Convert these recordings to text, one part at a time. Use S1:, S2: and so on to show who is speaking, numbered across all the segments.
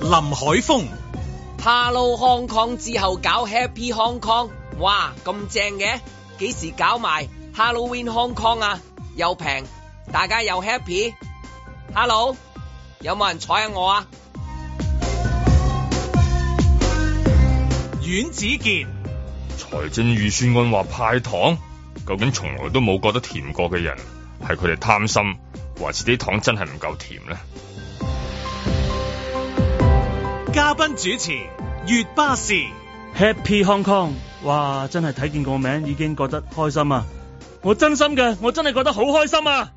S1: 林海峰、
S2: Hello Hong Kong 之後搞 Happy Hong Kong，哇咁正嘅，幾時搞埋 Halloween Hong Kong 啊？又平，大家又 happy。Hello，有冇人睬下我啊？
S1: 阮子健、
S3: 財政預算案話派糖，究竟從來都冇覺得甜過嘅人，係佢哋貪心，還是啲糖真係唔夠甜呢？
S1: 嘉賓主持月巴士、
S4: Happy Hong Kong，哇！真係睇見個名已經覺得開心啊！我真心嘅，我真係覺得好開心啊！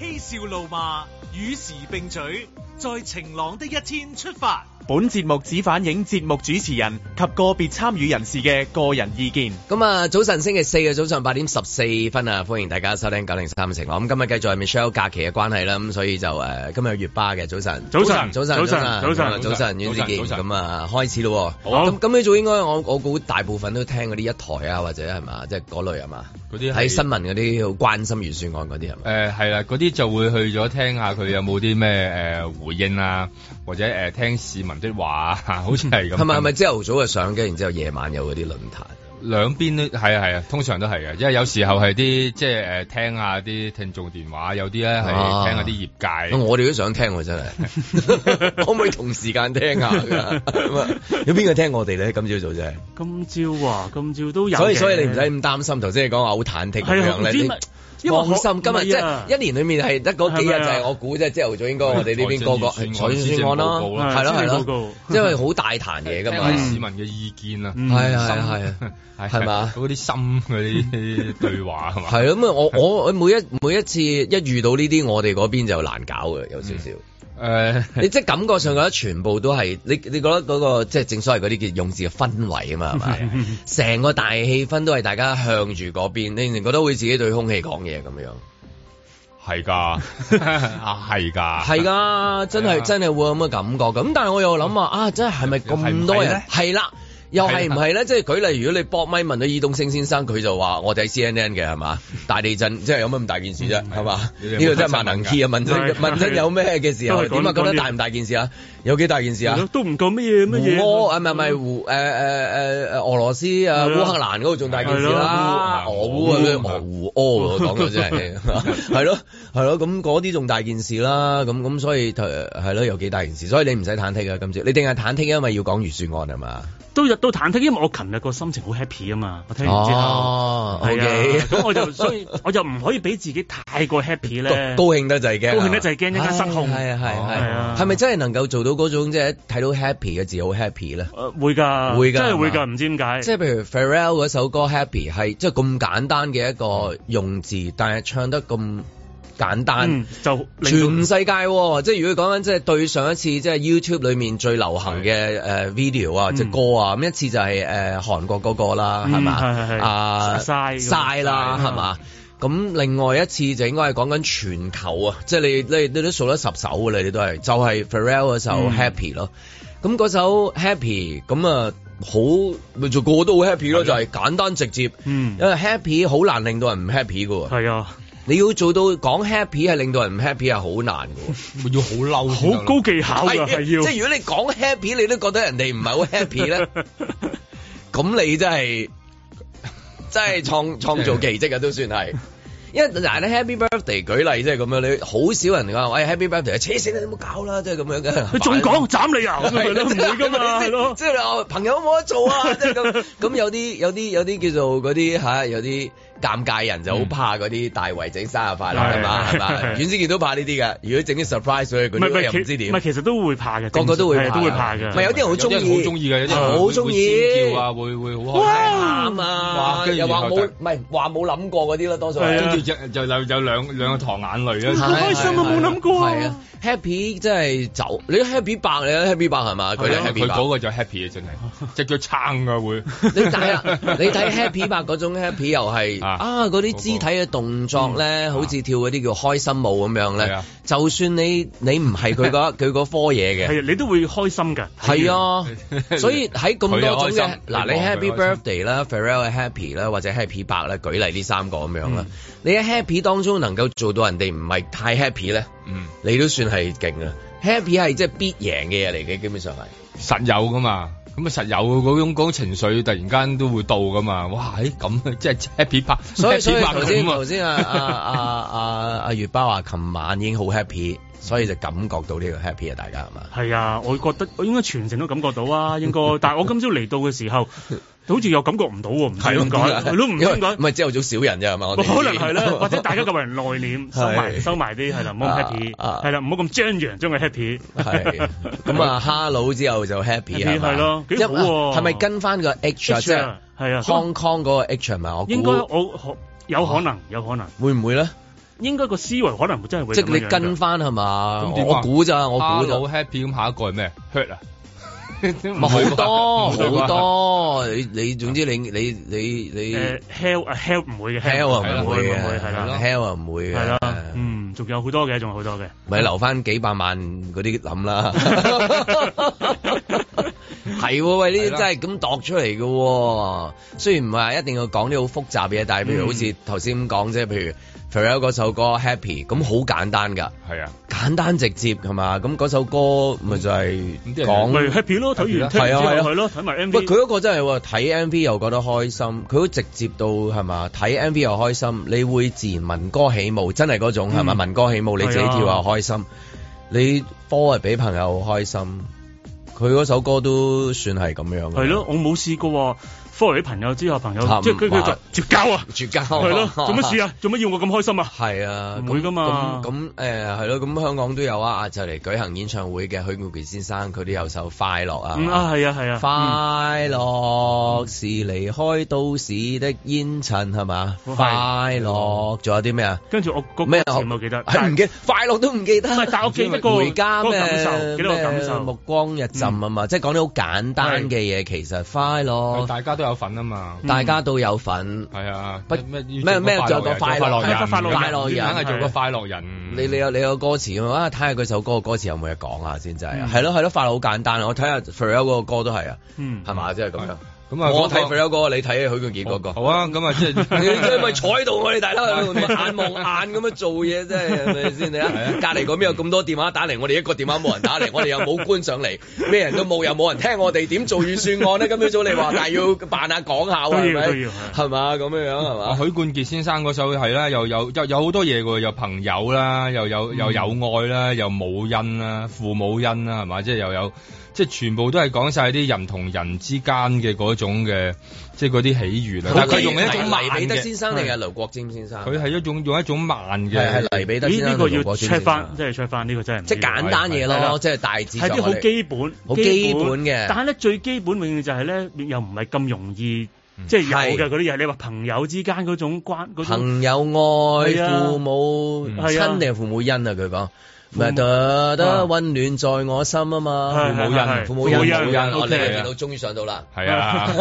S1: 嬉笑怒罵，與時並舉，在晴朗的一天出發。
S5: 本節目只反映節目主持人及個別參與人士嘅個人意見。
S2: 咁啊，早晨星期四嘅早上八點十四分啊，歡迎大家收聽九零三晴朗。咁今日繼續係 Michelle 假期嘅關係啦，咁所以就誒、呃今日有月巴嘅早晨，
S4: 早晨
S2: 早晨，早
S4: 早晨早晨
S2: 晨，早晨，阮子健
S5: 早晨
S2: 咁啊，開始咯喎。
S4: 好
S2: 咁咁呢組應該我我估大部分都聽嗰啲一台啊，或者係嘛，即係嗰類係嘛，
S6: 嗰啲係
S2: 喺新聞嗰啲好關心預算案嗰啲係嘛。
S6: 誒呃係啦，嗰啲就會去咗聽下佢有冇啲咩誒回應啊，或者誒、呃、聽市民的話啊， 好似係咁。
S2: 係咪係咪朝頭早就上嘅，然之後夜晚有嗰啲論壇？
S6: 兩邊都係啊係啊，通常都係嘅，因為有時候係啲即係誒、呃、聽下啲聽眾電話，有啲咧
S2: 啊
S6: 係聽下啲業界。
S2: 我哋都想聽喎，真係 可唔可以同時間聽下㗎？咁啊有邊個聽我哋咧？今朝早真係。
S4: 今朝啊，今朝都有嘅。
S2: 所以所以你唔使咁擔心，頭先你講話好忐忑咁
S4: 係啊
S2: 樣
S4: 唔知
S2: 咧
S4: 咪，
S2: 你
S4: 因為
S2: 放
S4: 我
S2: 心。今日即
S4: 唔係啊
S2: 係一年裏面係得嗰幾日
S4: 係
S2: 就
S4: 咪啊
S2: 係我估即係朝頭早應該我哋呢邊個個
S6: 財政預算
S2: 財
S6: 案
S2: 政預算案啦，係
S4: 施
S2: 咯係
S4: 政報告施政報告
S2: 咯，因為好大壇嘢㗎
S6: 聽
S2: 嘛
S6: 下啲，啊市民嘅意見啊，
S4: 嗯
S2: 嗯係係
S6: 心
S2: 係啊。係
S6: 係
S2: 嘛
S6: 嗰啲心嗰 啲對話係嘛？
S2: 係咁啊！我我我每一每一次一遇到呢啲，我哋嗰邊就難搞嘅，有少少。
S4: 嗯
S6: 誒
S2: 你即係感覺上覺得全部都係你，你覺得嗰、個即係正所謂嗰啲叫用字嘅氛圍啊嘛，係咪？ 成個大氣氛都係大家向住嗰邊，你唔覺得好似自己對空氣講嘢咁樣？
S6: 係㗎， 啊係㗎，
S2: 係噶，真係
S6: 係啊
S2: 真係會有咁嘅感覺咁。但係我又諗啊，啊真係係咪咁多人
S6: 又係唔係呢？
S2: 係啦。又係唔
S6: 係啦
S2: 係咧？即係舉例，如果你搏咪問到伊東升先生，佢就話我哋係 CNN 嘅係嘛？大地震即係有乜咁大件事啫？係嘛？
S6: 你哋
S2: 呢
S6: 有
S2: 個
S6: 冇
S2: 真係
S6: 睇
S2: 萬能
S6: 新聞
S2: key 啊！問真
S4: 係
S2: 問真有咩嘅時候
S4: 都係
S2: 點啊？
S4: 講
S2: 覺得
S4: 講啲
S2: 大唔大件事啊？有幾大件事啊？
S4: 都唔夠乜嘢乜嘢。
S2: 胡俄啊，唔係唔係胡誒誒誒誒俄羅斯啊
S4: 係
S2: 烏
S4: 咯
S2: 克蘭嗰度仲大件事啦，俄烏啊
S6: 係咯烏
S2: 咩俄胡俄喎啊
S4: 哦
S2: 講到真係係咯係咯，咁嗰啲仲大件事啦，咁咁所以誒係咯有幾大件事，所以你唔使忐忑啊今朝，你定係忐忑，因為要講預算案係嘛？
S4: 都日都忐忑，因為我琴日個心情好 happy 啊嘛，我聽完之後。
S2: 哦
S4: 係
S2: ，OK，
S4: 啊，咁我就所以 我就唔可以俾自己太過 happy 咧。
S2: 高高興得就係驚啊，
S4: 高興得滯驚一間失控
S2: 係啊係啊係
S4: 係
S2: 啊
S4: 啊，
S2: 係咪真係能夠做到嗰種即係睇到 happy 嘅字好 happy 咧？
S4: 誒會㗎，
S2: 會㗎
S4: 真係會
S2: 係
S4: 㗎，唔知點解。
S2: 即係譬如 Pharrell 嗰首歌 Happy 係即係咁簡單嘅一個用字，但係唱得咁簡單
S4: 嗯。，就
S2: 全
S4: 令到
S2: 世界喎、即係如果講緊即係對上一次即係 YouTube 裏面最流行嘅誒 video 啊，
S4: 嗯
S2: 即係歌啊，咁一次就係、誒、韓國嗰個啦，係嘛、
S4: 嗯係係係
S2: 啊
S4: 曬咁
S2: 曬啦，
S4: 曬
S2: 係嘛？咁另外一次就應該係講緊全球啊，即係你你你都數得十首㗎啦，你都係就係、Pharrell 嗰首
S4: 嗯
S2: Happy 咯。咁嗰首 Happy 咁啊，好咪就個個都好 happy 咯，就係簡單直接。
S4: 嗯
S2: 因為 happy 好難令到人唔 happy 嘅喎，
S4: 係啊，
S2: 你要做到講 happy 係令到人唔 happy 係好難嘅喎。
S6: 要好嬲先得咯，
S4: 好高技巧㗎，
S2: 係
S4: 啊
S2: 啊
S4: 係要
S2: 即。係如果你講 happy，你都覺得人哋唔係好 happy 咧，咁你真係真係 創創造奇蹟啊，都算係。因為嗱，你 Happy Birthday 舉例即係咁樣，你好少人話喂 Happy Birthday，扯死你你冇搞啦，即係咁樣嘅。
S4: 佢仲講 斬你啊，咁咪咯，唔會㗎嘛，係咯。
S2: 即係你話朋友冇得做啊， 即係咁。咁有啲有啲有啲叫做嗰啲嚇，有啲尷尬人就好怕嗰啲大圍整生日快樂㗎嘛，
S4: 係
S2: 係嘛？
S4: 係
S2: 阮子健都怕呢啲㗎，如果整啲 surprise 佢，
S4: 唔係唔
S2: 佢又
S4: 係
S2: 唔知
S4: 其
S2: 點
S4: 唔係。其實都會怕嘅，
S2: 個個都會
S4: 係
S2: 怕
S4: 都會怕嘅。
S2: 唔係有啲人好中
S6: 有
S2: 啊意，
S6: 啲人好中意嘅，有啲人
S2: 好中意
S6: 會尖叫啊，會會好開心。
S2: 喊啊
S6: 哇，跟住
S2: 又話
S6: 然
S2: 冇，
S6: 後就
S2: 唔係話冇諗過嗰啲啦，多數
S4: 係
S6: 跟
S4: 啊
S6: 住就就有有兩兩個淌眼
S2: 係
S6: 淚
S4: 好
S6: 啊！
S4: 開心
S2: 係
S4: 啊冇諗過啊
S2: 係啊，happy 真係走，你 happy 白你 happy 白係嘛？佢哋
S4: 係啊
S2: happy
S6: 佢
S2: 白
S6: 嗰個就 happy 啊，真係隻腳撐噶會。
S2: 你睇 啊，你睇 Happy 白嗰種 Happy 又係
S6: 啊嗯
S2: 啊，嗰啲肢體嘅動作咧，好似跳嗰啲叫開心舞咁樣
S6: 係
S2: 咧
S6: 啊。
S2: 就算你你唔係佢 嗰佢嗰科嘢嘅，
S4: 係啊，你都會開心㗎。
S2: 係啊，
S6: 你
S2: 所以喺咁多種
S6: 佢又開
S2: 嘅
S6: 心
S2: 嗱，你
S6: 你望佢
S2: Happy
S6: 開
S2: Birthday 啦、Farewell Happy 啦，或者 Happy 白啦，舉例呢三個咁
S6: 嗯
S2: 樣啦。你喺 Happy 當中能夠做到人哋唔係太 Happy 咧，
S6: 嗯，
S2: 你都算係勁啊！ Happy 係即係必贏嘅嘢嚟嘅，基本上係。
S6: 實有噶嘛，咁啊實有嗰種嗰種情緒，突然間都會到噶嘛。哇！咦咁即係 happy 拍，
S2: 所以所以
S6: happy 拍
S2: 頭先
S6: 咁啊
S2: 頭先啊啊啊啊阿月包話，琴晚已經好 happy，所以就感覺到呢個 happy 啊，大家係嘛？
S4: 係啊，我覺得我應該全程都感覺到啊，應該。 但係我今朝嚟到嘅時候，好似又感覺唔到喎，唔知點解，係咯，唔知點
S2: 啊因為
S4: 解
S2: 唔。係朝頭早少人啫係嘛？我哋
S4: 可能係 啦，或者大家咁人內斂，收埋
S2: 係
S4: 收埋啲係啦，唔好咁
S2: 啊
S4: happy，
S2: 啊
S4: 係啦，唔好咁張揚將佢 happy。
S2: 係咁 啊，hello 之後就 happy 啊
S4: Happy，
S2: 係嘛？
S4: 係咯幾好喎
S2: 因為係咪跟翻個 H 啊？即
S4: H
S2: 係
S4: 啊係啊，所
S2: Hong Kong 嗰個 H 係咪？我
S4: 以應該
S2: 估
S4: 我可有可能有可能，
S2: 會唔會咧？
S4: 應該個思維可能真係會
S2: 即
S4: 咁
S2: 係
S4: 樣
S2: 你
S4: 樣
S2: 跟
S4: 㗎
S2: 翻係嘛？
S6: 咁點啊
S2: 我估咋，我估咋
S6: 好。happy 咁，下一個係咩？hurt 啊，
S2: 咪
S6: 咪
S2: 好 多好
S6: 多
S2: 多，你你總之你你你你
S4: 誒 help 啊 help 唔會嘅
S2: hell 啊唔
S4: 唔會
S2: 會
S4: 唔
S2: 嘅
S4: 會係啦
S2: ，hell 啊唔會
S4: 係啦
S2: 嘅，，
S4: 嗯，仲有好多嘅，仲有好多嘅。
S2: 咪留翻幾百萬嗰啲諗 啦。係喎，喂，呢啲
S6: 係嗯啦
S2: 真係咁度出嚟嘅喎。雖然唔係話一定要講啲好複雜嘅嘢，但係譬如
S4: 嗯
S2: 好似頭先咁講啫，譬如 f e r r e l 嗰首歌 Happy，咁好簡單㗎，
S6: 係啊，
S2: 簡單直接係嘛？咁嗰首歌咪就係
S6: 咁啲人
S2: 講
S4: 咪 happy 咯，睇
S6: happy
S4: 完聽
S6: 啦
S2: 係
S4: 完之
S2: 啊
S4: 後
S2: 係啊
S4: 係咯，睇埋 M V
S2: 喂，佢嗰個真係喎，睇 M V 又覺得開心，佢好直接到係嘛？睇 M V 又開心，你會自然聞歌起舞，真係嗰種係嘛？
S4: 嗯
S2: 聞歌起舞，你自己
S4: 係啊
S2: 跳又開心，你 forward 俾朋友開心，佢嗰首歌都算係咁樣。
S4: 係咯，，我冇試過喎。follow 啲朋友之後，朋友
S2: 啊哦
S4: 即係佢佢
S2: 唔係
S4: 就絕 交啊，
S2: 絕交
S4: 係咯，做乜事？啊？做乜要我咁開心啊？
S2: 係啊，
S4: 唔會㗎嘛
S2: 咁咁誒係咯，咁香港都有啊，就嚟舉行演唱會嘅許冠傑先生，佢都有首《快樂》啊。
S4: 嗯啊，係啊，係啊，
S2: 快樂是離開都市的煙塵係嘛？
S4: 係
S2: 快樂仲有啲咩啊？
S4: 嗯跟住我個
S2: 咩
S4: 歌詞我記得，
S2: 係
S4: 但
S2: 唔記快樂都唔記得。
S4: 唔係但我記得個
S2: 回家咩
S4: 嗰個感受記得個感受嗯
S2: 咩目光一浸啊嘛，即係講啲好簡單嘅嘢，其實快樂
S6: 大家都有份啊嘛。
S4: 嗯
S2: 大家都有份。
S6: 係啊，
S2: 不
S6: 咩
S2: 咩咩做個快樂
S6: 樂人，
S4: 快樂人
S6: 硬係做個
S4: 係
S6: 快樂
S4: 嗯
S6: 人。
S2: 你你有你有歌詞咁啊？睇下佢首歌嘅歌詞有冇嘢講啊先真係
S4: 嗯。
S2: 係咯係咯，快樂好簡單啊！我睇下 f e r r e l 嗰個歌都係啊，
S4: 嗯
S2: 係嘛？即係咁樣。
S6: 咁啊，
S2: 我睇
S6: 嗰
S2: f
S6: 個
S2: e r r e l 嗰個，你睇許冠傑嗰個
S6: 好。啊，咁啊，即係
S2: 你真係咪坐喺度我哋大佬喺度眼望眼咁樣做嘢真係係咪先？你啊，隔離嗰邊有咁多電話打嚟，我哋一個電話冇人打嚟，我哋又冇官上嚟，咩人都冇，又冇人聽我哋點做預算案咧？今朝早你話，但係要扮下講下
S4: 都要
S2: 喎，係
S4: 都
S2: 咪
S4: 要係？
S2: 係嘛？咁樣樣係
S6: 啊，
S2: 嘛？
S6: 許冠傑先生嗰首係啦，又有有有好多嘢嘅喎，有朋友啦，又
S2: 嗯
S6: 有又有愛啦，又母恩啦，父母恩啦，係嘛？即係又有，即係全部都係講晒啲人同人之間嘅嗰種嘅，即係嗰啲喜悦啦。但係佢用一種慢
S2: 黎彼得
S6: 嘅，
S2: 先生定係劉國沾先生？
S6: 佢係一種用一種慢
S2: 係
S6: 嘅，
S2: 係黎彼得先
S4: 咦？呢
S2: 生
S4: 個
S2: 同
S4: 要
S2: 劉國沾先
S4: check 翻，
S2: 生
S4: 即。係 check 翻呢個真係唔知
S2: 即係簡單嘢
S4: 係
S2: 咯，
S4: 啦
S2: 即係大致
S4: 係啲好基本、
S2: 好基本嘅
S4: 但係咧最基本永遠就係咧，又唔係咁容易，即係有嘅
S2: 嗯係
S4: 嗰啲嘢。你話朋友之間嗰種關嗰種，
S2: 朋友愛
S4: 係啊
S2: 父母
S6: 嗯
S4: 係啊
S2: 親定係父母恩啊？佢講
S4: 母
S2: 咪得
S4: 啊
S2: 得温暖在我心啊嘛。
S4: 係
S6: 父母
S4: 係
S6: 恩
S4: 係
S2: 父母恩，
S4: 父母
S2: 父
S4: 恩
S2: 母恩，
S4: ，OK
S2: 我哋見到終於上到啦。
S6: 係啊，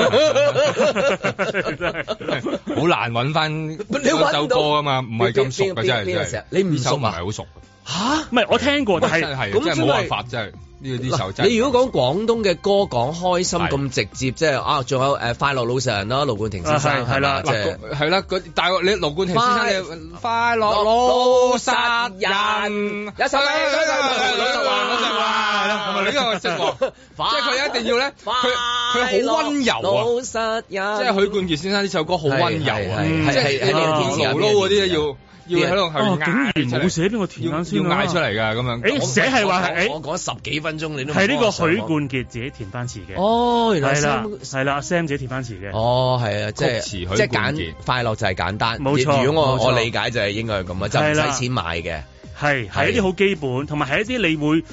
S6: 好難 揾翻嗰首歌啊嘛，唔係咁熟嘅真係真係，呢
S2: 啊
S6: 首唔係好熟，
S2: 吓？
S4: 唔係我聽過，但
S6: 真
S2: 哦
S4: 係
S6: 係真係冇辦法，真係呢呢首真
S2: 你如果講廣東嘅歌講開心
S6: 係
S2: 咁直接，即係啊，仲有誒快樂老實人啦，盧冠廷先
S4: 啊
S2: 生
S4: 係係啦
S2: 係嘛即係。
S6: 係啦，嗰但係你盧冠廷先生你快樂老殺人，啊
S2: 一首
S6: 老
S2: 一首
S6: 老實話，老實話，係咪呢個識 喎？即係佢一定要咧，佢佢好温柔啊
S2: 老！實人，
S6: 即係許冠傑先生呢首歌好温柔啊，
S2: 係係
S6: 即
S2: 係係
S6: 係
S2: 呢個
S6: 勞
S2: 天使啊
S6: 勞嗰啲咧要要喺度
S4: 哦
S6: 係
S4: 竟然冇
S6: 嗌出嚟，
S4: 寫俾我填
S6: 要
S4: 翻先啊
S6: 要嗌出嚟㗎咁樣。
S4: 誒
S2: 我
S4: 寫係話係
S2: 我我講十幾分鐘你都唔
S4: 係呢
S2: 幫
S4: 個
S2: 我上
S4: 許
S2: 網
S4: 冠傑自己填翻詞嘅，
S2: 哦，原來
S4: 係啦
S2: 三
S4: 係啦，Sam 自己填翻詞嘅，
S2: 哦，係啊，即係
S6: 曲
S2: 即
S6: 詞許
S2: 係
S6: 冠傑
S2: 簡快樂就係簡單。
S4: 冇錯
S2: 如果我
S4: 冇錯
S2: 我理解就係應該係咁啊，就唔
S4: 係啦
S2: 使錢買嘅。
S4: 係係一啲好基本，同埋係一啲你會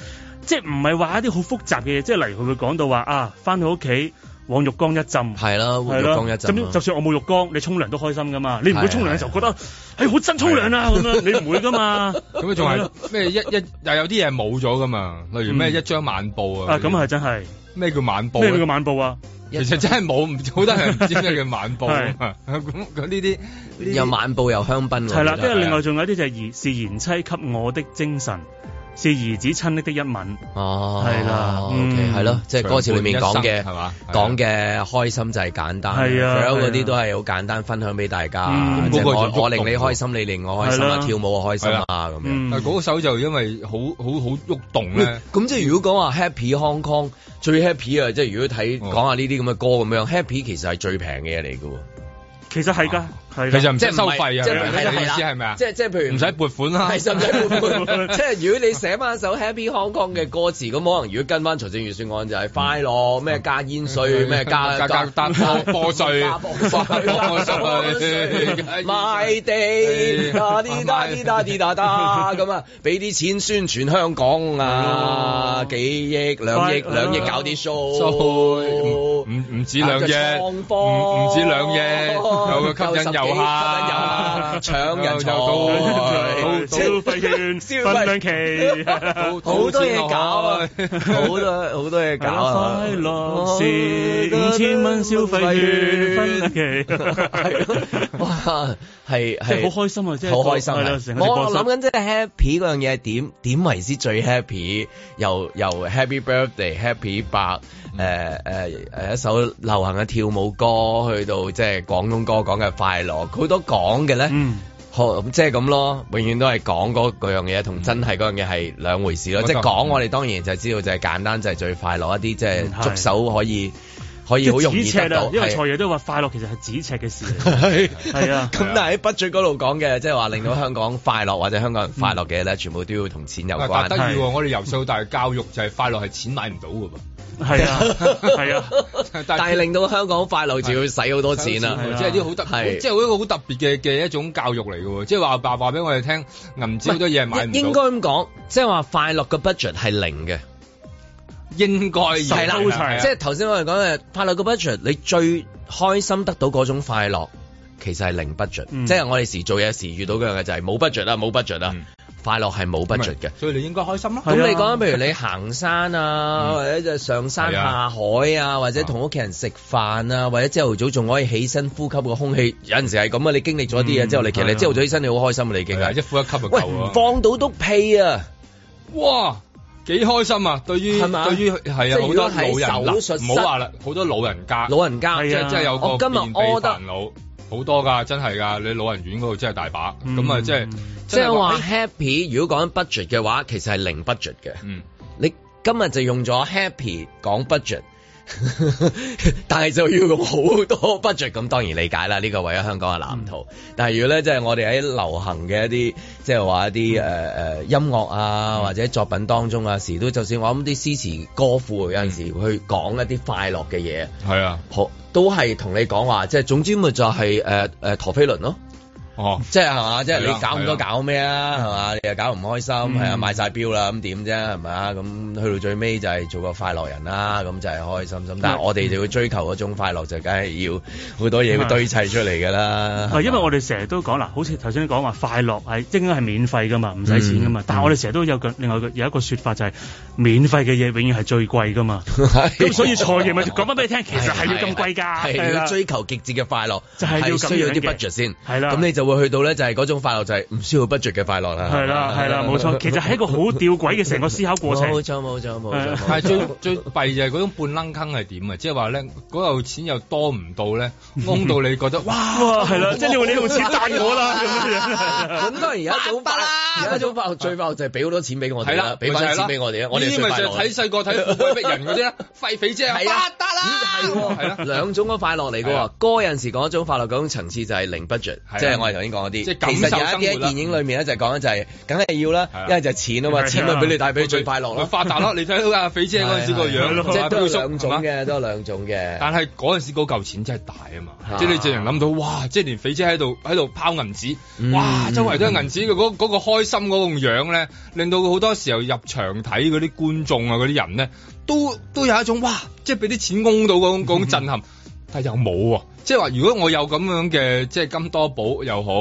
S4: 即係唔係話一啲好複雜嘅嘢，即係例如佢會講到話啊，翻到屋企往浴缸一浸。
S2: 係啦，活
S4: 係
S2: 躍光一
S4: 咯，
S2: 陣啊啦。
S4: 就算我冇浴缸，你沖涼都開心噶嘛。你唔會沖涼嘅時候覺得，誒好真沖涼啊咁樣，你唔會 噶嘛。
S6: 咁啊，仲係咩一一又有啲嘢冇咗噶嘛？例如咩一張晚報啊，
S4: 嗯啊，咁係真係
S6: 咩叫晚報
S4: 咩叫
S6: 咧？
S4: 晚報啊？
S6: 其實真係冇唔好多人唔知咩叫晚報啊
S4: 係
S6: 嘛。咁咁呢啲
S2: 又晚報又香檳喎。
S4: 係啦，
S2: 其
S4: 跟
S2: 實
S4: 住另外仲有啲就係而是賢妻給我的精神，是兒子親昵的一吻。
S2: 哦，
S4: 係啦
S2: ，OK，
S4: 嗯
S2: 係咯，即係歌詞裏面講嘅
S6: 係啊嘛
S2: 講嘅開心就係簡單，
S4: 係啊
S2: 仲有嗰啲
S4: 係啊
S2: 都係好簡單分享俾大家，啊
S4: 嗯
S2: 即係
S6: 嗰個
S2: 我
S6: 仲
S2: 我
S6: 喐
S2: 令你
S6: 動喎
S2: 開心，你令我開心
S4: 係
S2: 啊，
S4: 啦
S2: 跳舞我開心啊
S6: 係
S2: 咁樣。
S4: 嗯
S6: 但係嗰首就因為好好好喐動咧，
S2: 咁即係如果講話 Happy Hong Kong 最 Happy 啊，即係如果睇
S6: 哦
S2: 講下呢啲咁嘅歌咁樣，Happy 其實係最平嘅嘢嚟嘅喎，
S4: 其實係㗎，
S2: 啊
S4: 係
S6: 其
S4: 㗎
S6: 實唔
S2: 即
S6: 使
S2: 係
S6: 收
S2: 唔係
S6: 費啊，
S2: 即係
S6: 係
S2: 係啦
S6: 咪
S2: 係
S6: 你意
S2: 啦
S6: 思係咪啊？
S2: 即係即係譬如
S6: 唔使撥款啦，
S2: 係 甚至乎即係如果你寫翻首 Happy Hong Kong 嘅歌詞，咁可能如果跟翻財政預算案就係快樂咩加煙稅咩加
S6: 嗯加加加啊課稅
S2: 加課稅
S6: 課稅
S2: 賣地打啲打啲打啲打
S6: 哎
S2: 打咁啊，俾啲錢宣傳香港
S6: 哦
S2: 啊，幾億兩億
S4: 快
S2: 兩億搞啲 show
S6: 唔唔唔止兩嘢，
S2: 創科
S6: 唔唔止兩嘢，有個吸引遊客，
S2: 吸引遊客搶人才
S6: 有
S4: 消
S6: 有
S4: 費 券
S2: 消費
S4: 分 兩期。
S6: 到
S2: 好多嘢搞啊，好
S6: 好
S2: 多好多嘢搞啊！
S4: 快樂是五千蚊消費券分兩期
S2: 係咯哇，係
S4: 即係
S2: 係
S4: 好開心啊！即係
S2: 好開心
S4: 係啦
S2: 啊
S4: 成！個直
S2: 我
S4: 播
S2: 我
S4: 室
S2: 諗緊即係 happy 嗰樣嘢係點點為之最 happy？又又 happy birthday happy 白誒誒誒一首流行嘅跳舞歌，去到即係廣東歌講嘅快樂，好多講嘅咧。
S4: 嗯，
S2: 好，即係咁咯，永遠都係講嗰嗰樣嘢
S4: 嗯
S2: 同真係嗰樣嘢係兩回事咯。
S6: 冇錯
S2: 即係講我哋當然就知道就係簡單就係最快樂一啲，即
S4: 嗯
S2: 係
S4: 係
S2: 捉手可以可以好容
S4: 即
S2: 易得
S4: 係尺啊
S2: 到。！
S4: 因為
S2: 係
S4: 財爺都話快樂其實係咫尺嘅事嚟。
S2: 係
S4: 係啊
S2: 咁但係喺北嘴嗰度講嘅，即係話令到香港快樂或者香港人快樂嘅咧，全部都要同錢有
S6: 啊
S4: 啊
S6: 但
S2: 關
S6: 得。意喎！我哋由細到大教育就係快樂係錢買唔到嘅噃，
S4: 係啊，係啊，
S2: 但係令到香港快樂就要使好多錢啦。
S4: 係啊
S6: 即係啲好特
S2: 係
S6: 別，即係一個好特別嘅嘅一種教育嚟嘅喎，即係話話話俾我哋聽，銀紙好多嘢係買唔到，
S2: 應該咁講，即係話快樂嘅 budget 係零嘅。
S6: 應該要
S2: 係
S4: 都齊
S6: 啊
S2: 啦，即係頭先我哋講嘅快樂嘅 budget，你最開心得到嗰種快樂，其實係零 budget，、
S4: 嗯
S2: 即係我哋時做嘢時遇到嘅就係冇 budget 啦，冇 budget 啦，
S6: 嗯
S2: 快樂係冇 budget 嘅。
S6: 所以你應該開心咯。
S2: 咁
S4: 係啊
S2: 你講緊譬如你行山啊，
S6: 嗯
S2: 或者就上山
S6: 係
S2: 下
S6: 啊
S2: 海啊，或者同屋企人食飯啊，或者朝頭早仲可以起身呼吸個空氣，有陣時係咁啊！你經歷咗啲嘢之後，
S4: 嗯
S2: 你其實
S4: 係
S2: 你
S4: 啊
S2: 朝頭早起身你好開心啊！你已經
S6: 係啊，一
S2: 係，
S6: 呼一吸就
S2: 喂
S6: 夠啊！
S2: 放到督屁啊！
S6: 哇！幾開心啊！對於
S2: 係嘛
S6: 對於
S2: 即
S6: 係
S2: 係
S6: 啊，
S2: 如
S6: 好
S2: 果
S6: 多
S2: 喺
S6: 老人啦
S2: 手術室
S6: 唔好話啦，好多老人家，
S2: 老人家
S4: 係
S6: 即啊係即係有個
S2: 我今日
S6: 便秘
S2: order-
S6: 煩惱，好多㗎，真係㗎。你老人院嗰度真係大把，
S4: 嗯
S6: 咁啊，即係
S2: 即係話哎 happy，如果講緊 budget 嘅話，其實係零 budget 嘅。
S6: 嗯，
S2: 你今日就用咗 happy 講 budget。但係就要用好多 budget，咁當然理解啦。呢、個為咗香港嘅藍圖。但係如果咧，即係我哋喺流行嘅一啲，即係話一啲誒誒音樂啊，或者作品當中啊，時都就算我諗啲詩詞歌賦，有陣時去講一啲快樂嘅嘢，
S6: 係啊，
S2: 好都係同你講話，即係總之咪就係誒誒陀飛輪咯。
S6: 哦，
S2: 即係係嘛，即係你
S6: 係啊
S2: 搞咁多
S6: 係啊
S2: 搞咩啊？係嘛，你又搞唔開心，係啊，
S4: 嗯
S2: 買晒表啦，咁點啫？係咪啊？咁去到最尾就係做個快樂人啦，咁就係開心心。
S4: 嗯
S2: 但係我哋就要追求嗰種快樂，就梗係要 好多嘢要堆砌出嚟㗎啦。
S4: 嗯係因為我哋成日都講啦，好似頭先講話快樂係應該係免費噶嘛，唔使錢噶嘛。
S2: 嗯
S4: 但係我哋成日都有個另外一個有一個説法就係免費嘅嘢永遠係最貴 噶嘛。咁所以財爺咪講翻俾你聽，其實係要咁貴㗎，
S2: 啊係啊
S4: 係
S2: 要
S4: 啦，
S2: 追求極致嘅快樂，
S4: 就係要咁樣嘅
S2: 需要啲 budget 先。
S4: 係啦
S2: 咁你就會去到咧，就係嗰種快樂就係唔需要 budget 嘅快樂啦。
S4: 係啦，係啦，冇錯。其實係一個好吊詭嘅成個思考過程。
S2: 啊冇錯冇錯冇錯
S4: 係啊。
S6: 但係最最弊就係嗰種半楞坑係點啊？即係話咧，嗰嚿錢又多唔到咧，安到你 覺得哇！
S4: 哇，係啦，即係你話你用錢賺我啦 咁樣。
S2: 咁當然有一種快樂，有一種快樂最快樂就係俾好多錢俾我哋
S6: 係
S2: 啦
S6: 啦，，
S2: 俾翻
S6: 咪就係
S2: 錢
S6: 啦
S2: 俾我哋啦，啊我哋係
S6: 呢啲
S2: 最
S6: 咪
S2: 快
S6: 就係
S2: 樂
S6: 睇。細個睇富貴逼人嗰 啲啦，廢肥啫，
S2: 係啊
S6: 發達啦，
S2: 咦 係喎，
S6: 係啦。
S2: 兩種嘅快樂嚟嘅
S6: 係
S2: 喎
S6: 啊。
S2: 歌有陣時講一種快樂，嗰種層次就係零 budget，
S6: 係啊
S2: 即係我哋頭先講嗰啲。
S6: 即係感
S2: 其
S6: 受
S2: 實有一啲喺
S6: 生活啦
S2: 電影裏面咧，就係講緊就係梗係要啦
S6: 係啊，
S2: 因為就係錢啊嘛，
S4: 係啊
S2: 錢咪俾你帶俾你最快樂
S6: 咪
S2: 咯。
S6: 發達咯！你睇到阿啊肥姐嗰陣時
S2: 係
S6: 個
S2: 啊
S4: 係
S6: 樣，
S4: 係
S2: 即係
S6: 阿
S2: 都有
S6: 彪叔
S2: 兩種。
S6: 係嘛
S2: 嘅，都有兩種嘅。
S6: 但係嗰陣時嗰嚿錢真係大啊嘛
S2: 啊，
S6: 即係你直情諗到，哇！即係連肥姐喺度喺度拋銀
S2: 嗯
S6: 紙，哇！周圍都係銀紙嘅嗰嗰個開心嗰種樣咧，令到好多時候入場睇嗰啲觀眾啊嗰啲人咧，都都有一種哇！即係俾啲錢供 到嗰種嗰種震撼，但係又冇喎。即係話，如果我有咁樣嘅，即係金多寶又好，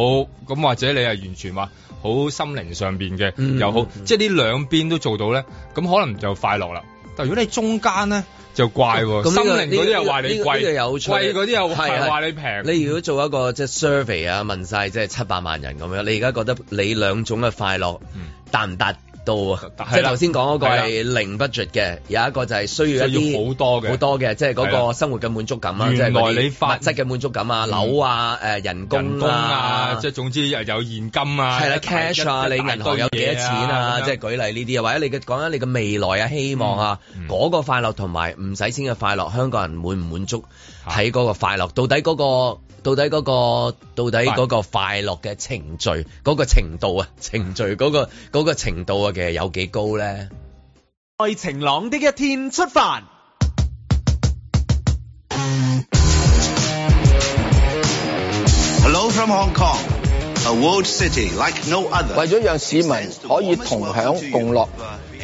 S6: 咁或者你係完全話好心靈上邊嘅
S2: 嗯
S6: 又好，
S2: 嗯
S6: 即係呢兩邊都做到咧，咁可能就快樂啦。但如果你中間咧，就怪喎。
S2: 哦咁呢
S6: 心
S2: 個
S6: 靈嗰啲又話你
S2: 呢個呢個呢個有
S6: 貴，
S2: 趣
S6: 貴嗰啲又
S2: 係係
S6: 係話你平。
S2: 你如果做一個即係 survey 啊，問晒即係七百萬人咁樣，你而家覺得你兩種嘅快樂
S6: 嗯
S2: 達唔達到啊！
S6: 但
S2: 即
S6: 係啦
S2: 係頭先講嗰個係
S6: 係
S2: 零 budget 嘅，有一個就係需要一
S6: 需要
S2: 啲
S6: 好多嘅
S2: 好多嘅，即係嗰
S6: 係
S2: 個
S6: 啦
S2: 生活嘅滿足感啊啦，即係
S6: 原來
S2: 嗰啲
S6: 你發
S2: 物質嘅滿足感啊，
S6: 嗯
S2: 樓啊，誒人
S6: 人
S2: 工
S6: 工
S2: 啊
S6: 啊，，即係總之又有現金啊，
S2: 係啦
S6: 一大一
S2: ，cash 啊，
S6: 一
S2: 你
S6: 大
S2: 銀行
S6: 堆
S2: 有幾多
S6: 嘢
S2: 錢
S6: 啊
S2: 啊？
S6: 咁樣
S2: 即係舉例呢啲啊，或者你嘅講緊你嘅未來啊、希望啊
S6: 嗯，嗯
S2: 嗰個快樂同埋唔使錢嘅快樂，香港人滿唔滿足喺嗰個快樂？到底嗰個到底嗰個到底嗰個快樂嘅程序嗰個程度啊，程序嗰個嗰個程度啊，其實有幾高咧？
S5: 在晴朗的一天出發。
S7: Hello from Hong Kong, a world city like no other.
S8: 為咗讓市民可以同享共樂，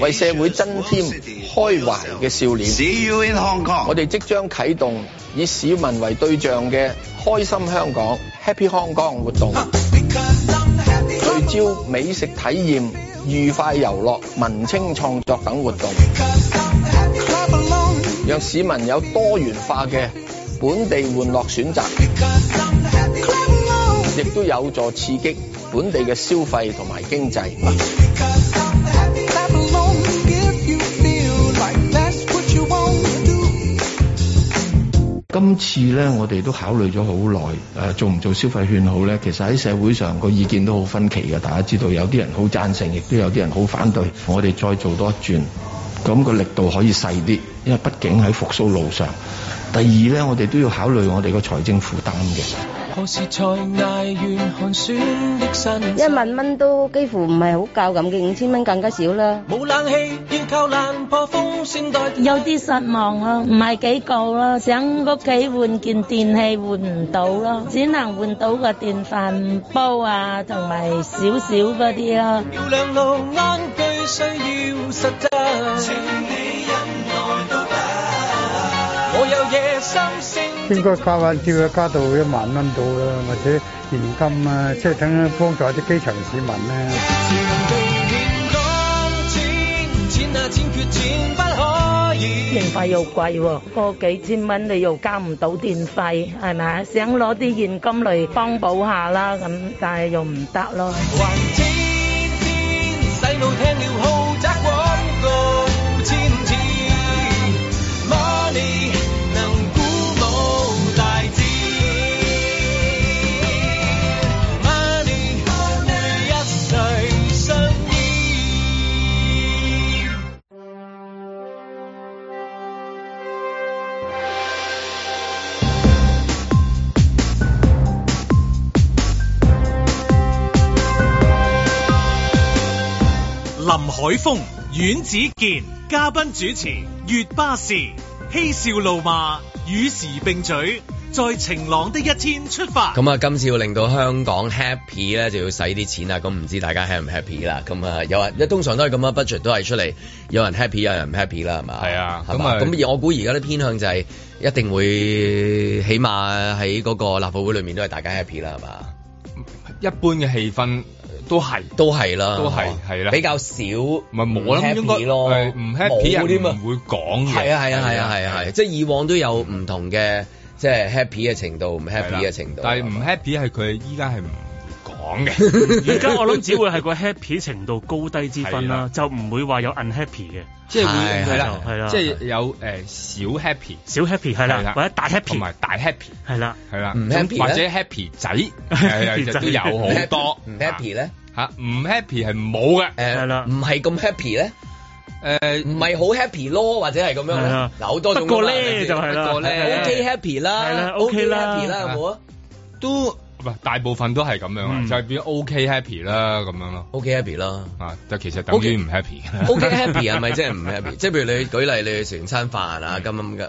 S8: 為社會增添開懷嘅笑臉，
S7: See you in Hong Kong.
S8: 我哋即將啟動以市民為對象嘅開心香港 Happy Hong Kong 活動，聚焦美食體驗、愉快遊樂、文青創作等活動，讓市民有多元化嘅本地玩樂選擇，亦都有助刺激本地嘅消費同埋經濟。
S9: 今次咧，我哋都考慮咗好耐，誒、做唔做消費券好咧？其實喺社會上個意見都好分歧嘅，大家知道有啲人好贊成，亦都有啲人好反對。我哋再做多一轉，咁個力度可以細啲，因為畢竟喺復甦路上。第二咧，我哋都要考慮我哋個財政負擔嘅。
S10: 一萬蚊都幾乎唔係好夠咁嘅，五千蚊更加少啦。
S11: 有啲失望咯，唔係幾夠咯，想屋企換件電器換唔到咯，只能換到個電飯煲啊，同埋少少嗰啲咯。
S9: 應該加翻跳嘅加到一萬蚊到啦，或者現金啊，即係等幫助一啲基層市民咧。
S11: 電費又貴喎，個幾千蚊你又交唔到電費，係咪啊？想攞啲現金嚟幫補下啦，咁但係又唔得咯。
S1: 林海峰、阮子健嘉賓主持，粵巴士嬉笑怒罵，與時並舉，在晴朗的一天出發。
S2: 咁啊，今次要令到香港 happy 咧，就要使啲錢啊啦。咁唔知大家 happy 唔 happy 啦？咁啊，有人通常都係咁啊，budget 都係出嚟，有人 happy，有人唔 happy 啦，係嘛？
S6: 係啊
S2: 係嘛
S6: 咁啊
S2: 咁而我估而家啲偏向就係一定會，起碼喺嗰個立法會裏面都係大家 happy 啦，係嘛？
S6: 一般嘅氣氛都係。
S2: 都係啦，
S6: 都係
S2: 嘛
S6: 係啦
S2: 比較少唔
S6: 唔係我諗應該
S2: happy 咯，
S6: 係唔 happy
S2: 冇
S6: 人
S2: 添啊
S6: 唔會講嘅。
S2: 係啊係啊係啊係啊係啊，即係以往都有唔同嘅，即係 happy 嘅程度，唔
S6: 係
S2: happy
S6: 啦
S2: 嘅程度。
S6: 但係唔
S2: 係嘛
S6: happy 係佢依家係唔 會講嘅。
S4: 而家我諗只會係個 happy 程度高低之分
S6: 係
S4: 啦
S6: 啦，
S4: 就唔會話有 unhappy 嘅，
S6: 即係會
S2: 係
S6: 係
S4: 係係
S6: 啦，
S4: 啦
S6: 即係有誒小 happy
S4: 小 happy 係
S6: 係
S4: 啦
S6: 啦，
S4: 或者大
S6: 同
S4: happy
S6: 埋大 happy
S4: 係啦，
S6: 係啦，
S2: 唔 happy 啊
S6: 或者
S2: 咧
S6: happy 仔係啊
S4: 仔
S6: 都有好多啊
S2: 唔 happy 咧？
S6: 嚇，唔 happy 係冇嘅。
S2: 誒
S4: 係啦
S2: 呃
S4: 呃
S2: 唔係咁 happy 咧？
S6: 誒
S2: 唔係好 happy 咯，或者係咁樣
S4: 係
S2: 咧
S4: 啊。
S2: 嗱，好多種
S4: 不過
S2: 㗎嘛
S4: 咧
S2: 係咪先
S4: 就係啦
S2: 不過咧
S6: 係啦
S2: ，OK happy 啦，
S4: 係啦
S2: OK
S4: ，OK 啦
S2: happy 啦，有冇啊
S6: 都唔係大部分都係咁樣啊，
S4: 嗯
S6: 就係變 OK happy 啦咁樣咯。
S2: ？OK happy 啦。
S6: 啊，但其實等於
S2: OK
S6: 唔 happy 嘅
S2: O.K. happy 係咪即係唔 happy？即係譬如你舉例，你去食完餐飯啊，
S4: 嗯
S2: 咁咁嘅誒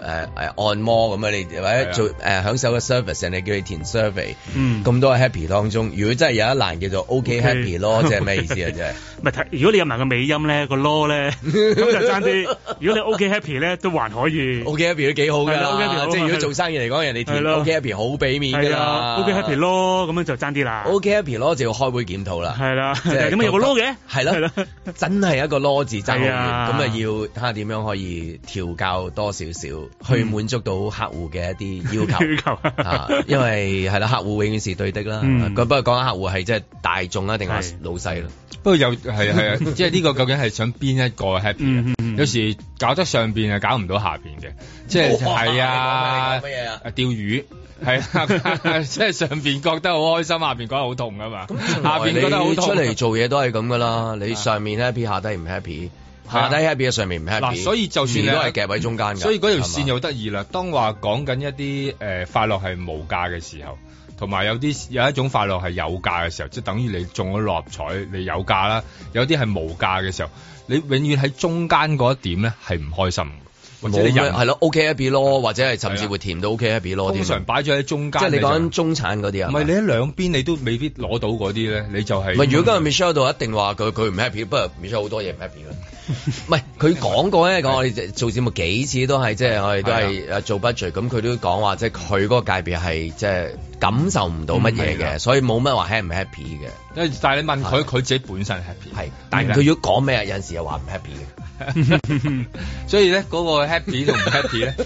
S2: 誒按摩咁啊，你或
S6: 係
S2: 者
S6: 啊
S2: 做誒、享受個 service，人哋叫你填 survey，
S4: 嗯
S2: 咁、多 happy 當中，如果真係有一欄叫做 O.K.
S4: OK
S2: happy 咯，即係咩意思啊？即 係
S4: 咪睇，如果你入埋個尾音咧，個 law 咧，咁就爭啲。如果你 OK happy 咧，都還可以。
S2: O.K. happy 都幾好㗎
S4: 係啦，OK happy
S2: 啦，
S4: 好
S2: 即係如果
S4: 係
S2: 做生意嚟講，人哋填
S4: 係咯
S2: O.K. happy 好俾面㗎
S4: 係
S2: 啦
S4: 啦，OK happy 咯，咁樣就爭啲
S6: 啊
S4: 啦。
S2: ，O.K. happy 咯，就要開會檢討啦。
S4: 係啦，
S2: 即 係
S4: 點解有個 law 嘅？
S2: 係啦，真係一個攞字爭好遠，
S4: 係啊
S2: 咁啊要睇下點樣可以調教多少少，去滿足到客戶嘅一
S6: 嗯
S2: 啲 要求。
S4: 要求
S2: 啊，因為係啦，客戶永遠是對的啦。
S4: 嗯
S2: 咁不過講緊客戶係即係大眾啊，定
S4: 係
S2: 係老細啦？
S6: 不過又係係啊，即係呢個究竟係想邊一個
S4: 嗯
S6: happy 啊？
S2: 嗯
S6: 有時搞得上邊啊，搞唔到下邊嘅，即係
S2: 哇
S6: 係啊，
S2: 你講乜嘢啊
S6: 釣魚。係 啊，即係上邊覺得好開心，下邊覺得好痛啊嘛。下邊覺得好啊
S2: 你
S6: 痛。
S2: 出嚟做嘢都係咁噶 啦，你上面 happy，下低唔 happy，下低 happy，上面唔 happy。
S6: 啊嗱，所以就算你啊
S2: 而都係夾喺中間㗎。
S6: 所以嗰條
S2: 係
S6: 線
S2: 嘛
S6: 又得意啦。當話講緊一啲誒、呃快樂係無價嘅時候，同埋有啲有一種快樂係有價嘅時候，即係等於你中咗六合彩，你有價啦；有啲係無價嘅時候，你永遠喺中間嗰一點咧係唔開心嘅，或者
S2: 冇
S6: 你
S2: 咩
S6: 人啊
S2: 係咯，OK happy 咯，或者係甚至會甜到 OK happy 咯。
S6: 通常擺咗喺中間，
S2: 即係你講緊
S6: 就
S2: 中產嗰啲啊
S6: 唔。係你喺兩邊你都未必攞到嗰啲咧，你就係
S2: 唔係，如果今日 Michelle 度一定話佢佢唔 happy，不過 Michelle 好多嘢唔 happy 啦。唔係佢講過咧，講我哋做節目幾次都係即係我啊哋都係誒做 budget，咁佢都講話即係佢嗰個界別係即係感受唔到乜嘢
S6: 嗯係
S2: 嘅，所以冇乜話 happy 唔 happy 嘅。
S6: 但係你問佢，佢自己本身 happy，
S2: 係，
S6: 但
S2: 但
S6: 係
S2: 係
S6: 佢
S2: 佢如果講咩，有陣時又話唔 happy 嘅。
S6: 所以咧，嗰、個 happy 同唔 happy 咧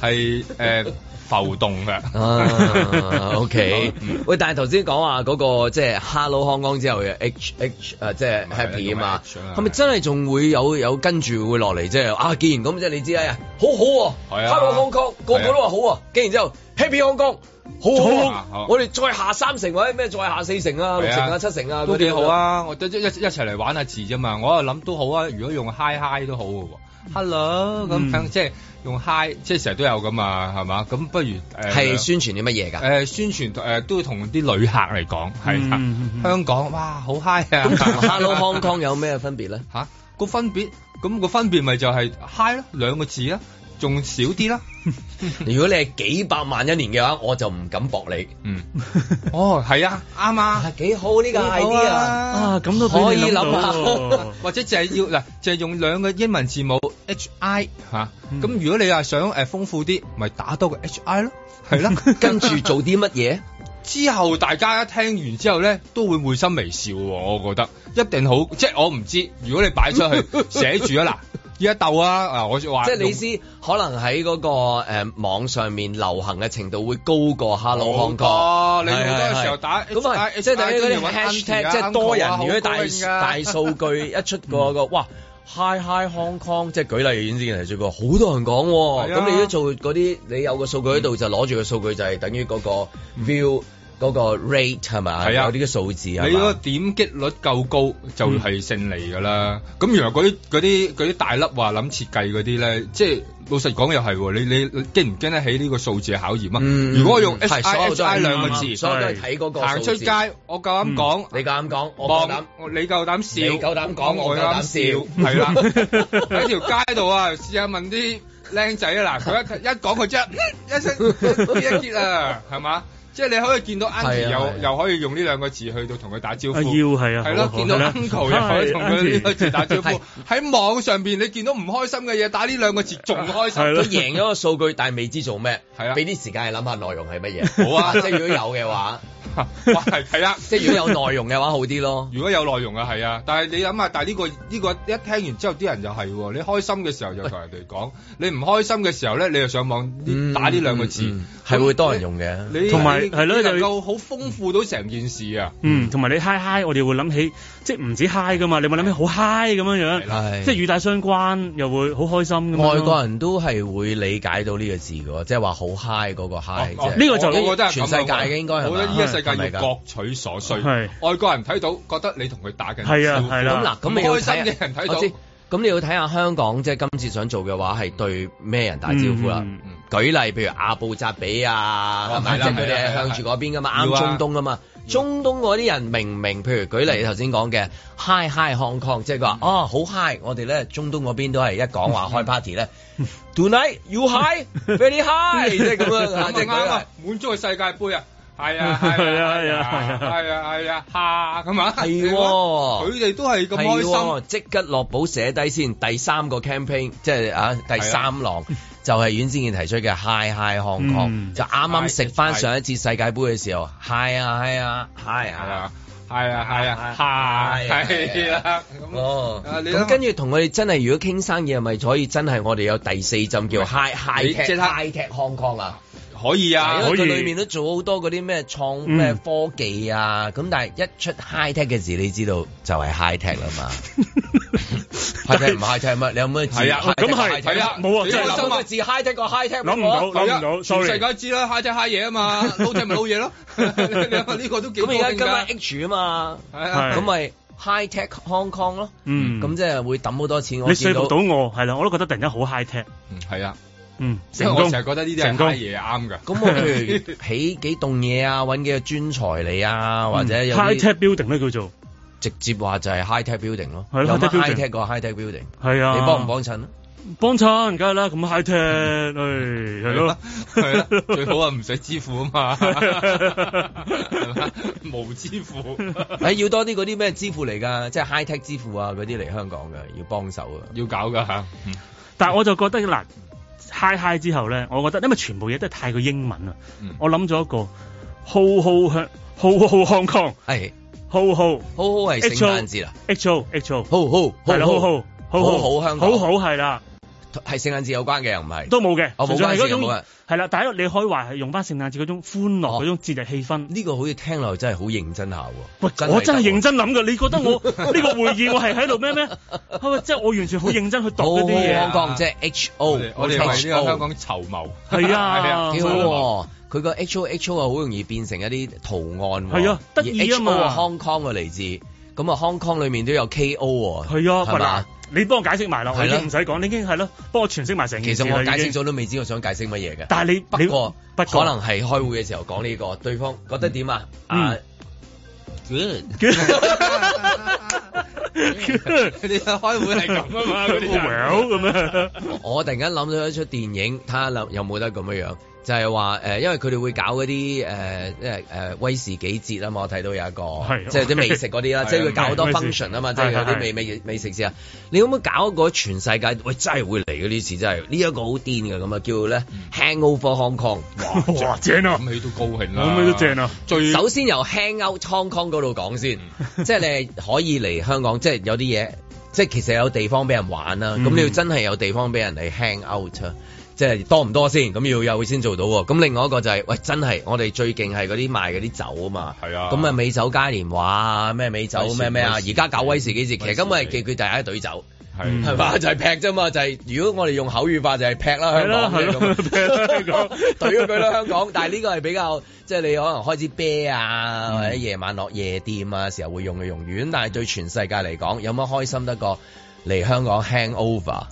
S6: 係誒浮動嘅。
S2: 啊，OK，喂，但係頭先講話嗰個即係 Hello Hong Kong 之後嘅 H H 誒，即係 Happy 啊嘛，係咪真係仲會有有跟住會落嚟即係啊？既然咁即係你知啦，好好
S6: 係
S2: 喎
S6: 啊
S2: ，Hello Hong Kong 個個都話好啊，跟然之後 Happy Hong Kong 好啊
S6: 好啊，
S2: 我哋再下三成或者咩再下四成啊、六
S6: 係
S2: 成啊、七成啊
S6: 都
S2: 嗰
S6: 幾
S2: 啲
S6: 好。啊！我都一一一齊嚟玩下字啫嘛，我又諗都好啊。如果用 hi hi 都好嘅喎，hello 咁
S2: 嗯
S6: 樣即係用 hi，即係成日都有噶嘛，係嘛？咁不如誒
S2: 係宣傳啲乜嘢㗎？
S6: 誒宣傳誒都同啲旅客嚟講係啊
S2: 嗯嗯嗯
S6: 香港哇好 hi 啊！
S2: 咁同 Hello Hong Kong 有咩分別咧？
S6: 吓個分別咁個分別咪就係 hi 咯兩個字啦，仲少 啲啦。
S2: 如果你係幾百萬一年嘅話，我就唔敢搏你。
S6: 嗯，哦係啊，啱啊，
S2: 幾好 呢個 idea 啊，
S4: 咁都
S6: 俾你
S2: 可以
S6: 諗
S2: 諗
S6: 到
S2: 下。
S6: 啊或者就係要嗱，就係用兩個英文字母 H I 嚇、
S2: 嗯
S6: 咁、如果你話啊想誒豐富啲，咪打多個 H I 咯，係 啦。
S2: 跟住做啲乜嘢？
S6: 之後大家一聽完之後咧，都會會心微笑喎，我覺得一定好，即係我唔知，如果你擺出 去寫住啊嗱，依家鬥啊，啊我就話
S2: 即係你知，可能喺嗰個誒網上面流行嘅程度會高過 Hello
S6: 好
S2: Hong
S6: 多
S2: Kong。
S6: 你好
S2: 係
S6: 多
S2: 係係
S6: 時候打
S2: 咁啊，
S6: HI
S2: 即係等於嗰啲
S6: 跟住搵 auntie 啊
S2: hashtag，即係多人。
S6: uncle 啊
S2: 如果大
S6: 好 高興㗎
S2: 大數據一出個個哇。Hi Hi Hong Kong，即係舉例演之前提出過，好多人講喎。
S6: 係啊
S2: 咁你都做嗰啲，你有個數據喺度就攞住個數據就係等於嗰個 view 嗰個 rate 係咪？
S6: 嗯係啊
S2: 有啲嘅數字係
S6: 你嗰個
S2: 嘛？嗯
S6: 點擊率夠高就係勝利㗎啦。咁、原來嗰啲嗰啲嗰啲大粒話諗設計嗰啲咧，即係老實講又係喎。你你你經唔經得起呢個數字嘅考驗啊？
S2: 嗯
S6: 如果我用
S2: 係
S6: S I
S2: 所有
S6: S
S2: 都係啊
S6: I 兩個字，
S2: 所有都係睇嗰個
S6: 行
S2: 數
S6: 出
S2: 字
S6: 街，我夠膽講，
S2: 嗯你夠膽講，我夠膽
S6: 望。我你夠膽笑，
S2: 你夠膽講我夠膽笑
S6: 係啦。喺條街度啊，試下問啲僆仔 啊，嗱，佢一一講佢即係嗯 一聲一結啊，係嘛？即係你可以見到 u
S2: 啊
S6: n c
S2: 係
S6: l
S2: 啊
S6: 又又可以用呢兩個字去到同佢打招呼，
S4: 啊要係啊
S6: 係咯，
S4: 好
S6: 見到
S4: 係啦
S6: uncle 又可以同佢呢個字打招呼
S2: 係。
S6: 喺網上邊你見到唔開心嘅嘢，打呢兩個字仲開心。
S4: 係咯
S2: 佢贏咗個數據，但係未知做咩，
S6: 係啊
S2: 俾啲時間你諗下內容係乜
S6: 好
S2: 嘢。
S6: 啊
S2: 即係如果有嘅話，
S6: 哇，係係啦，
S2: 即係如果有內容嘅話，好啲咯。
S6: 如果有內容啊，係啊，但係你諗下，但係呢個呢個一聽完之後，啲人又係喎，你開心嘅時候就同人哋講， 你唔開心嘅時候咧，你就上網呢
S2: 嗯
S6: 打呢兩個字
S2: 嗯，係會多人用嘅。
S6: 你
S4: 同埋
S6: 你
S4: 係咯
S6: 你能
S4: 就
S6: 夠好豐富到成件事啊！
S4: 嗯，同埋你嗨嗨，我哋會諗起，即係唔止嗨噶嘛，你會諗起好嗨咁樣樣，
S2: 係
S4: 即係與大相關，又會好開心咁樣咯。
S2: 外國人都係會理解到呢個字嘅喎，即係話好 high 嗰個 high，
S6: 哦哦
S2: 即
S4: 呢個就
S6: 我我覺得係咁
S2: 全
S6: 啊
S2: 世界嘅應該係嘛
S6: 我覺得呢個世
S2: 係咪
S6: 界
S2: 㗎
S6: 要各取所需。
S4: 係
S6: 外國人睇到覺得你同佢打緊
S4: 係啊
S6: 招呼
S4: 係
S2: 係咁
S4: 啦
S2: 嗱，咁你要
S6: 唔開心
S2: 睇
S6: 嘅人睇到
S2: 我知。咁你要睇下香港即係今次想做嘅話，係對咩人打招呼啦
S4: 嗯
S6: 嗯？
S2: 舉例，譬如阿布扎比啊，
S6: 哦
S2: 係咪？
S6: 係
S2: 即
S6: 啦
S2: 係佢哋係
S6: 係啦
S2: 向住嗰邊噶嘛，
S6: 要
S2: 啱
S6: 啊
S2: 中東噶嘛。中東嗰啲人明唔明？譬如舉例頭先講嘅 Hi Hi Hong Kong，即係佢話
S6: 嗯
S2: 哦好 Hi，我哋咧中東嗰邊都係一講話開 party 咧，Tonight
S6: 嗯
S2: you high very high，即係咁樣啊，
S6: 咁
S2: 即係
S6: 咪啱
S2: 佢
S6: 啊！滿足佢世界盃啊！係啊係 啊係啊係啊係啊嚇咁啊！
S2: 係喎
S6: 佢哋都係咁開
S2: 係喎
S6: 心。
S2: 即刻落簿寫低先。第三個 campaign 即係啊，第三 浪就係阮之健提出嘅 Hi Hi Hong Kong，
S4: 嗯
S2: 就啱啱食翻
S6: Hi，
S2: 上一次世界盃嘅時候，Hi 啊 Hi 啊 Hi
S6: 係
S2: 啊
S6: 啊。係啊係啊係係啦
S2: 哦，
S6: 啊你
S2: 咁跟住同佢哋真係如果傾生意係咪可以真係我哋有第四陣叫 Hi Hi
S6: 你
S2: Tech
S6: 即刻
S2: Hi Tech Hong Kong 啊？
S6: 可以啊，
S2: 因為佢裏面都做好多嗰啲咩創
S6: 嗯
S2: 咩科技啊，咁但係一出 high tech 嘅字，你知道就係 high tech 啦嘛。high tech 唔 high tech 係乜？你有咩字？
S6: 係啊
S2: high tech
S6: 咁係
S2: high tech？
S6: 係啊冇啊
S2: 你
S6: 真係
S2: 有
S6: 諗唔
S2: 冇字 high tech 個 high tech
S6: 諗唔到諗唔到
S2: 全
S6: sorry 啊世界知啦，high tech high 嘢啊 嘛，撈啫咪撈嘢咯。你諗下呢個都幾
S2: 咁而
S6: 高興
S2: 家
S6: 㗎
S2: 今日 H 啊嘛，
S6: 啊
S2: 咁咪 high tech Hong Kong 咯。
S4: 嗯
S2: 咁即係會抌好多錢。我
S4: 你說
S2: 見
S4: 服到我係啦，我都覺得突然間好 high tech。
S6: 係啊，
S4: 嗯，
S6: 因為
S4: 成
S6: 我
S4: 功。
S6: 成日覺得呢啲係
S4: 成功
S6: high 嘢啱㗎。
S2: 咁我譬如 起幾棟嘢啊，揾幾個專才嚟啊，或者有
S4: 嗯 high
S2: 啲
S4: tech building 咧叫做
S2: 直接話就係 high tech building 咯，
S4: 係
S2: 有
S4: 咯
S2: 乜
S4: high
S2: high
S4: tech building
S2: tech 過 high tech building？
S4: 係啊
S2: 你幫唔幫襯啊？
S4: 幫襯，梗係啦，咁 high tech，唉，係咯，
S6: 係 啦，最好啊唔使支付啊 嘛，係嘛無支 付。
S2: 誒要多啲嗰啲咩支付嚟㗎，即係 high tech 支付啊嗰啲嚟香港㗎，要幫手啊，
S6: 要搞㗎嚇。
S4: 但係我就覺得嗱，high high 之後咧，我覺得因為全部嘢都係太過英文啊，
S2: 嗯
S4: 我諗咗一個浩浩向浩浩康康
S2: 係
S4: 浩浩浩
S2: 浩係聖誕節啊
S4: ，H O H O
S2: 浩浩
S4: 係啦，浩浩
S2: 好好香港
S4: 好好係啦。
S2: 係聖誕節有關嘅又唔係？
S4: 都冇嘅，
S2: 哦冇
S4: 純粹
S2: 關
S4: 係
S2: 事
S4: 嗰
S2: 嘅
S4: 種
S2: 冇關事
S4: 係啦。但係你可以話係用翻聖誕節嗰種歡樂嗰種節日氣氛。
S2: 呢個好似聽落真係好認真下喎。
S4: 喂，我真係認真諗㗎。你覺得 我呢個會議我係喺度咩咩？係咪即係我完全好認真去讀嗰啲嘢
S2: 好好香
S4: 啊？
S2: 港即係 H O，
S6: 我哋我哋為呢個香港籌謀。
S4: 係啊
S2: 幾好喎！佢個 H O H O 啊，好容易變成一啲圖案喎。
S4: 係啊得意啊嘛
S2: H O 啊，Hong Kong 啊嚟自，咁啊 Hong Kong 裏面都有 K O 喎。
S4: 係啊，
S2: 係嘛？
S4: 嗱，你幫我解釋埋啦，我已
S2: 係啦
S4: 經唔使講，你已經係咯，幫我詮釋埋成
S2: 其
S4: 件事
S2: 實
S4: 啦
S2: 我解
S4: 已經
S2: 釋咗都未知我想解釋乜嘢嘅。
S4: 但係你
S2: 不過
S4: 不過
S2: 可 能係開會嘅時候講呢個，對方覺得點啊？
S4: 嗯
S2: 啊
S6: 你開會係咁啊嘛，嗰啲人
S4: Well 咁樣。
S2: 我突然間諗到一出電影，睇下諗有冇得咁樣樣，就係話誒，因為佢哋會搞嗰啲呃誒誒誒威士忌節啊嘛，我睇到有一
S4: 係
S2: 個，即係啲美食嗰啲啦，
S4: 係
S2: 即係佢搞好多
S4: 係威士
S2: function 啊嘛，即係有
S4: 係係
S2: 啲美美美食節啊。你可唔可以搞個全世界？喂，真係會嚟嘅呢次真係，呢一個好癲嘅咁啊，叫咧 Hangover Hong Kong。
S4: 哇正啊！
S6: 咁你都高興啦，
S4: 咁你都正啊！
S6: 最
S2: 首先由 hang out Hong Kong 嗰度講先，
S4: 嗯
S2: 即係你係可以嚟香港，即係有啲嘢，即係其實有地方俾人玩啦。咁、
S4: 嗯
S2: 你要真係有地方俾人嚟 hang out 啊即係多唔多先？咁要有先做到喎。咁另外一個就係、喂，真係我哋最勁係嗰啲賣嗰啲酒啊嘛。
S6: 係啊
S2: 咁啊，美酒嘉年華啊，咩美酒
S6: 威士
S2: 咩咩啊，
S6: 威士
S2: 而家搞威士忌節，其實根本係叫佢大家隊酒。
S6: 係
S2: 係嘛？就係劈啫嘛，就係如果我哋用口語化就係劈啦，香港
S4: 係
S2: 嘅
S4: 啦係啦
S2: 咁，啊懟
S4: 劈啦香港
S2: 咗佢啦香港。但係呢個係比較即係你可能開始啤啊，或者夜晚落夜店啊時候會用嘅用語。但係對全世界嚟講，有乜開心得過嚟香港 hang over？
S6: 係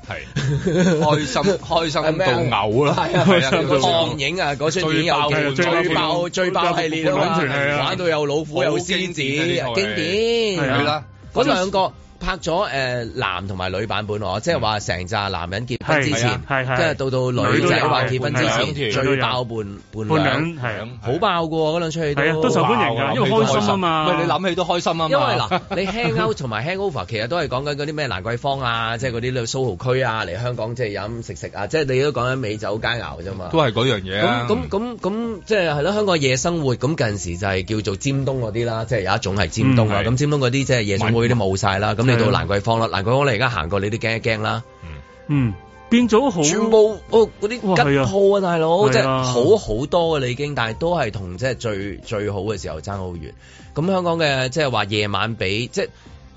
S6: 開心開心到嘔啦，
S2: 係啊
S6: 係啊
S2: 嗰出電影啊，嗰出電影有
S6: 最爆
S2: 最爆最爆系列啊嘛
S6: 最爆係啊
S2: 玩到有老虎有獅子，
S6: 好經典啊呢套戲
S2: 經典
S6: 係啊啦
S2: 啊嗰兩個。拍咗誒男同埋女版本喎，即係
S6: 嗯
S2: 話成扎男人結婚之
S6: 啊
S2: 前，
S4: 係係係
S2: 跟住到到女仔話結婚之前，最爆伴伴娘，
S4: 伴娘係啊
S2: 好爆嘅喎嗰兩出戲
S4: 係啊都受歡迎㗎因為開心啊嘛
S6: 喂，你諗起都開心啊嘛，
S2: 因為嗱，你 hang out 同埋 hang over 其實都係講緊嗰啲咩蘭桂坊啊，即係嗰啲蘇豪區啊，嚟香港即係飲食食啊，即係你都講緊美酒佳肴啫嘛。
S6: 都係嗰樣嘢啊，
S2: 咁咁咁咁，即係係咯，香港夜生活咁近時就係叫做尖東嗰啲啦，即係有一種係尖東啦。
S6: 嗯係
S2: 咁尖東嗰啲即係夜總會都冇晒啦。咁你到
S4: 係啊
S2: 蘭桂坊啦，蘭桂坊你而家行過你都驚一驚啦。
S4: 嗯，變咗好
S2: 全部哦嗰啲
S4: 哇
S2: 吉
S4: 係啊
S2: 鋪啊，大佬
S4: 係啊
S2: 即係好好多嘅啦已經，但係都係同即係最最好嘅時候爭好遠。咁香港嘅即係話夜晚比即係。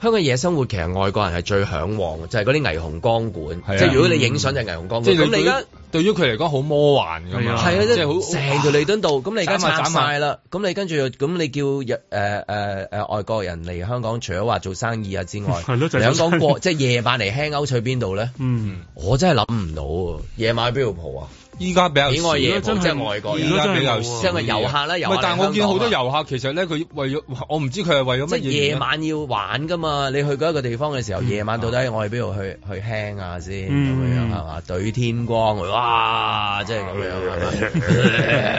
S2: 香港夜生活其實外國人係最向往嘅，就係嗰啲霓虹光管，
S6: 係啊
S2: 即係如果你影相就係霓虹光
S6: 即
S2: 管。
S6: 係
S2: 咁你
S6: 對
S2: 而家
S6: 對於佢嚟講好魔幻㗎嘛，
S2: 係啊，
S6: 即
S2: 即
S6: 係好
S2: 係成條利敦道，咁你而家
S6: 斬下
S2: 拆
S6: 斬下
S2: 晒啦，咁你跟住咁你叫日誒誒誒外國人嚟香港，除咗話做生意啊之外，
S4: 係咯就
S2: 嚟
S4: 係做
S2: 香
S4: 生
S2: 港
S4: 意
S2: 過即係夜晚嚟 hang out 去邊度咧？
S4: 嗯，
S2: 我真係諗唔到喎，夜晚去邊度蒲啊？
S6: 依家比較
S2: 幾
S6: 少
S2: 愛夜蒲，
S4: 真係
S2: 即係外國人
S6: 依
S4: 而
S6: 家
S4: 家
S6: 比
S4: 真係冇
S6: 較
S4: 啊
S6: 少
S2: 即係遊客啦遊客
S6: 唔係但係我見好多
S2: 嚟香啊
S6: 遊客其實咧，佢為咗我唔知佢係為咗
S2: 即
S6: 乜
S2: 係
S6: 嘢啊
S2: 夜
S6: 原因
S2: 晚要玩噶嘛？你去過一個地方嘅
S6: 嗯
S2: 時候，夜
S6: 哦
S2: 晚到底我去邊度去去 hang 啊先咁
S4: 嗯
S2: 樣係嘛？對天光，哇！即係咁樣係嘛？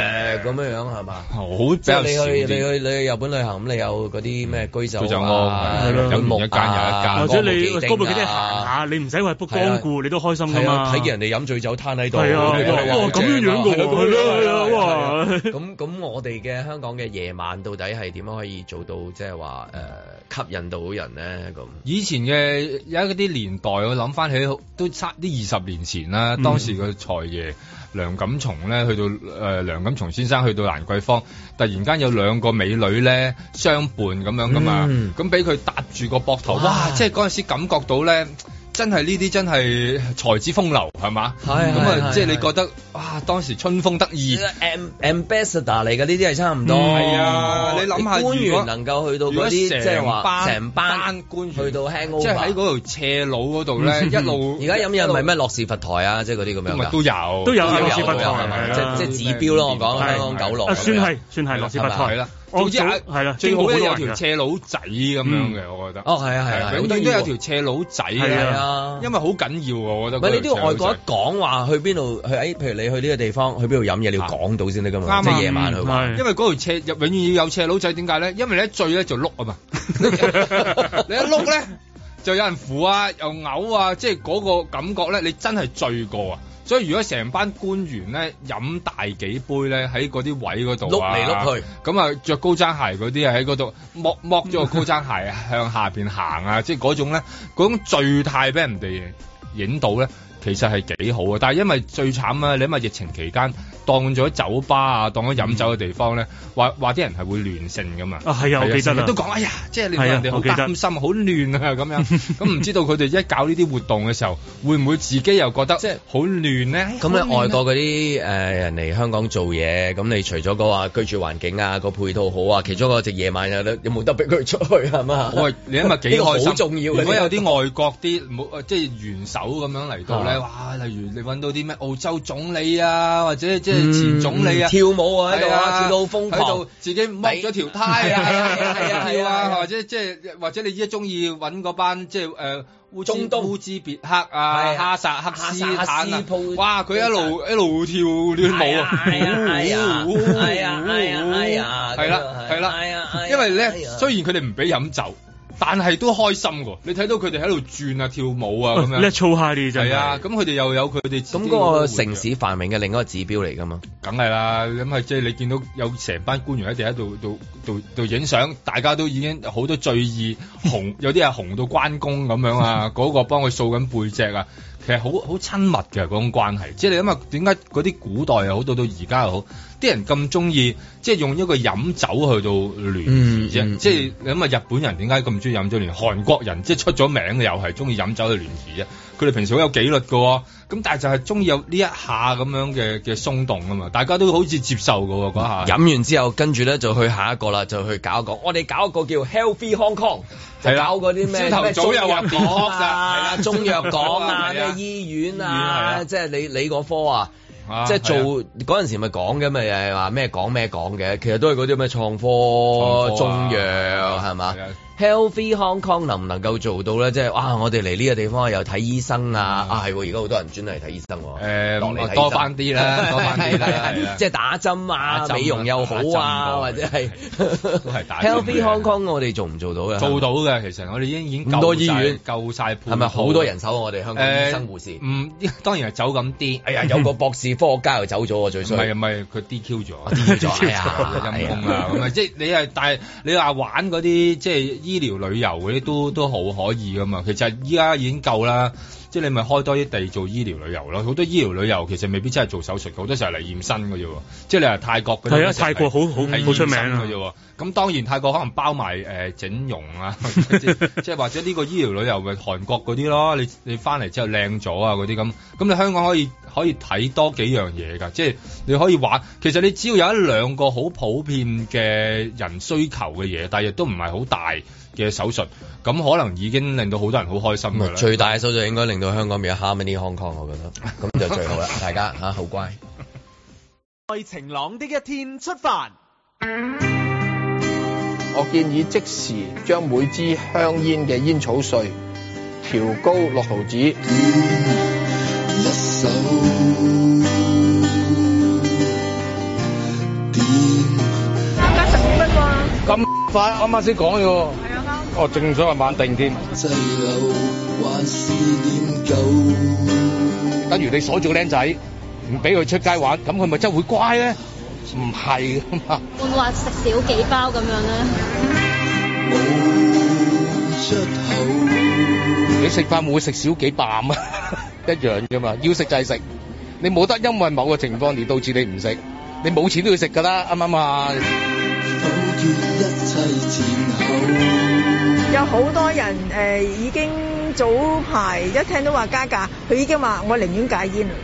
S2: 咁樣樣係嘛？
S6: 好比
S2: 即係
S6: 較
S2: 你
S6: 少
S2: 去你
S6: 啲。
S2: 去你去日本旅行咁，你有嗰啲咩居酒
S6: 居酒屋
S2: 啊
S6: 係
S4: 咯
S2: 日本木
S6: 有一間有一間
S2: 啊
S4: 或者你
S2: 歌舞伎町啊
S4: 高部幾啲行下，你唔使話 book
S2: 係啊
S4: 光顧，你都開心㗎
S2: 係啊，
S4: 嘛。
S2: 睇見人哋飲醉酒攤喺度，啊
S4: 啊係啊，哇，咁樣樣㗎喎，係咯，係啊，哇，
S2: 咁咁，我哋嘅香港嘅夜晚到底係點樣可以做到即係話誒吸引到人咧？咁
S6: 以前嘅有一啲年代，我諗翻起都差啲二十年前啦。當時個財爺梁錦松咧，去到誒、呃梁錦松先生去到蘭桂坊，突然間有兩個美女咧相伴咁樣噶嘛
S12: 嗯，
S6: 咁俾佢搭住個膊頭，
S12: 哇
S6: 哇！即係嗰陣時感覺到咧。真係呢啲真係才子風流係嘛？咁
S2: 係
S6: 啊，
S2: 係
S6: 即係你
S2: 係
S6: 覺得哇，當時春風得意
S2: ，am ambassador 嚟嘅呢啲嗯係差唔多。
S6: 係啊，你諗下
S2: 官
S6: 如果
S2: 員能夠去到嗰啲即係話成班
S6: 官員
S2: 去到 hangover，
S6: 即係喺嗰條斜路嗰度咧，一路
S2: 而家飲嘢唔係咩樂士佛台啊，即係嗰啲咁樣㗎
S6: 都有
S4: 都有
S2: 都有
S4: 樂士佛台
S2: 係咪
S4: 係啦
S2: 即即指標咯，我講
S4: 係
S2: 香港九
S4: 啊
S2: 龍。
S4: 算係算係
S2: 係啦
S4: 樂視佛
S2: 係咪
S4: 台
S2: 係啦
S4: 我
S6: 總之
S4: 早
S6: 啊
S4: 係啦，
S6: 最好
S4: 呢
S6: 咧有條斜佬仔咁樣嘅，
S4: 嗯
S6: 我覺得。
S2: 哦係啊係啊係啊
S6: 永
S2: 好得
S6: 遠
S2: 意
S6: 都有
S2: 喎
S6: 條斜佬仔嘅
S2: 係啊
S6: 因為好緊要啊，我覺
S2: 唔
S6: 得。
S2: 係你啲外國一講話去邊度去，誒譬如你去呢個地方，去邊度飲嘢，你要講到先得㗎
S6: 啱
S2: 嘛，
S6: 啊
S2: 即係夜晚去
S6: 嗯
S2: 玩。
S6: 因為嗰條斜入永遠要有斜佬仔，點解咧？因為你一醉咧就碌 啊嘛，你你一碌咧就有人扶啊，又嘔啊，即係嗰個感覺咧，你真係醉過啊！所以如果成班官員咧飲大幾杯咧，喺嗰啲位嗰度啊
S2: 碌嚟碌去，
S6: 咁啊着高踭鞋嗰啲啊喺嗰度剝剝咗個高踭鞋向下邊行啊，即係嗰種咧啊嗰種醉態俾人哋影到咧。其實係幾好啊，但係因為最慘啊，你諗下疫情期間當咗酒吧啊，當咗飲酒嘅地方咧，話話啲人係會亂性噶嘛。
S4: 嗯啊係啊我記得啊
S6: 成日都講哎呀，即係令到
S4: 係啊
S6: 人哋好
S4: 我記得
S6: 擔心、好亂啊 咁樣。咁唔知道佢哋一搞呢啲活動嘅時候，會唔會自己又覺得即係好亂啊咧？
S2: 咁你外國嗰啲誒人嚟香港做嘢，咁你除咗個話居住環境啊、個配套好啊，其中一個就夜晚有得有冇得俾佢出去係 嘛？
S6: 喂，你諗下幾
S2: 呢個
S6: 開心？
S2: 好重要嘅。
S6: 如果有啲外國啲冇即係元首咁樣嚟到咧，
S2: 啊
S6: 哇！例如你揾到啲咩澳洲總理啊，或者即係前總理
S2: 嗯
S6: 啊，
S2: 跳舞啊喺度啊
S6: 係
S2: 跳到好瘋狂
S6: 喺度自己剝咗條呔啊，係啊係啊係啊，或者即係或者你依家中意揾嗰班即係誒。烏茲啊烏茲別克啊，
S2: 係
S6: 哈
S2: 啊
S6: 薩克斯
S2: 哈薩
S6: 坦
S2: 克
S6: 啊
S2: 斯鋪，
S6: 哇！佢一路一路跳亂舞啊，
S2: 係啊係啊係啊係啊係啊
S6: 係啦
S2: 咁樣
S6: 係啦
S2: 係啊係啊
S6: 因為咧
S2: 係啊
S6: 雖然佢哋唔俾飲酒，但係都開心喎。你睇到佢哋喺度轉啊、跳舞啊咁 樣，
S4: 叻操下啲真係
S6: 係啊，咁佢哋又有佢哋咁
S2: 咁嗰個
S6: 啊
S2: 城市繁榮嘅另一個指標嚟㗎嘛。
S6: 梗係啦，咁係即係你見到有成班官員喺地喺度度度度影相，大家都已經好多醉意， 紅有啲係紅到關公咁樣啊， 嗰個幫佢掃緊背脊啊，其實好好親密嘅嗰種關係。即係你諗下點解嗰啲古代又好到到而家又好，啲人咁中意即係用一個飲酒去到聯
S2: 嗯
S6: 誼啫。
S2: 嗯
S6: 即係你諗下日本人點解咁中意飲酒聯誼，韓國人即係出咗名嘅又係中意飲酒去聯誼啫。佢哋平時好有紀律嘅喎、咁但係就係中意有呢一下咁樣嘅嘅鬆動啊嘛，大家都好似接受嘅喎嗰下。啊
S2: 飲完之後，跟住咧就去下一個啦，就去搞一個。我哋搞一個叫 Healthy Hong Kong，就
S6: 係啦
S2: 搞嗰啲咩
S6: 朝頭早又話
S2: 咩中藥港
S6: detox 啊係
S2: 啊
S6: 啦、
S2: 中藥港啊、
S6: 係啊
S2: 咩醫院
S6: 醫院係
S2: 啊，
S6: 啊
S2: 即係你你嗰科啊。
S6: 啊
S2: 即係做
S6: 係
S2: 嗰陣時咪講嘅咪係話咩講咩講嘅，其實都係嗰啲咩創
S6: 創科
S2: 科
S6: 啊
S2: 中藥係嘛
S6: 係啊
S2: ？Healthy Hong Kong 能唔能夠做到咧？即係哇！我哋嚟呢個地方又睇醫生啊，
S6: 嗯
S2: 啊係喎！而家好多人專嚟睇醫生喎。落嚟睇醫
S6: 誒
S2: 生
S6: 多翻啲 啦，多翻啲
S2: 係係
S6: 啦
S2: 係，
S6: 係啦
S2: 即係打針啊
S6: 打針啊
S2: 美容又好啊，或
S6: 打
S2: 者
S6: 針
S2: 係
S6: 都係打針嘅
S2: Healthy Hong Kong，我哋做唔做到嘅？
S6: 做到嘅其實我哋已經已經
S2: 咁
S6: 夠
S2: 多醫院
S6: 晒夠晒配套，
S2: 係咪好多人手啊？我哋香港醫生
S6: 誒
S2: 護士，
S6: 嗯， 當然係走咁啲。
S2: 哎呀，有個博士科學家又走咗啊，最
S6: 唔係
S2: 衰
S6: 唔。係，佢 DQ 咗
S2: ，DQ 咗 哎呀
S6: 陰公啦咁啊！即係你係，但係你話玩嗰啲即係醫療旅遊嗰啲都都好可以噶嘛。其實依家已經夠啦，即係你咪開多啲地做醫療旅遊咯。好多醫療旅遊其實未必真係做手術嘅，好多時候嚟驗身嘅啫喎。即係你話泰國嗰啲
S4: 係啊
S6: 成日
S4: 泰國好好
S6: 係
S4: 好出名
S6: 驗身
S4: 啊
S6: 嘅啫喎。咁當然泰國可能包埋誒、呃整容 啊，即即係或者呢個醫療旅遊咪韓國嗰啲咯，你你翻嚟之後靚咗啊嗰啲咁，咁你香港可以可以睇多幾樣嘢㗎，即係你可以玩。其實你只要有一兩個好普遍嘅人需求嘅嘢，但係亦都唔係好大嘅手術，咁可能已經令到好多人好開心㗎啦。
S2: 啊最大嘅手術應該令到香港變咗 Harmony Hong Kong，我覺得咁就 最好啦，大家嚇好乖。
S5: 在晴朗的一天出發。
S8: 我建議即時將每支香煙嘅煙草税調高六毫子。
S13: 咁快啱啱先講嘅喎。
S11: 啊
S13: 哦，正所謂晚定添。假如你鎖住個僆仔，唔俾佢出街玩，咁佢咪真係會乖咧？唔係噶嘛。
S12: 會唔會話食少幾包咁樣咧？
S13: 你食飯會食少幾啖啊？一樣啫嘛，要食就係食，你冇得因為某個情況而導致你唔食，你冇錢都要食㗎啦，啱唔啱啊？
S14: 有好多人誒、呃已經早排一聽到話加價，佢已經話我寧願戒煙啦。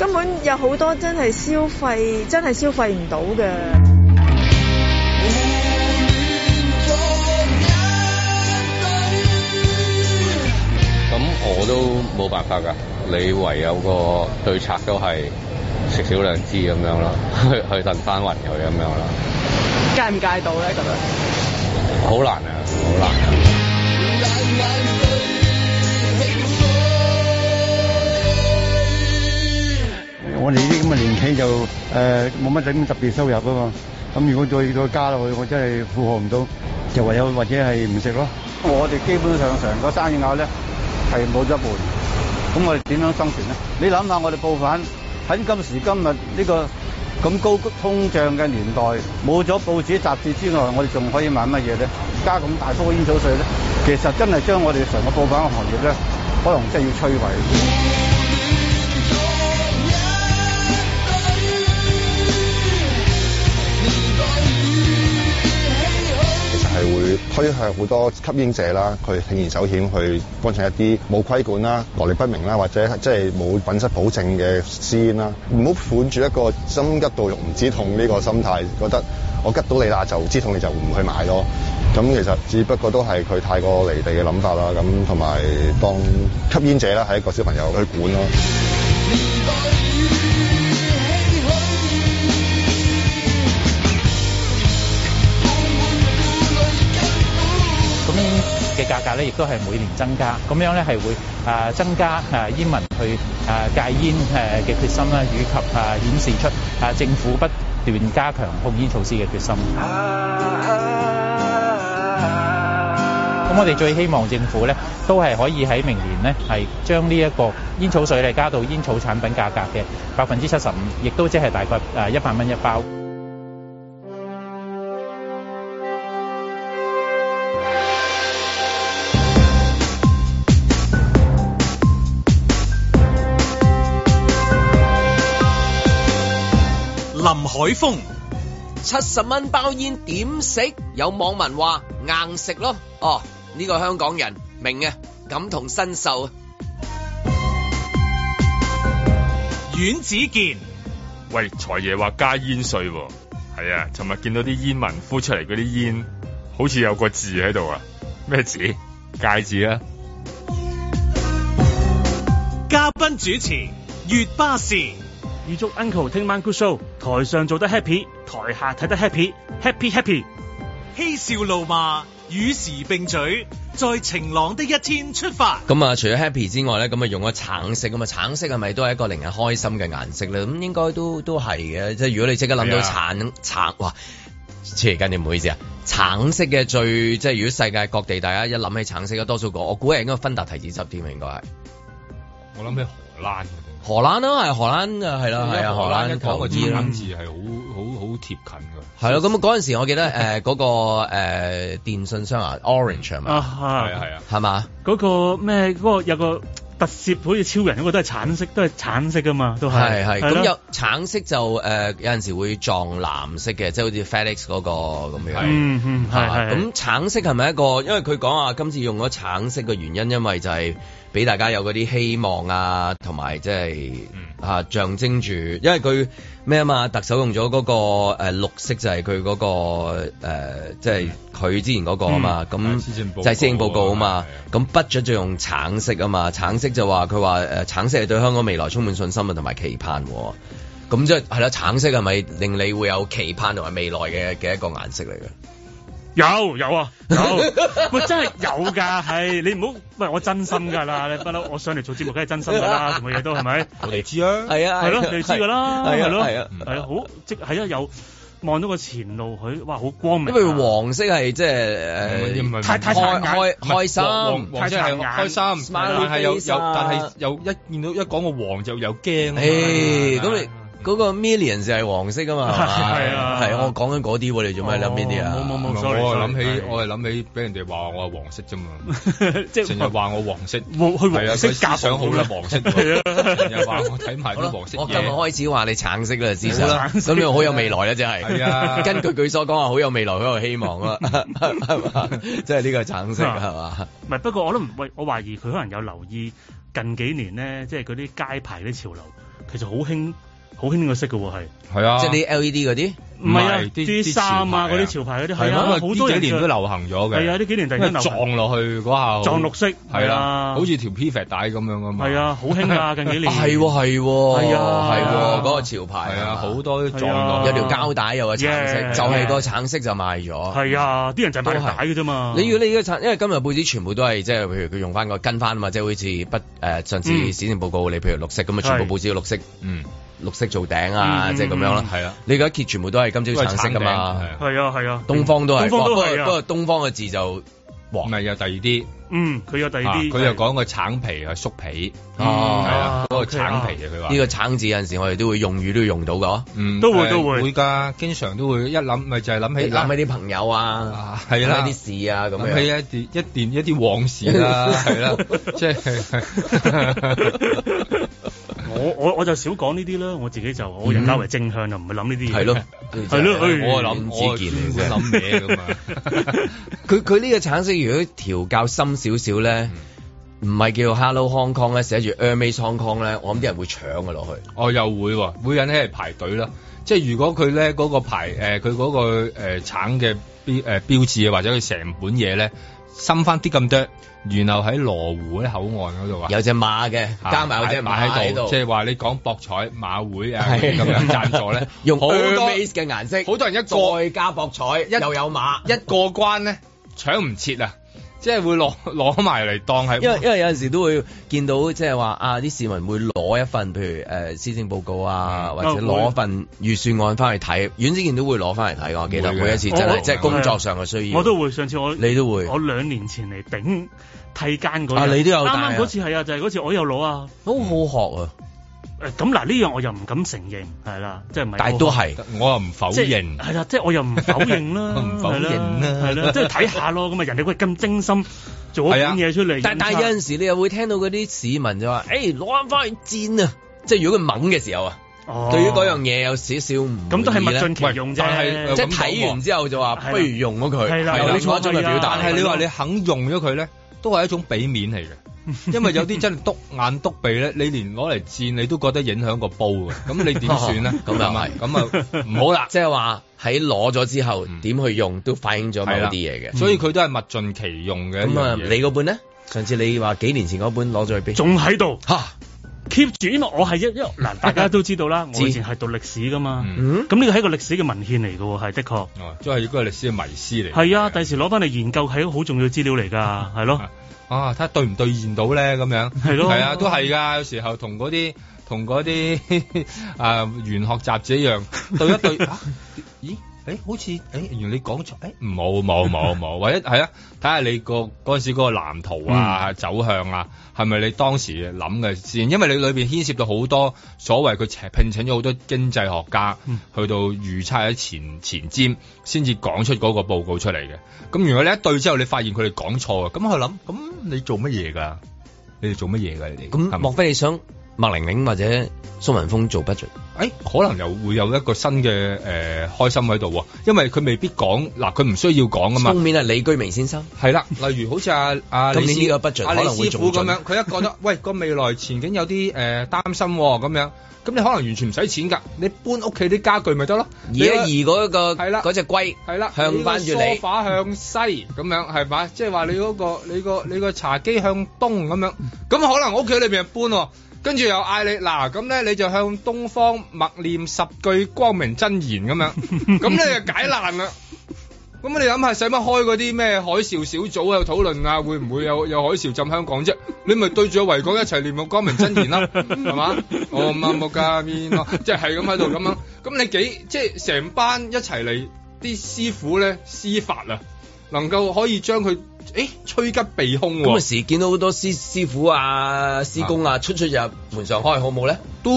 S14: 根本有好多真係消費，真係消費唔到嘅。
S15: 咁我都冇辦法㗎，你唯有個對策都係食少兩支咁樣咯， 去去燉翻勻佢咁樣啦，
S16: 戒唔戒到咧？咁樣
S15: 好難啊，好難啊！
S17: 我哋呢啲咁嘅年紀就誒呃冇乜點特別收入啊嘛，咁如果再再加落去，我真係負荷唔到，就唯有或者係唔食咯。我哋基本上成個生意額咧係冇咗一半，咁我哋點樣生存咧？你諗下，我哋報販喺今時今日呢個咁高通脹嘅年代，冇咗報紙雜誌之外，我哋仲可以買乜嘢咧？加咁大幅嘅煙草稅咧，其實真係將我哋成個報販嘅行業咧，可能真係要摧毀。
S18: 其實係會推向好多吸煙者啦，佢鋌而走險去幫襯一啲冇規管啦、來歷不明啦，或者即係冇品質保證嘅私煙啦。唔好本住一個心急到肉唔知痛呢個心態，覺得我吉到你啦就知痛你就唔去買咯。咁其實只不過都係佢太過離地嘅諗法啦。咁同埋當吸煙者啦，係一個小朋友去管咯。
S19: 咁嘅價格咧，亦都係每年增加，咁樣咧係會啊、增加啊煙民去啊戒煙誒嘅決心啦，以及啊顯示出啊政府不斷加強控煙措施嘅決心。咁我哋最希望政府咧，都係可以喺明年咧，係將呢一個煙草税咧加到煙草產品價格嘅百分之七十五，亦都即係大概誒啊一百蚊一包。
S1: 林海峰、
S2: 七十蚊包煙點食？有網民話硬食咯。哦，呢、個香港人明啊，感同身受啊。
S1: 阮子健、
S3: 喂，財爺話加煙税喎，係啊，尋日見到啲煙民呼出嚟嗰啲煙，好似有個字喺度啊，咩字？戒字啊！
S1: 嘉賓主持月巴士，
S4: 預祝 Uncle 聽晚 good show，台上做得 happy，台下睇得 happy，happy happy。
S1: 嬉笑怒罵，與時並舉，在晴朗的一天出發。
S2: 咁啊，除咗 happy 之外咧，咁啊用咗橙色咁啊，橙色係咪都係一個令人開心嘅顏色咧？咁應該都都係嘅，即係如果你即刻諗到係啊橙橙，哇！黐緊你唔好意思啊，橙色嘅最即係如果世界各地大家一諗起橙色嘅多數個，我估係應該芬達提子汁添，應該係
S6: 我諗起荷蘭，
S2: 荷蘭啦，係荷蘭啊，係啦，係啊，荷
S6: 一
S2: 蘭
S6: 講
S2: 球
S6: 個中
S2: 衣啦
S6: 文字係好啊好好貼近㗎。
S2: 係咯，咁嗰陣時我記得誒嗰個誒電信商啊，Orange 係咪？
S4: 啊哈係啊
S6: 係啊，
S2: 係嘛？
S4: 嗰個咩嗰個有個特攝好似超人嗰個都係橙色，都係橙色噶嘛，都
S2: 係
S4: 係
S2: 係
S4: 咯
S2: 咁有橙色就誒、呃有陣時會撞藍色嘅，即係好似 Felix 嗰、個咁樣。
S4: 嗯嗯係
S2: 啊
S4: 係
S2: 咁橙色係咪一個？因為佢講話今次用咗橙色嘅原因，因為就係俾大家有嗰啲希望啊，同埋即係啊象徵住，因為佢咩啊嘛，特首用咗嗰、個誒綠色就係佢嗰個呃即係佢之前嗰個啊嘛，咁、就係施政報告啊嘛，咁 budget 就用橙色啊嘛，橙色就話佢話誒橙色係對香港未來充滿信心啊，同埋期盼喎。咁即係係啦，橙色係咪令你會有期盼同埋未來嘅嘅一個顏色嚟嘅？
S4: 有有啊 有，喂真係有㗎，係你唔好喂我真心㗎啦，你不嬲我上嚟做節目梗係真心㗎 啦，同嘅嘢都係咪？
S6: 我哋知啊，
S2: 係啊
S4: 係咯，你知㗎啦，
S2: 係啊
S4: 係咯，
S2: 係啊
S4: 係啊，好即係啊有望到個前路佢哇好光明
S2: 因
S4: 啊，
S2: 為黃色係即係誒
S4: 太太
S2: 開
S4: 殘
S2: 開
S4: 眼
S2: 開心，
S6: 黃黃即係開心，但係有有，但係
S2: 誒
S6: 有一見到一講個黃就有驚。
S2: 咁
S6: 啊係啊
S2: 你嗰個 millions 係黃色噶 嘛，係嘛
S6: 係啊哦
S2: 係我講緊嗰啲喎，你做咩諗邊啲啊？
S6: 唔係我係諗起，我係諗起俾人哋話我係黃色啫嘛，
S4: 即係
S6: 成日話我黃色，
S4: 黃去黃色
S6: 係啊佢
S4: 夾
S6: 思想好啦，黃色喎，成日話我睇埋
S2: 好
S6: 啲
S2: 啦
S6: 黃色
S2: 我今日
S6: 嘢。
S2: 開始話你橙色啦，思想
S6: 好啦
S2: 咁你好有未來啦，真係。
S6: 係啊
S2: 根據佢所講話，好有未來，好有希望 啦，係嘛？即係呢個橙
S6: 啊
S2: 色係嘛？
S4: 唔係，不過我都唔喂，我懷疑佢可能有留意近幾年咧，即係嗰啲街牌啲潮流，其實好興好興呢個色嘅喎，係。
S6: 係啊，
S2: 即係啲 LED 嗰啲。
S4: 唔係啊
S6: 唔係，啲
S4: 啲衫
S6: 啲潮牌
S4: 啊，
S6: 啊
S4: 嗰啲潮牌嗰啲
S6: 係
S4: 係啊，
S6: 咯
S4: 好
S6: 呢
S4: 多
S6: 幾
S4: 人
S6: 年
S4: 着
S6: 都流行咗嘅
S4: 係啊，呢幾年突然間
S6: 因為
S4: 流行
S6: 撞落去嗰下好，
S4: 撞綠色
S6: 係
S4: 係啊
S6: 啦，好似條 P 帶咁樣噶嘛，
S4: 係啊好興啊近幾 年
S2: 係喎係喎，
S4: 係啊
S2: 係喎，嗰個潮牌
S6: 係啊，
S2: 嘛
S6: 好多撞
S4: 係啊
S6: 落
S2: 有條膠帶有個橙色，
S4: Yeah
S2: 就係個橙色就賣咗。
S4: 係啊，啲人就係買
S2: 都係
S4: 嚟擺嘅啫嘛。
S2: 你如果你呢個產，因為今日報紙全部都係即係，譬如佢用翻個跟翻啊嘛，即係好似不誒、呃上次
S4: 嗯
S2: 市政報告你譬如綠色咁啊，全部報紙都綠色，
S6: 嗯，
S2: 綠色做頂啊，
S4: 嗯
S2: 即係咁樣啦
S4: 嗯。
S6: 係啊，
S2: 你而家揭全部都係今朝橙色噶嘛，
S4: 係啊係啊，
S2: 東方都係，
S4: 東方
S2: 不
S4: 都
S2: 過不
S4: 係
S2: 過
S4: 啊。
S2: 東方嘅字就黃
S6: 唔，係有第二啲。
S4: 嗯，佢有第二
S6: 啊
S4: 啲。
S6: 佢又講個橙皮係粟皮，
S2: 哦
S6: 係啊，嗰個
S4: OK 啊
S6: 橙皮啊，佢話
S2: 呢個橙字有陣時我哋都會用語都會用到噶，
S6: 嗯
S4: 都會
S6: 誒
S4: 都會
S6: 會㗎，經常都會一諗咪就係諗
S2: 你
S6: 起
S2: 諗起啲朋友啊，
S6: 啊係啦
S2: 諗起啲事啊咁
S6: 諗起
S2: 樣。
S6: 一啲一啲一啲往 事啦，係啦，即係
S4: 我我我就少講呢啲啦，我自己就我人較為正向就唔會諗呢啲嘢。
S2: 嗯係咯
S4: 係
S2: 哎
S4: 咯，唉
S6: 我係諗
S2: 唔知
S6: 哎我係
S2: 見你
S6: 專
S2: 啫
S6: 門諗嘢 㗎嘛，
S2: 佢佢呢個橙色如果調教深少少咧，
S6: 嗯
S2: 唔係叫 Hello Hong Kong 咧，寫住 Hermes Hong Kong 咧，我諗啲人會搶嘅落去。
S6: 我哦又會喎，會引起係排隊啦。即係如果佢咧嗰個排誒佢嗰個誒橙嘅標誒標誌啊，或者佢成本嘢咧深翻啲咁多，然後喺羅湖啲口岸嗰度啊。
S2: 有隻馬嘅，加埋有隻馬
S6: 馬
S2: 喺
S6: 喺
S2: 度，
S6: 度，即係話你講博彩馬會啊
S2: 係
S6: 咁樣 贊助咧，
S2: 用
S6: 好
S2: h
S6: 多
S2: e r m e 嘅顏色，
S6: 好多人一過
S2: 再加博彩，又有馬。
S6: 一過關咧搶唔切啊，即係會攞 攞埋嚟當係
S2: 因為因為有陣時都會見到即係話啊啲市民會攞一份譬如誒施政報告
S6: 嗯
S2: 啊，或者攞一份預算案翻去睇，阮之健都會攞翻嚟睇，我記得
S6: 會嘅
S2: 每一次真
S4: 我
S2: 係即係工作上嘅需要。
S4: 我都會，上次我
S2: 你都會
S4: 我兩年前嚟頂替間嗰日
S2: 啊你都有帶
S4: 啱
S2: 啊
S4: 啱嗰次係啊，就係嗰次我有攞啊。
S2: 好好學啊，
S4: 嗯誒咁嗱，呢樣我又唔敢承認，係啦，即係唔係？
S2: 但係都係
S6: 我又唔否
S4: 即係
S6: 認，
S4: 係啊啦，即係我又唔否認啦，
S6: 唔否認啦
S4: 係係啦，即係睇下咯，咁啊人哋喂咁精心做咗
S6: 係啊
S4: 本嘢出嚟，
S2: 但
S4: 印
S2: 但係
S4: 刷
S2: 有陣時你又會聽到嗰啲市民就話：誒攞翻去煎啊！即係如果佢猛嘅時候啊，
S4: 哦
S2: 對於嗰樣嘢有少少唔
S4: 咁都係物盡
S2: 盡
S4: 其用啫，
S6: 喂但係呃
S2: 即係睇完之後就話
S4: 係啦
S2: 不如用咗佢，
S4: 係啦
S2: 有
S4: 冇
S2: 另外
S4: 錯
S2: 一種嘅表
S4: 係啊
S2: 達。？
S6: 但係你話你肯用咗佢咧，都係一種俾面嚟嘅，因為有啲真係篤眼篤鼻咧，你連攞嚟戰你都覺得影響個煲嘅，咁你點算咧
S2: 咁又
S6: 係
S2: 係
S6: 咪咁啊唔好啦。
S2: 即係話喺攞咗之
S4: 嗯
S2: 後點去用都反映咗某啲嘢 嘅。
S6: 所以佢都係物盡其用嘅一
S2: 咁啊，
S6: 樣
S2: 你
S6: 嘢。
S2: 嗰本咧？上次你話幾年前嗰本攞咗去邊？
S4: 嗯仲喺度
S2: 嚇
S4: keep 住，因為我係一因為 嗱，大家都知道啦，
S2: 知
S4: 我以前係讀歷史噶嘛，
S2: 嗯
S4: 咁呢個係一個歷史嘅文獻嚟嘅喎，係的確。
S6: 哦，即係嗰個歷史嘅迷思嚟。
S4: 係啊，第時攞翻嚟研究係一個好重要嘅資料嚟㗎，係咯，
S6: 啊，睇下對唔對現到咧咁樣，
S4: 係咯
S6: 係啊，都係㗎。有時候同嗰啲同嗰啲 啊玄學雜誌一樣，對一 對，啊咦？誒好似誒，原來你講錯，誒冇冇冇冇，或者係啊，睇下你個嗰陣時嗰個藍圖啊、走向啊，係咪你當時諗嘅先？因為你裏邊牽涉到好多所謂佢請聘請咗好多經濟學家、
S4: 嗯
S6: 去到預測喺前前瞻，先至講出嗰個報告出嚟嘅。咁如果你一對之後，你發現佢哋講錯嘅，咁我諗，咁你做乜嘢㗎？你哋做乜嘢㗎？你哋
S2: 咁
S6: 係咪
S2: 莫非你想麥玲玲或者蘇文峰做 budget？
S6: 誒可能又會有一個新嘅誒、呃、開心喺度喎，因為佢未必講嗱，佢唔需要講啊嘛
S2: 封。面係李居明先生。
S6: 係啦，例如好似阿阿
S2: 今
S6: 李
S2: 年
S6: 師
S2: 呢個 budget
S6: 阿李
S2: 可能會
S6: 師傅
S2: 仲
S6: 咁
S2: 準
S6: 樣，佢一覺得喂個未來前景有啲誒、呃、擔心喎咁樣，咁你可能完全唔使錢㗎，你搬屋企啲家具咪得咯。啊
S2: 而家移嗰個
S6: 係啦
S2: 嗰只龜
S6: 係啦，
S2: 向翻住
S6: 個梳
S2: 你，
S6: 化向西咁樣係嘛？即係話你嗰、個你個你個茶几向東咁樣，咁可能我屋企裏邊搬喎，跟住又嗌你嗱咁咧，你就向東方默念十句光明真言 咁樣，咁你就解難啦。咁你諗下，使乜開嗰啲咩海嘯小組喺度討論啊？會唔會有有海嘯浸香港啫？你咪對住個維港一齊念個光明 真言啦，係嘛？我乜冇加面咯，即係係咁喺度咁樣。咁你幾即係成班一齊嚟，啲師傅咧施法啊，能夠可以將佢誒趨吉避凶
S2: 咁啊
S6: 喎。
S2: 時見到好多師師傅啊、師公啊出出入門上開，好冇咧？
S6: 都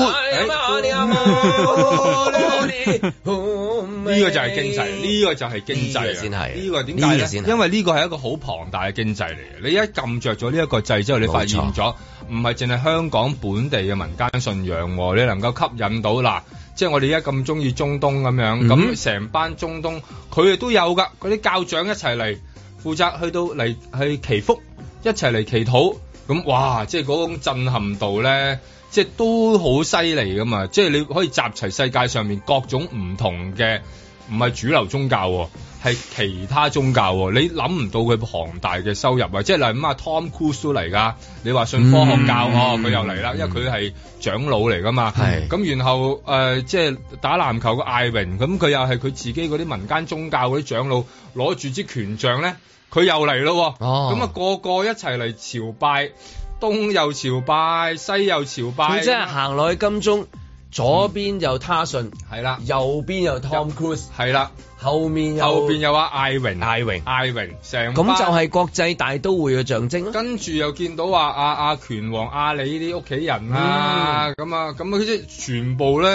S6: 呢個就係經濟，呢、個就係經濟啊
S2: 呢個先係
S6: 呢個點
S2: 呢
S6: 解
S2: 個
S6: 呢
S2: 先係
S6: 因為呢個係一個好龐大嘅經濟嚟嘅。你一撳着咗呢一個掣之後，你發現咗唔係淨係香港本地嘅民間信仰喎，你能夠吸引到嗱，即係我哋而家咁中意中東咁
S2: 嗯
S6: 樣，咁成、班中東佢哋都有㗎，嗰啲教長一齊嚟負責去到嚟去祈福，一齊嚟祈禱，咁哇，即係嗰種震撼度咧。即係都好犀利噶嘛！即係你可以集齊世界上面各種唔同嘅，唔係主流宗教喎，係其他宗教喎。你諗唔到佢龐大嘅收入啊！即係例如咁啊，Tom Cruise 都嚟噶，你話信科學教、
S2: 嗯
S6: 哦，佢又嚟啦，因為佢係長老嚟噶嘛。
S2: 係
S6: 咁然後誒、呃即係打籃球嘅艾榮，咁佢又係佢自己嗰啲民間宗教嗰啲長老攞住支權杖咧，佢又嚟咯喎。
S2: 哦
S6: 咁啊、個個一齊嚟朝拜。東又朝拜，西又朝拜，啊
S2: 佢真係行落去金鐘，左邊就他信，
S6: 係啦，
S2: 右邊又 Tom Cruise，
S6: 係啦，
S2: 後面又
S6: 後邊有阿艾榮，
S2: 艾榮，
S6: 艾榮成班
S2: 咁就係國際大都會嘅象徵啦。
S6: 跟住又見到話阿阿拳王阿里啲屋企人
S2: 嗯
S6: 啊，咁啊咁啊，即係全 部咧，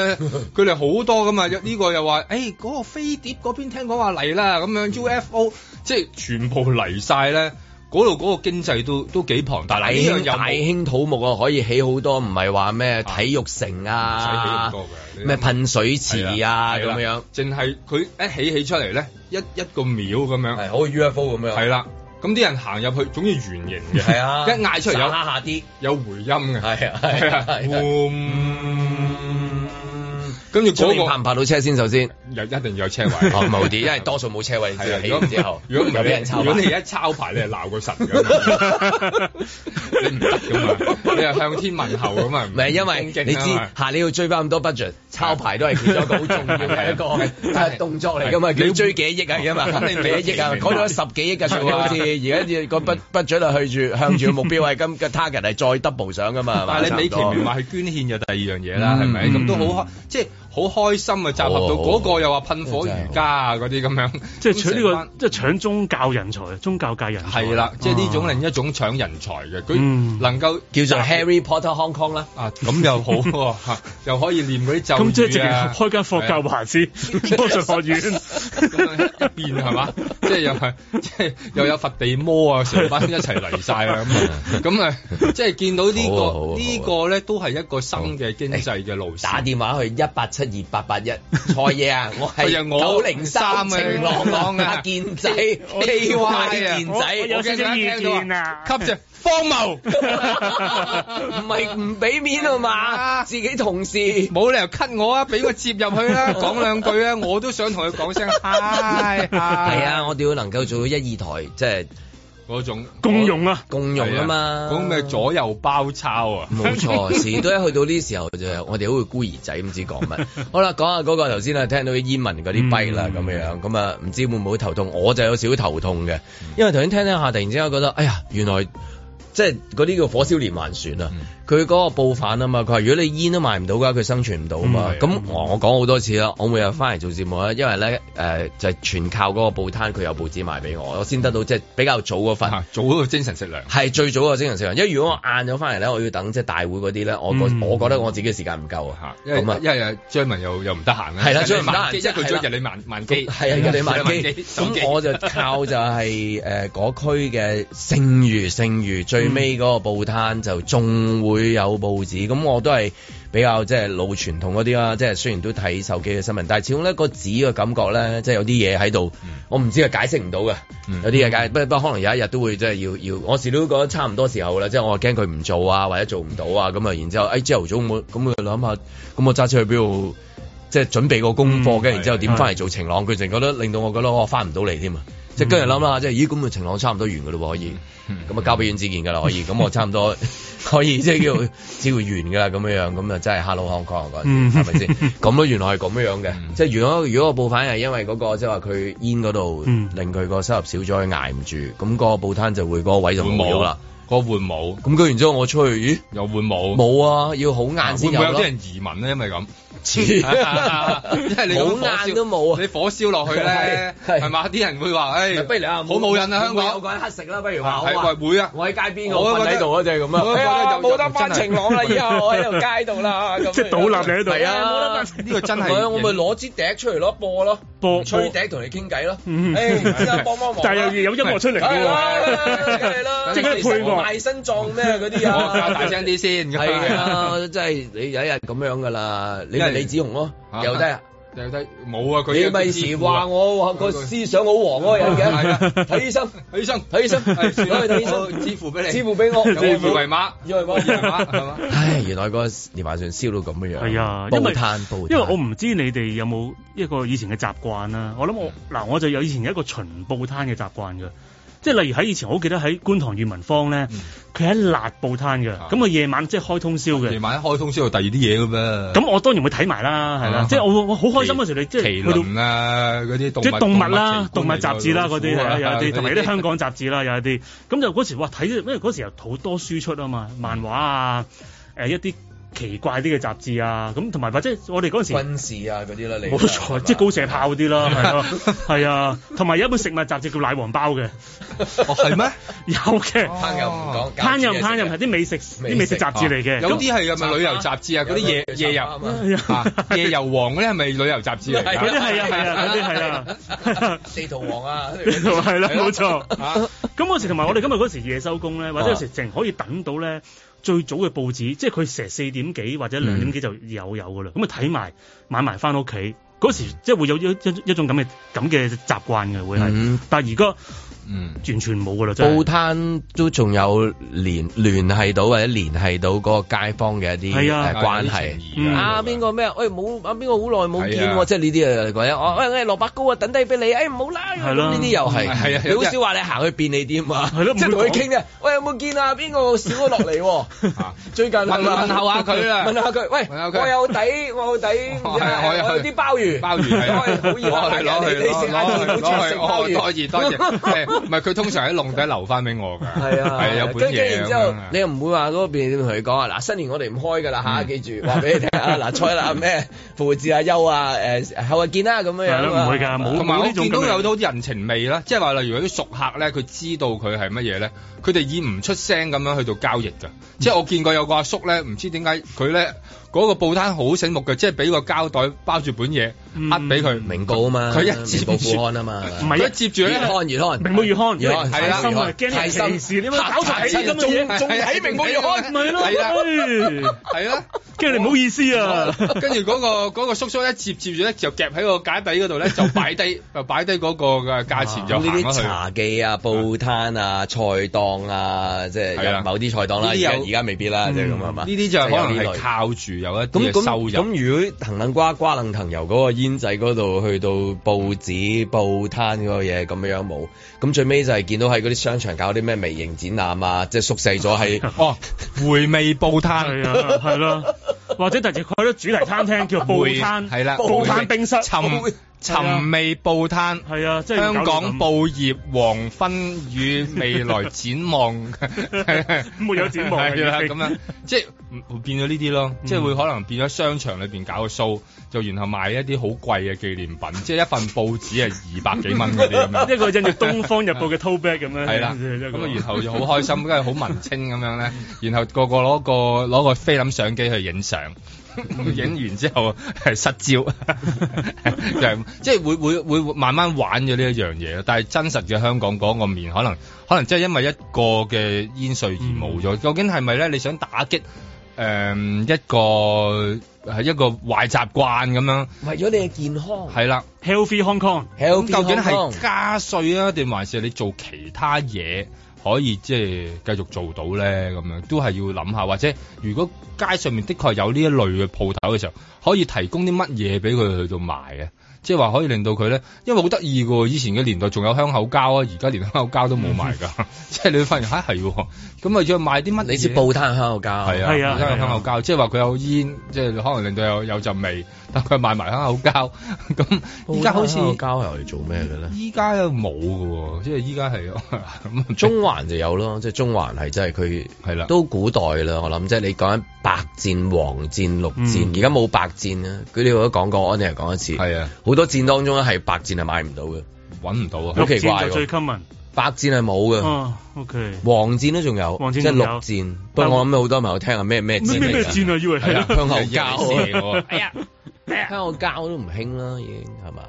S6: 佢哋好多噶嘛，有呢個又話，誒、哎嗰、個飛碟嗰邊聽講話嚟啦，咁樣 UFO，即係全部嚟晒咧，嗰度嗰個經濟都都幾龐大，
S2: 大
S6: 嗱呢樣
S2: 興
S6: 又
S2: 大
S6: 冇
S2: 興土木啊，可以起好多，唔係話咩體育城
S6: 唔使起
S2: 啊
S6: 咁多，嘅，
S2: 咩噴水池啊
S6: 係
S2: 咁
S6: 啦
S2: 樣。，
S6: 淨係佢一起起出嚟咧，一一個廟咁樣，係
S2: 好似 UFO 咁樣
S6: 係啦。咁啲人行入去，總之圓形嘅，
S2: 係啊
S6: 一嗌出嚟有
S2: 沙下啲，
S6: 有回音嘅，
S2: 係啊
S6: 係啊
S2: 係啊，
S6: 跟住
S2: 出
S6: 嗰
S2: 面
S6: 個
S2: 拍唔拍到車先？首先，
S6: 又一定有車位，
S2: 哦冇啲，因為多數冇車位，
S6: 係啊，
S2: 起
S6: 如果
S2: 完
S6: 唔
S2: 之後，
S6: 如果唔
S2: 又
S6: 係
S2: 俾人
S6: 你，
S2: 抄
S6: 如果
S2: 埋
S6: 你一抄牌，你係鬧個神㗎 嘛，你唔得㗎嘛，你係向天問候㗎嘛，
S2: 唔係因為
S6: 攻擊啊
S2: 你知
S6: 嘛
S2: 下年要追翻咁多 budget，抄牌都係其中一個好重要嘅一個誒動作嚟㗎嘛，
S6: 係
S2: 你追幾億啊㗎嘛，
S6: 你
S2: 幾 億啊，
S6: 明白
S2: 講咗十幾億嘅數好似而家個 bud- budget 啊去住向住個目標係今嘅 target 係再 double 上㗎嘛，係嘛
S6: 但係你美其名話係捐獻就第二樣嘢
S2: 嗯
S6: 啦，係咪？咁都好開，即係好開心啊！集合到
S2: 好
S6: 嗰個又話噴火瑜伽啊嗰啲咁樣，
S4: 即係搶呢
S6: 咁成班
S4: 個，即係搶宗教人才、宗教界人才。
S6: 嗯係啦，即係呢種另一種搶人才嘅，佢
S4: 嗯
S6: 能夠
S2: 叫做 Harry Potter Hong Kong 啦。
S6: 啊，咁又好喎， 嚇又可以念嗰
S2: 啊
S6: 啲咒
S4: 咁即係直
S6: 係
S4: 情開間佛教華師魔術學院，
S6: 一邊係嘛，即係又係即係又有佛地魔啊，成班一齊嚟晒啊咁咁啊，即係見到呢
S2: 好啊好啊好
S6: 個
S2: 啊
S6: 呢個咧都係一個新嘅經濟嘅路線。
S2: 打電話去一八七二八八一，錯嘢 啊！我係
S6: 係啊我
S2: 九零三晴朗
S6: 啊
S2: 啊，健仔 K Y 健仔，
S4: 我有少少意見啊，
S6: 吸住荒謬，
S2: 唔係唔俾面啊嘛，自己同事
S6: 冇理由 cut 我啊！俾我接入去啦，講兩句啊！我都想同 佢講聲 hi
S2: 係
S6: hi。係
S2: 啊，我哋要能夠做到一二台，即係
S6: 嗰種
S4: 共用啊，
S2: 共用啊嘛。嗯
S6: 嗰種咩左右包抄啊，
S2: 冇錯，時都一去到呢時候就係我哋好似孤兒仔，唔知講乜。好啦，講下嗰個頭先啊，聽到啲煙民嗰啲跛啦咁樣，咁啊唔知會唔會頭痛？我就有少少頭痛嘅，因為頭先聽聽下，突然之間覺得，哎呀，原來。即係嗰啲叫火燒連環船啊！佢嗰個報販啊嘛，佢話如果你煙都賣唔到㗎，佢生存唔到啊嘛。咁、我我講好多次啦，我每日翻嚟做節目咧，因為咧誒、呃就係全靠嗰個報攤，佢有報紙賣俾我，我先得到即係比較早嗰份。
S6: 早啊嗰個精神食糧。
S2: 係最早嘅精神食糧，因為如果我晏咗翻嚟咧，我要等即係大會嗰啲咧，我覺、
S4: 嗯
S2: 我覺得我自己嘅時間唔夠啊，
S6: 因為
S2: 咁啊
S6: 因為張文又又唔得閒啦，
S2: 係啦張
S6: 張
S2: 文唔得閒
S6: 即係佢
S2: 係啦
S6: 咗日理萬萬機，
S2: 係啊，一你萬
S6: 日理
S2: 機，
S6: 手機
S2: 咁我就靠就 係誒嗰區嘅剩餘剩餘最尾嗰個報攤就仲會有報紙，咁我都係比較即係老傳統嗰啲啦，即係雖然都睇手機嘅新聞，但係始終咧個紙嘅感覺咧，即係有啲嘢喺度，我唔知係解釋唔到嘅，有啲嘢解，不不可能有一日都會即係要要，我時都覺得差唔多時候啦，即係我驚佢唔做啊，或者做唔到啊，咁啊，然之後誒朝頭早咁咁佢諗下，咁我揸車去邊度？即係準備個功
S6: 嗯
S2: 課，跟住然之後點翻嚟做晴朗，佢淨覺得令到我覺得我翻唔到嚟添啊！
S6: 嗯
S2: 即係跟住諗啦，即係咦咁啊晴朗差唔多完㗎咯喎，可以
S6: 嗯
S2: 咁啊交俾阮子健㗎啦，可以咁我差唔 多可以即係叫只要完㗎啦咁樣樣，咁啊真係 Hello Hong Kong 嗰陣
S4: 嗯
S2: 時啊 係咪先？咁咯，原來係咁樣嘅，
S6: 嗯
S2: 即係如果如果個報販係因為嗰個即係話佢煙嗰度
S4: 嗯
S2: 令佢個收入少咗，佢捱唔住，咁個報攤就會嗰個位就冇咗啦。
S6: 個換帽。
S2: 咁跟完之後我出去，咦？
S6: 又換帽？
S2: 冇啊，要好晏
S6: 會
S2: 先
S6: 唔會有
S2: 咯
S6: 啲人移民咧？因為咁，
S2: 黐
S6: 因為你咁火燒
S2: 好晏都冇啊！
S6: 你火燒落去咧，
S2: 係
S6: 係嘛？啲人會話：，誒，
S2: 不如你啊，
S6: 哎好冇癮啊！
S2: 會
S6: 香
S2: 唔會有
S6: 港
S2: 個人乞食啦，不如話
S6: 係
S2: 好啊
S6: 喂會啊
S2: 我喺街邊
S6: 我
S2: 我瞓
S6: 都覺得
S2: 喺度啊，就係咁
S6: 我都覺得
S2: 啊。
S6: 有
S2: 冇得
S6: 有
S2: 翻
S6: 真係
S2: 晴朗啦，以後我喺條街度 啦，咁
S4: 即係倒立你喺度
S2: 係
S4: 哎呀冇得
S2: 啊
S4: 翻，
S6: 呢 個真係
S2: 唔係我咪攞支笛出嚟咯，播咯，
S4: 播
S2: 吹笛哎同你傾偈咯。
S4: 嗯
S2: 誒，之後啊幫幫忙啦。
S4: 但係又有音樂出嚟嘅
S2: 係啦
S6: 啊
S2: 係啦係啊
S4: 喎，
S2: 啦
S4: 即係嗰啲配樂
S2: 賣身葬咩嗰啲
S6: 我
S2: 啊？
S6: 大聲啲先。
S2: 係啊， 即係你有一日咁樣噶啦，你咪李子雄咯，
S6: 啊
S2: 又得啊。
S6: 又低冇啊！佢
S2: 你咪時話我話個思想好黃嗰個人
S6: 係啊
S2: 嘅，睇醫生，
S6: 睇醫生，
S2: 睇醫 生，
S6: 係算啦
S2: 攞去睇醫
S6: 我
S2: 生，
S6: 支付俾你
S2: 支付俾我，
S6: 有冇二維碼
S2: 二維碼，
S6: 二維碼係嘛
S2: 唉，原來個連環船燒到咁樣樣，
S4: 係啊，
S2: 煲
S4: 因為
S2: 炭煲炭，
S4: 因為我唔知你哋有冇一個以前嘅習慣啦。我諗我嗱，我就有以前有一個巡報攤嘅習慣嘅，即係例如喺以前我好記得喺觀塘裕民坊咧，
S2: 嗯
S4: 佢喺辣報攤
S2: 啊
S4: 嘅，咁佢夜晚即係開通宵
S6: 夜
S4: 嘅。
S6: 晚開通宵 有第二啲嘢嘅噃。
S4: 咁我當然會睇埋啦，係啦
S6: 啊，
S4: 即係我會我好開心嗰時，你即係
S6: 麒
S4: 去到
S6: 麟啊，嗰啲動物
S4: 即係動物啦、動
S6: 動
S4: 物
S6: 物
S4: 雜誌啦啊嗰啲係啦，有一啲同埋有啲香港雜誌啦，有一啲咁就嗰時哇睇，因為嗰時有好多書出啊嘛，漫畫啊，誒一啲奇怪啲嘅雜誌啊，咁同埋或者我哋嗰陣時
S2: 軍事啊嗰啲啦，你
S4: 冇錯，即係高射炮嗰啲啦，係咯，係啊，同埋有一本食物雜誌叫奶黃包嘅，
S6: 哦 係咩？
S4: 有嘅，
S2: 烹又唔講，
S4: 烹飪
S2: 搞
S4: 烹飪
S2: 嘢食
S4: 係
S2: 嘅
S4: 啲美食啲哦美食啊雜誌嚟嘅，
S6: 啊有
S4: 咁
S6: 啲係咪旅遊雜誌啊？嗰啲夜
S2: 有啲
S6: 夜遊
S2: 雜誌啊
S6: 啊夜遊王嗰啲係咪旅遊雜誌嚟 㗎？
S4: 嗰啲係啊係啊嗰啲係啊。
S2: 地圖王 啊，
S4: 係啦，冇錯。
S6: 啊
S4: 咁嗰時同埋我哋今日嗰時夜收工咧，或者有時淨可以等到咧最早嘅報紙，即係佢成四點幾或者兩點
S6: 嗯
S4: 幾就有有噶啦。咁啊睇埋買埋翻屋企，嗰時即係會有一一一種咁嘅咁嘅習慣嘅會係
S2: 嗯。
S4: 但係而家
S6: 嗯。
S4: 完全冇噶啦，真
S2: 報
S4: 係。
S2: 攤都仲有聯聯繫到或者聯繫到嗰個街坊嘅一啲
S4: 係啊
S2: 誒關係。
S4: 嗯
S2: 啊邊個咩？喂冇啊邊個好耐冇見
S6: 係啊
S2: 喎，即係呢啲啊嗰啲。哦，喂喂蘿蔔糕啊，等低俾你。誒唔好啦，
S4: 嗯係
S2: 咁
S4: 咯
S2: 呢啲又係。
S6: 係啊
S2: 你好少話你行去便利店啊，
S4: 係咯
S2: 即係同佢
S4: 唔會講
S2: 傾啫。喂有冇見啊？邊個少咗落嚟 喎？
S6: 啊
S2: 最近
S6: 問問候下佢啦
S2: 問下佢。喂
S6: 問下，佢
S2: 我有底，我有底，
S6: 我有
S2: 我
S6: 我有
S2: 有啲鮑魚，
S6: 鮑魚 係啊
S2: 我 有好熱啊
S6: 攞去
S2: 你你
S6: 攞
S2: 食
S6: 去
S2: 下
S6: 攞去
S2: 你好
S6: 攞
S2: 中意
S6: 去
S2: 食
S6: 哦，
S2: 鮑魚
S6: 多謝 多謝，係唔係佢通常喺籠底留翻俾我㗎，
S2: 係啊，
S6: 係有本
S2: 跟跟
S6: 嘢
S2: 然
S6: 咁
S2: 之後
S6: 樣啊，
S2: 你又唔會話嗰邊同佢講啊，嗱新年我哋唔開㗎啦嚇，記住話俾你聽 啊，嗱菜啦咩復活節啊休啊誒後日見啦咁樣
S4: 係
S2: 樣啊
S4: 咯，唔會㗎，冇
S6: 同埋
S4: 冇
S6: 我
S4: 呢種
S6: 見到
S4: 咁
S6: 有
S4: 嘅。
S6: 多啲人情味啦，即係話例如有啲熟客咧，佢知道佢係乜嘢咧，佢哋以唔出聲咁樣去到交易㗎。即係我見過有個阿叔咧，唔知點解佢咧嗰個報攤好醒目嘅，即係俾個膠袋包住本嘢，呃俾佢
S2: 明報啊嘛，
S6: 佢一接
S2: 明報
S6: 住
S2: 富安啊嘛，
S4: 唔係
S6: 佢
S4: 啊
S6: 接住
S2: 越
S6: 咧，
S2: 看越看，
S4: 明報月刊，
S2: 月刊
S4: 太
S6: 係啦
S4: 深啊
S2: 月，刊
S4: 驚
S2: 太深
S4: 你歧視，你咪搞錯睇咁嘅嘢，
S2: 仲睇明報月刊
S4: 唔係咯，
S6: 係啦
S4: 唉
S6: 係啦。
S4: 哎驚你唔好意思啊。
S6: 跟住嗰個嗰個叔叔一接接住咧，就夾喺個架底嗰度咧，就 擺低就擺低嗰個嘅價錢就
S2: 咁呢
S6: 行
S2: 啲
S6: 咗去。
S2: 茶記啊、報攤啊、菜檔啊，即
S6: 係啊
S2: 係某啲菜檔啦，
S6: 呢
S2: 而
S6: 啲有嗯
S2: 家而家未必啦，即係咁係嘛？
S6: 呢啲就係可
S2: 即
S6: 能
S2: 係有呢
S6: 係
S2: 類
S6: 靠住有
S2: 咁
S6: 一
S2: 咁
S6: 啲嘅收入。
S2: 咁，如果藤撚瓜瓜撚藤由嗰個煙仔嗰度去到報紙報攤嗰個嘢咁樣冇，咁最尾就係見到喺嗰啲商場搞啲咩微型展覽啊，即係縮細咗 喺
S6: 哦，回味報攤
S4: 係啊，係咯，或者突然佢都主題餐廳叫報
S6: 回
S4: 攤，
S6: 係啦
S4: 報
S6: 回
S4: 攤冰室，
S6: 尋尋味報攤。
S4: 係啊，即係
S6: 香
S4: 搞到咁，
S6: 港報業黃昏與未來展望
S4: 沒有展望啊
S6: 係啦，
S4: 已
S6: 咁
S4: 經嗯
S6: 樣即係會變咗呢啲咯，即係會可能變咗商場裏邊搞個 show，就然後賣一啲好貴嘅紀念品，即係一份報紙係二百幾蚊嗰啲咁
S2: 啊
S6: 樣，
S4: 一個印住《東方日報》嘅 tote bag 咁樣，
S6: 係啦，
S4: 一個
S6: 咁啊，然後就好開心，跟住好文青咁樣咧，然後個個攞個攞個菲林相機去影 相，影完之後係失焦， 就係咁即係會會會慢慢玩咗呢一樣嘢咯。但係真實嘅香港嗰個面，可能可能真係因為一個嘅煙稅而冇咗。究竟係咪咧？你想打擊誒、一個係一個壞習慣咁樣？
S2: 為咗你嘅健康。
S6: 係啦。
S4: Healthy Hong Kong，
S6: 咁
S2: healthy
S6: 究竟
S2: 健康
S6: 係加税啊，定還是你做其他嘢可以即係繼續做到咧？咁樣都係要諗下，或者如果街上面的確有呢一類嘅鋪頭嘅時候，可以提供啲乜嘢俾佢去到賣啊？即係話可以令到佢咧，因為好得意嘅喎，以前嘅年代仲有香口膠啊，而家連香口膠都冇賣㗎，即係你會發現嚇係喎，咁啊要賣啲乜嘢？
S2: 你知報攤香口膠，
S6: 係啊，
S4: 係啊
S6: 因為
S4: 係啊
S6: 香口膠，即係話佢有煙，即係可能令到有有陣味，但佢賣埋香口膠。咁依家好似
S2: 香
S6: 嗯
S2: 口膠係嚟做咩嘅咧？
S6: 依家冇嘅喎，即係依家係 咁啊
S2: 中環就有咯，即係中環係真係佢
S6: 係啦
S2: 都古代啦。我諗即係你講緊白戰、黃戰、綠
S6: 嗯
S2: 戰，而家冇白戰啦。佢哋都講過，我哋係講一次。
S6: 係啊，
S2: 好多戰當中咧係白戰係買唔到嘅，
S6: 揾唔到啊，
S2: 好奇怪
S4: 綠箭就最
S2: 喎。嗯
S4: common。
S2: 白戰係冇嘅，
S4: 哦，OK。
S2: 黃戰都仲有，
S4: 黃戰
S2: 即
S4: 仲
S2: 係
S4: 有
S2: 綠戰。不過我諗好多朋友聽下咩咩戰
S4: 咩咩
S2: 嚟
S4: 咩
S2: 㗎
S4: 戰啊以為係
S2: 係啦香 口
S6: 以為係
S2: 膠
S6: 我
S2: 啊，哎呀，香口膠都唔興啦，已經係嘛？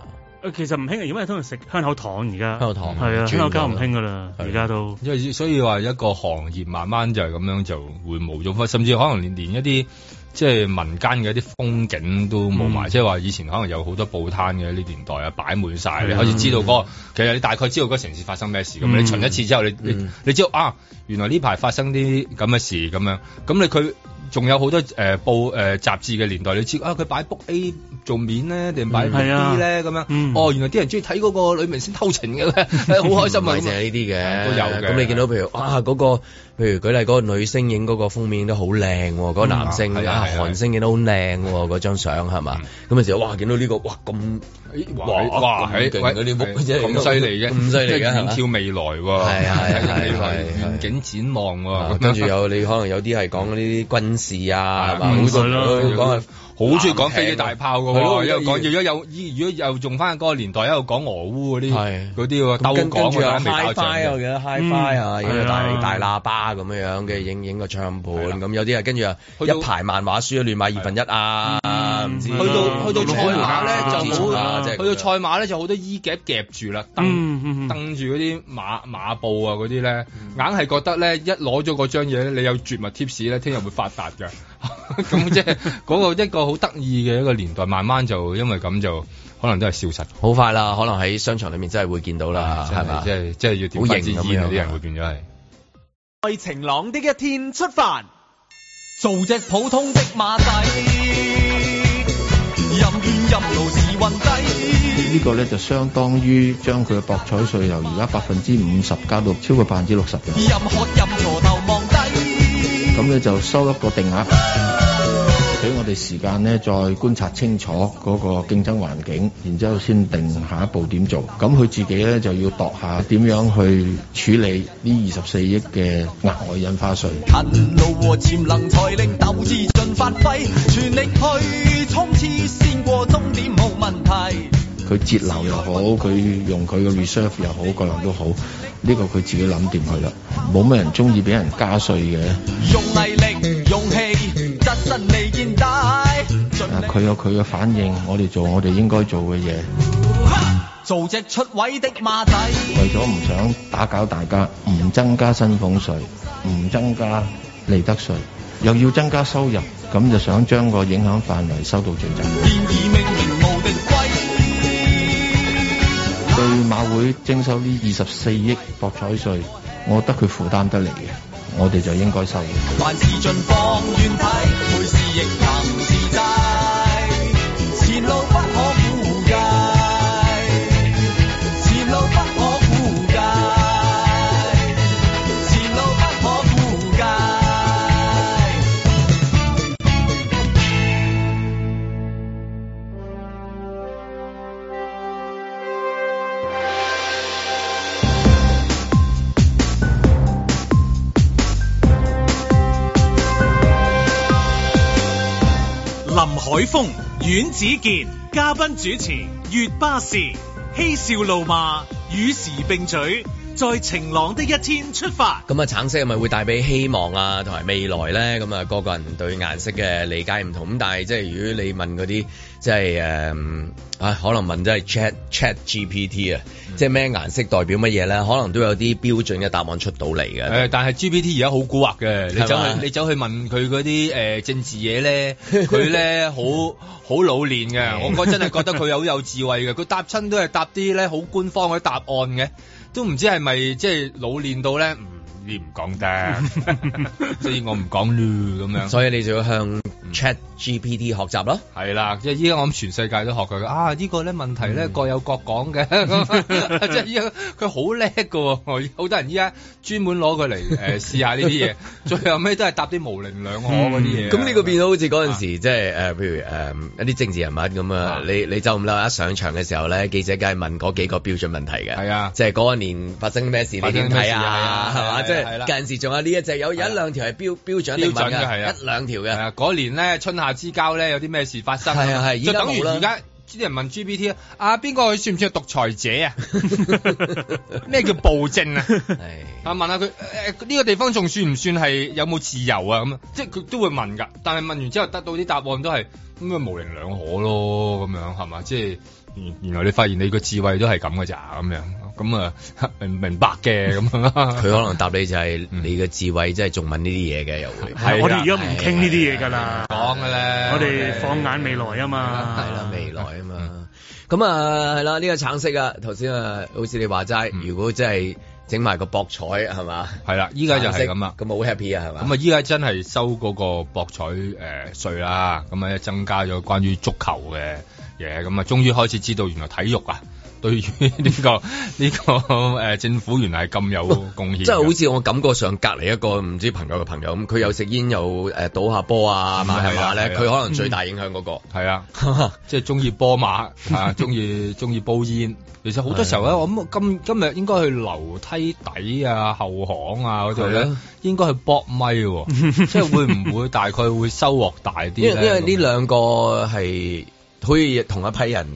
S4: 誒 其實唔興啊，因為通常食香口糖而
S2: 香
S4: 家。
S2: 口糖
S4: 係啊，香口
S6: 轉咗啦
S4: 膠唔興㗎啦，而家都。
S6: 因為所以話一個行業慢慢就係咁樣就會冇咗，甚至可能連連一啲即係民間嘅一啲風景都冇埋，
S4: 嗯
S6: 即係話以前可能有好多報攤嘅呢年代啊，擺滿晒，
S2: 嗯
S6: 你
S4: 係啊
S6: 可以知道嗰、個其實你大概知道嗰個城市發生咩事咁，
S4: 嗯
S6: 你巡一次之後，你你
S4: 嗯
S6: 你知道啊，原來呢排發生啲咁嘅事咁樣，咁你佢。仲有好多誒、呃、報誒、呃、雜誌嘅年代，你知啊佢擺 book A 做面咧，定擺
S2: 嗯
S6: book
S2: 係啊
S6: B 咧咁樣？
S2: 嗯
S6: 哦，原來啲人中意睇嗰個女明星偷情嘅咧， 好開心
S2: 唔
S6: 啊！
S2: 係淨
S6: 咁啊
S2: 係呢啲嘅，
S6: 都有嘅
S2: 咁你見到譬如啊嗰個，譬如舉例嗰個女星影嗰個封面都好靚喎，嗰個男星
S6: 嗯係啊
S2: 啊
S6: 係啊
S2: 韓星影得好靚喎，嗰張相係嘛？咁有時候哇見到呢個哇咁啊
S6: 哇
S2: 哇
S6: 哇，
S2: 咁
S6: 係
S2: 勁
S6: 喂
S2: 嗰啲
S6: 係
S2: 木真係
S6: 咁犀利嘅，
S2: 咁犀利
S6: 即
S2: 嘅
S6: 係
S2: 係嘛
S6: 遠眺未來喎，
S2: 係啊係啊係啊
S6: 未來
S2: 係啊
S6: 遠景展望
S2: 啊
S6: 喎，
S2: 跟住有你可能有啲係講呢啲軍事啊，係嘛？
S6: 嗯
S2: 好多
S6: 係咯
S2: 人都講係
S6: 好中意講飛機大炮嘅
S2: 啊係咯
S6: 喎，因為講要有依如果又用翻嗰個年代，一路講俄烏嗰啲嗰啲喎，
S2: 咁
S6: 鬥
S2: 跟跟
S6: 講
S2: 住
S6: 啊，
S2: 有
S6: 打微
S2: high
S6: 打
S2: five 啊，
S6: 仗
S2: 我記得 high five 啊，
S6: 嗯
S2: 影個
S6: 係啊
S2: 大大喇叭咁樣樣嘅，影影個唱盤咁，有啲啊跟住啊
S6: 去到
S2: 一排漫畫書亂買二分一啊，唔知
S6: 去到去到賽馬咧就
S2: 啊
S6: 冇，
S2: 即係
S6: 去到賽馬咧就好多衣夾夾
S2: 嗯
S6: 住啦，蹬蹬住嗰啲馬馬布啊嗰啲咧，
S2: 嗯
S6: 硬係覺得咧一攞咗嗰張嘢咧，你有絕密 tips 咧，聽日會發達㗎。 咁即係 嗰個一個好得意嘅一個年代，慢慢就因為咁就可能都係消失。
S2: 好快啦，可能喺商場裏面真係會見到啦，啊係嘛？
S6: 即係即係要點
S2: 好
S6: 翻
S2: 型
S6: 支
S2: 咁
S6: 煙啊！
S2: 樣
S6: 啲人會變咗係。
S5: 在晴朗的一天出發，做只普通的馬仔，任怨任勞時運低。
S9: 呢個咧就相當於將佢嘅博彩稅由而家百分之五十加到超過百分之六十嘅，
S5: 任喝任坐頭望低，
S9: 咁咧就收一個定額，俾我哋時間咧再觀察清楚嗰個競爭環境，然之後先定下一步點做。咁佢自己咧就要度下點樣去處理呢二十四億嘅額外印花稅。
S5: 勤勞和潛能才令鬥志盡發揮，全力去衝刺，先過終點冇問題。
S9: 佢節流又好，佢用佢嘅 reserve 又好，各樣都好，呢、個佢自己諗掂佢啦。冇咩人中意俾人加稅嘅。
S5: 用毅力、勇氣，質身利健大，
S9: 啊，佢有佢嘅反應，我哋做我哋應該做嘅嘢，
S5: 做只出位的馬仔。
S9: 為咗唔想打攪大家，唔增加薪俸税，唔增加利得税，又要增加收入，咁就想將個影響範圍收到最窄。對馬會徵收呢二十四億博彩稅，我覺得佢負擔得嚟嘅，我哋就應該收嘅。
S5: 凡事盡放遠睇，每事亦能自制，前路不可估計，前路不可估計，前路不可估計。
S1: 林海峰、阮子健，嘉賓主持，月巴士，嬉笑怒罵，與時並舉，在晴朗的一天出發。
S2: 咁啊，橙色係咪會帶俾希望啊，同埋未來咧？咁啊，個個人對顏色嘅理解唔同。咁但係即係如果你問嗰啲即係誒啊，可能問真係 Chat Chat GPT 啊，
S6: 嗯
S2: 即係咩顏色代表乜嘢咧？可能都有啲標準嘅答案出到嚟嘅。
S6: 誒，但係 GPT 而家好蠱惑嘅，你走
S2: 係嘛
S6: 去你走去問佢嗰啲誒政治嘢 咧，佢咧好好老練嘅，我覺真係覺得佢好有智慧嘅，佢答親都係答啲咧好官方嘅答案嘅，都唔知係咪即係老練到咧，嗯
S3: 呢唔講得，
S6: 所以我唔講咯咁樣。嗯
S2: 所以你就要向 Chat GPT 學習咯。
S6: 係啦，即係依家我諗全世界都學佢啊！呢個咧問題
S2: 嗯
S6: 咧各有各 講嘅，即係依家佢好叻㗎喎，好多人依家專門攞 佢嚟誒試下呢啲嘢，最後尾都係答啲模棱兩可嗰啲嘢。
S2: 嗯
S6: 啊
S2: 咁呢個變到好似嗰陣時，即係呃誒，譬如誒一啲政治人物咁啊，你你就唔啦，一上場嘅時候咧，記者梗係問嗰幾個標準問題嘅，係
S6: 啊，
S2: 即係嗰一年發生咩事，你點睇啊？係嘛，即係近時仲有呢一隻有有一兩條係標標準嚟
S6: 標
S2: 問
S6: 準嘅係啊
S2: 嘅，一兩條嘅。
S6: 嗰年咧春夏之交咧有啲咩事發生？
S2: 係啊係
S6: 就
S2: 而家
S6: 等於
S2: 冇啦
S6: 而家啲人問 GPT 啊，邊個算唔算係獨裁者 啊？咩叫暴政啊？啊問下佢誒呢個地方仲算唔算係有冇自由啊？咁啊即係佢都會問㗎，但係問完之後得到啲答案都係咁啊模棱兩可咯，咁樣係嘛？即係原原來你發現你個智慧都係咁㗎咋咁樣，咁啊 明明白嘅咁啊樣啦。佢
S2: 可能答你就係你嘅智慧，即係仲問呢啲嘢嘅又會。啊
S4: 係啊我哋而家唔傾呢啲嘢㗎啦，
S6: 講㗎啦
S4: 我哋放眼未來啊嘛，
S2: 係啦，未來啊嘛。咁啊，係啦，呢個橙色啊，頭先啊，好似你話齋，如果真係整埋個博彩係嘛？
S6: 係啦，依家就係咁啊，
S2: 咁好 happy 啊，係嘛？
S6: 咁啊，依家真係收嗰個博彩誒、呃、税啦，咁啊增加咗關於足球嘅嘢，咁啊終於開始知道原來體育啊 對於呢、個呢、個誒、呃政府原來係咁有貢獻嘅。
S2: 即係好似我感覺上隔離一個唔知朋友嘅朋友咁，佢有食煙又誒賭下波啊，馬下馬咧，佢可能最大影響嗰個。
S6: 係啊，即係中意波 馬啊，中意中意煲煙。其實好多時
S2: 啊
S6: 候咧，我諗今今日應該去樓梯底啊、後巷啊嗰度
S2: 係
S6: 咧
S2: 啊，
S6: 應該去搏咪喎， 即係會唔會大概會收穫大啲
S2: 因為
S6: 咧？
S2: 因為呢兩個係好似同一批人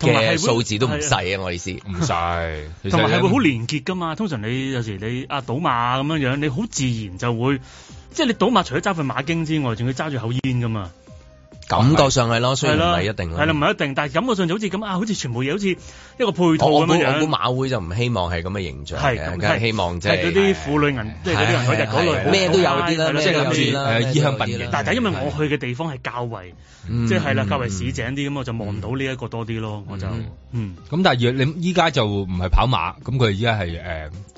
S4: 同埋係會
S2: 嘅數字都唔細啊！我意思唔
S6: 細，
S4: 同埋係會好連結噶嘛。通常你有時你啊賭馬咁樣樣，你好自然就會，即係你賭馬除咗揸份馬經之外，仲要揸住口煙噶嘛。
S2: 感覺上係咯，雖
S4: 係
S2: 然唔
S4: 啦，
S2: 係一定
S4: 係啦，唔係一定，但係感覺上就好似咁啊，好似全部嘢好似一個配套
S2: 我我
S4: 咁
S2: 估
S4: 樣
S2: 我估
S4: 樣。
S2: 馬會就唔希望係咁嘅形象
S4: 係
S2: 嘅，
S4: 咁
S2: 梗係希望即
S4: 係嗰
S2: 係
S4: 啲婦女銀，即係嗰啲人嗰日嗰
S2: 係係
S4: 類
S2: 係咩都有啲啦
S4: 係
S2: 咩
S4: 即係
S2: 都有
S4: 嗰
S2: 啲啦咩都有啲啦
S4: 醫但係因為我去嘅地方係較為，
S6: 嗯
S4: 即係係啦，
S6: 嗯
S4: 較為市井啲咁，我就望唔到呢一個多啲咯，我就嗯。
S6: 咁但係你依家就唔係跑馬，咁佢依家係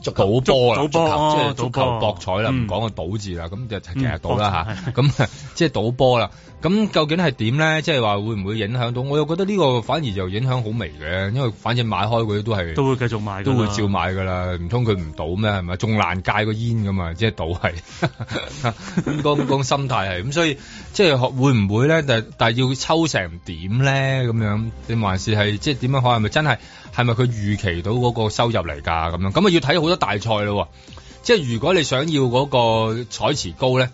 S6: 誒賭波啦，
S4: 足球
S6: 足球即係
S4: 哦
S6: 足球
S4: 賭波
S6: 博彩啦，唔
S4: 嗯
S6: 講個賭字啦，咁就其
S4: 嗯
S6: 實賭啦
S4: 博
S6: 吓，
S4: 彩
S6: 咁 即係賭波啦。咁究竟係點咧？即係話會唔會影響到？我又覺得呢個反而就影響好微嘅，因為反正買開嗰啲都係
S4: 都會繼續買㗎啦
S6: 都會照買㗎啦。唔通佢唔賭咩？係咪？仲難戒個煙㗎嘛？即係賭係 咁講講心態係咁，所以即係學會唔會咧？但但係要抽成點咧？咁樣定還是係即係點樣可？係咪真係係咪佢預期到嗰個收入嚟㗎？咁樣咁啊要睇好多大賽咯喎。即係如果你想要嗰個彩池高咧，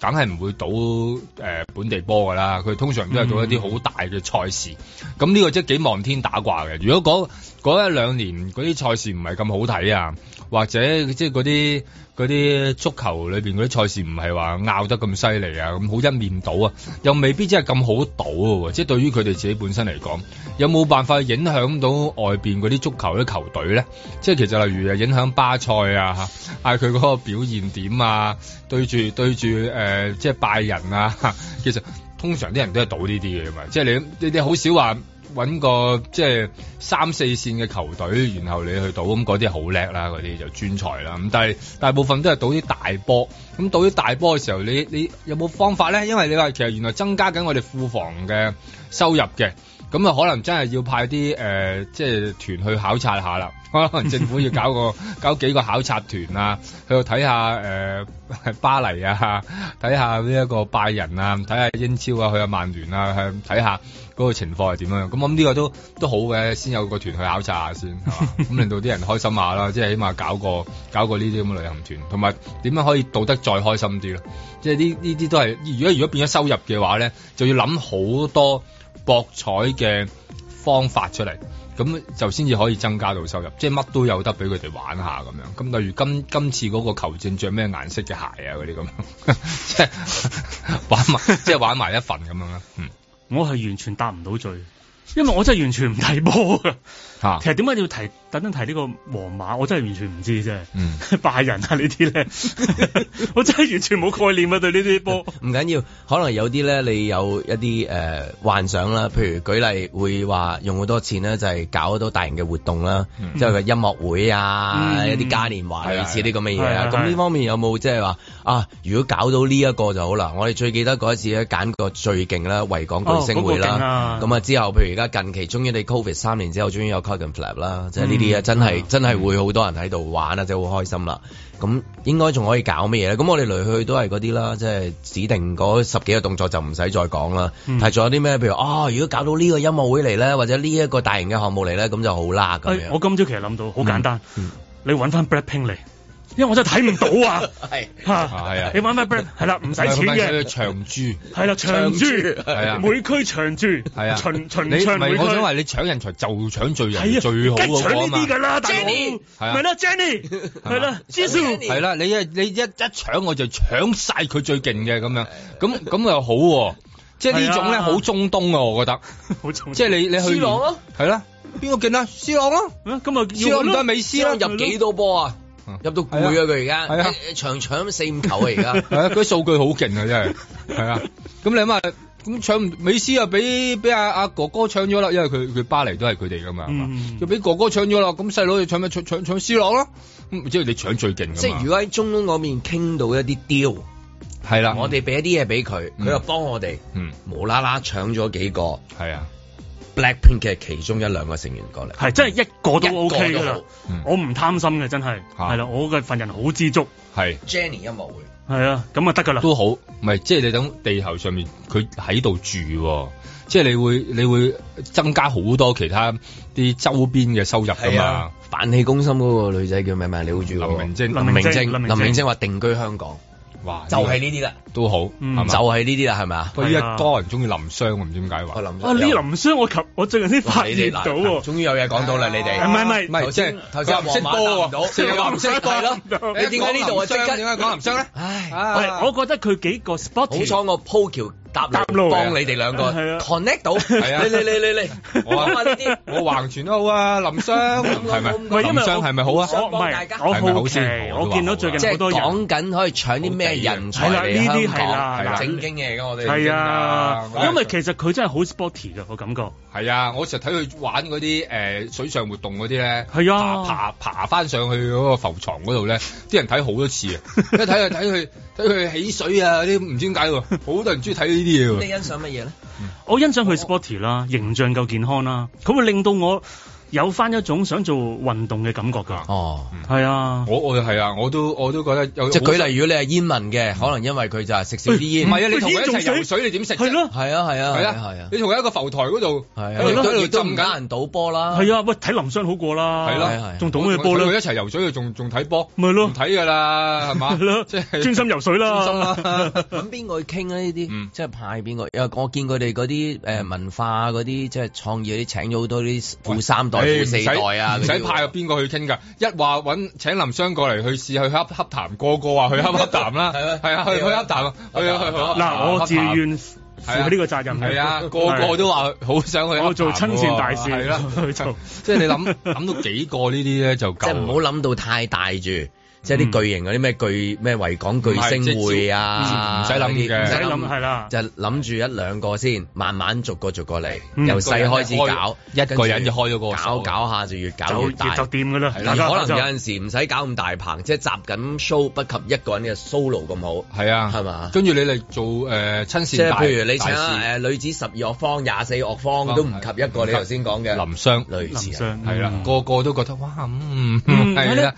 S6: 梗係唔會賭誒、呃本地波㗎啦。佢通常都係賭一啲好大嘅賽事。咁呢、個即係幾望天打卦嘅。如果嗰嗰一兩年嗰啲賽事唔係咁好睇啊，或者即係嗰啲嗰啲足球裏邊嗰啲賽事唔係話拗得咁犀利啊，咁好一面倒啊，又未必真係咁好賭嘅喎。即係對於佢哋自己本身嚟講，有冇辦法影響到外邊嗰啲足球啲球隊咧？即係其實例如誒影響巴塞啊，嗌佢嗰個表現點啊，對住對住誒、呃即係拜仁啊， 其實通常啲人都係賭呢啲嘅嘛。即係你你你好少話。揾個即係三四線嘅球隊，然後你去賭，咁嗰啲好叻啦，嗰啲就專才啦。咁但係大部分都係賭啲大波，咁賭啲大波嘅時候，你你有冇方法咧？因為你話其實原來增加緊我哋庫房嘅收入嘅，咁啊可能真係要派啲誒、呃即係團去考察下啦。 可能政府要搞個搞幾個考察團啊，去到睇下誒、呃 巴黎啊，睇下呢一個拜仁啊，睇下英超啊，去下曼聯啊，去睇下嗰個情況係點樣。啊咁我諗呢個都都好嘅，先有個團去考察下先，係嘛？咁令到啲人開心下啦，即係起碼搞個搞個呢啲咁嘅旅行團，同埋點樣可以導得再開心啲咯？即係呢呢啲都係，如果如果變咗收入嘅話咧，就要諗好多博彩嘅方法出嚟。咁就先至可以增加到收入，即係乜都有得俾佢哋玩下咁樣。咁例如今今次嗰個球證着咩顏色嘅鞋啊嗰啲咁樣， 即係玩埋即係玩埋一份咁樣啦。嗯，
S4: 我係完全答唔到罪，因為我真係完全唔睇波噶。
S6: 嚇
S2: 啊
S4: 其實點解要提特登提呢個皇馬？我真係完全唔知啫。
S6: 嗯，
S4: 拜仁啊呢啲咧， 我真係完全冇概念啊對呢啲波。
S2: 唔緊要，可能有啲咧，你有一啲誒、呃幻想啦，譬如舉例會話用好多錢咧，就係、搞到大型嘅活動啦，
S6: 嗯
S2: 即係個音樂會啊，
S6: 嗯
S2: 一啲嘉年華
S6: 係啊
S2: 類似啲咁嘅嘢
S6: 係
S2: 啊
S6: 啊。
S2: 咁
S6: 係
S2: 呢
S6: 啊
S2: 方面有冇即係話啊？如果搞到呢一個就好啦。我哋最記得嗰一次咧，揀個最勁啦，維港巨星會
S4: 哦嗰個勁
S2: 啦
S4: 啊。
S2: 咁啊之後，譬如而家近期終於你 Covid 三年之後，終於有 Cotton Flap 啦，即係呢啲啊，
S4: 嗯
S2: 真係
S4: 嗯
S2: 真係會好多人喺度玩啊，即係好開心啦。咁應該仲可以搞乜嘢咧？咁我哋嚟去去都係嗰啲啦，即係指定嗰十幾個動作就唔使再講啦。
S4: 嗯
S2: 但係仲有啲咩？譬如啊、如果搞到呢個音樂會嚟咧，或者呢一個大型嘅項目嚟咧，咁就好啦咁
S4: 哎
S2: 樣。
S4: 我今朝其實諗到好簡單，
S6: 嗯
S4: 你揾翻 Blackpink 嚟，因為我真係睇唔到 啊。
S2: 係
S4: 嚇
S6: 係啊
S4: 你揾翻 Black 係啦，唔使錢嘅。
S6: 長珠
S4: 係啦，長珠
S6: 係啊，
S4: 每區長珠，
S6: 係啊，
S4: 巡
S6: 你
S4: 巡
S6: 唔
S4: 唱每
S6: 係
S4: 區。
S6: 我想話你搶人才就搶最
S4: 係啊
S6: 人最好
S4: 梗係
S6: 嗰個啊
S4: 搶呢
S6: 嘛
S4: 啲㗎啦，大佬，
S6: 係啊
S4: 咪啦，Jenny，咪啦，Jisoo，
S6: 係啦，你一你一一搶我就搶晒佢最勁嘅咁樣，咁咁又好喎、即係呢種
S4: 係
S6: 咧
S4: 啊
S6: 好中東啊，我覺得，
S4: 好重
S6: 即係你你去
S2: C 朗啊咯，
S6: 係啦，邊個勁啊？C 朗咯，
S4: 啊咁啊要
S6: C 朗唔得美斯啦，
S2: 入幾多波啊？入到攰啊！佢而家
S6: 係啊
S2: 誒長搶四五球啊！而家
S6: 係啊，佢數據好勁啊，真係係啊，咁你諗下。咁搶唔美斯啊，俾俾阿阿哥哥搶咗啦，因為佢佢巴黎都係佢哋噶嘛，係嘛
S4: 嗯
S6: 就俾哥哥搶咗啦，咁細佬就搶咪搶搶搶 C 朗咯，咁即係你搶最勁㗎嘛
S2: 即係如果喺中東嗰邊傾到一啲 deal，
S6: 係啦，
S2: 我哋俾一啲嘢俾佢，佢又幫我哋，
S6: 嗯
S2: 無啦啦搶咗幾個
S6: 係啊
S2: Blackpink 嘅其中一兩個成員過嚟，
S4: 係真係一個都 OK 㗎
S2: 一個都
S4: 啦
S2: 好，
S6: 嗯
S4: 我唔貪心嘅真係，係啦，我嘅份人好知足，
S6: 係
S2: Jenny 音樂會，
S4: 係啊，咁啊得㗎啦，
S6: 都好，唔係即係你等地球上面佢喺度住喎，即係你會你會增加好多其他啲周邊嘅收入㗎
S2: 係啊
S6: 嘛。
S2: 反氣攻心嗰個女仔叫咩名？你好中意嗰個
S6: 林明晶
S2: 林明晶，
S6: 林明晶
S2: 林明晶話定居香港，
S6: 哇！
S2: 就係呢啲啦，
S6: 都好，係
S4: 嗯
S6: 嘛
S2: 就係呢啲啦，係咪啊？
S6: 不過依
S4: 係
S6: 家
S4: 啊
S6: 多人中意林湘，我唔知點解話。
S2: 我哦林
S4: 啊呢林商我及我最近先發
S2: 哇你哋
S4: 現
S2: 嗱
S4: 到喎。
S2: 終於有嘢講到啦，你哋
S4: 唔係唔係
S6: 唔係即係
S2: 頭先阿
S6: 佢唔
S2: 皇
S6: 識
S2: 馬
S6: 波
S2: 答唔到
S6: 喎，成日話唔識波
S2: 係咯你點解呢度啊即刻
S6: 點解講 林湘咧？
S2: 唉，
S4: 喂，
S6: 啊
S4: 我覺得佢幾個 sporty，
S2: 好彩我鋪橋搭
S4: 搭
S2: 路
S4: 路
S2: 幫你哋兩個
S4: 係啊
S2: connect 到，
S6: 係啊
S2: 你你你你你，
S6: 我啊
S2: 講下呢啲。
S6: 我橫傳都好啊，林湘係咪？
S2: 唔
S4: 係因為
S6: 林湘
S4: 我
S6: 係咪好啊？
S4: 我唔
S2: 大家
S4: 係，我
S6: 係咪好啊
S4: 好奇
S6: 先，
S4: 我見到最
S2: 即
S4: 近
S2: 係
S4: 好多人。
S2: 講緊可以搶啲咩人才嚟
S4: 係啦呢啲
S2: 香
S4: 係啦
S2: 港，
S4: 係啦
S2: 正經嘢㗎我哋。
S4: 係
S6: 啊
S4: 啊，
S6: 我
S4: 因為其實佢真係好 sporty 嘅，我感覺。
S6: 係啊，我成日睇佢玩嗰啲誒水上活動嗰啲咧，
S4: 係啊
S6: 爬爬爬翻上去嗰個浮床嗰度咧，啲人睇好多次啊，一睇佢睇佢睇佢起水啊，啲唔知點解喎，好多人中意睇呢啲
S2: 你
S6: 嘢喎，
S2: 欣賞乜嘢咧？
S4: 我欣賞佢 sporty 啦，形象夠健康啦，佢會令到我有翻一種想做運動嘅感覺㗎。
S2: 哦，
S4: 係啊，
S6: 我我係啊，我都我都覺得有
S2: 即係舉例，如果你係煙民嘅，可能因為佢就係食少啲
S6: 唔
S2: 煙。
S6: 係啊，你
S4: 佢
S6: 同佢一
S4: 已經
S6: 齊
S4: 中
S6: 游水你點食
S4: 係
S6: 啫？
S4: 咯，
S2: 係啊係啊
S6: 係
S2: 係
S6: 啊
S2: 啊係啊
S6: 你同佢喺個浮台嗰度，
S2: 係
S6: 喺
S2: 啊，
S6: 度喺
S2: 亦
S6: 度
S2: 都
S6: 浸
S2: 唔得
S6: 緊，
S2: 人賭波啦。
S4: 係啊，喂，睇林湘好過啦，
S6: 係啊
S2: 咯
S4: 仲懂咩波
S6: 同佢一
S4: 咧？
S6: 齊游水，佢仲仲睇波，
S4: 咪咯
S6: 唔，睇㗎啦，係嘛？
S4: 係咯，
S6: 即係
S4: 專心游水啦，
S6: 專心啦。
S2: 咁邊個去傾咧？呢
S6: 嗯
S2: 啲即係派邊個？因為我見佢哋嗰啲誒文化嗰啲即係創意嗰啲請咗好多啲富三代、
S6: 唉
S2: 富四代啊，
S6: 唔使唔使派入邊個去傾㗎，一話揾請林湘過嚟去試去洽洽談，個個話去洽洽談啦，
S2: 係咩
S6: 係啊，去去洽談啊，去去去去洽談
S4: 嗱，我自願
S6: 係啊
S4: 負呢個責任嘅。
S6: 係啊，個個都話好想去洽談喎，
S4: 我做親善大使
S6: 係
S4: 去
S6: 啦
S4: 做，
S6: 即係你 諗諗到幾個呢啲咧就
S2: 即
S6: 夠，
S2: 係唔好諗到太大住。即
S6: 嗯
S2: 係啲巨型嗰啲咩巨咩維港巨星會啊，
S6: 唔係即係唔使諗嘅
S2: 嗰啲
S4: 唔
S2: 唔
S4: 使
S2: 使
S4: 諗係啦，
S2: 就諗住一兩個先，慢慢逐個逐個嚟，
S4: 嗯
S2: 由細開始搞，
S6: 一個人就
S2: 跟住
S6: 開咗個
S2: 搞
S6: 手
S2: 搞下就越搞
S4: 就
S2: 越
S4: 越
S2: 大
S4: 就。掂㗎啦。
S2: 係
S4: 大
S2: 啦，
S4: 家
S2: 可能
S4: 就
S2: 有陣時唔使搞咁大棚，即係集緊 show 不及一個人嘅 solo 咁好。
S6: 係啊，
S2: 係嘛
S6: 跟住你嚟做誒親
S2: 即
S6: 善
S2: 係
S6: 大，
S2: 譬如你請啊
S6: 大使
S2: 誒女子十二樂坊、廿四樂坊都唔及一個你頭先講嘅
S6: 林湘，
S2: 類
S4: 林
S2: 似啊。
S4: 湘
S6: 係啦，個個都覺得哇，嗯，
S4: 嗯
S6: 係啦，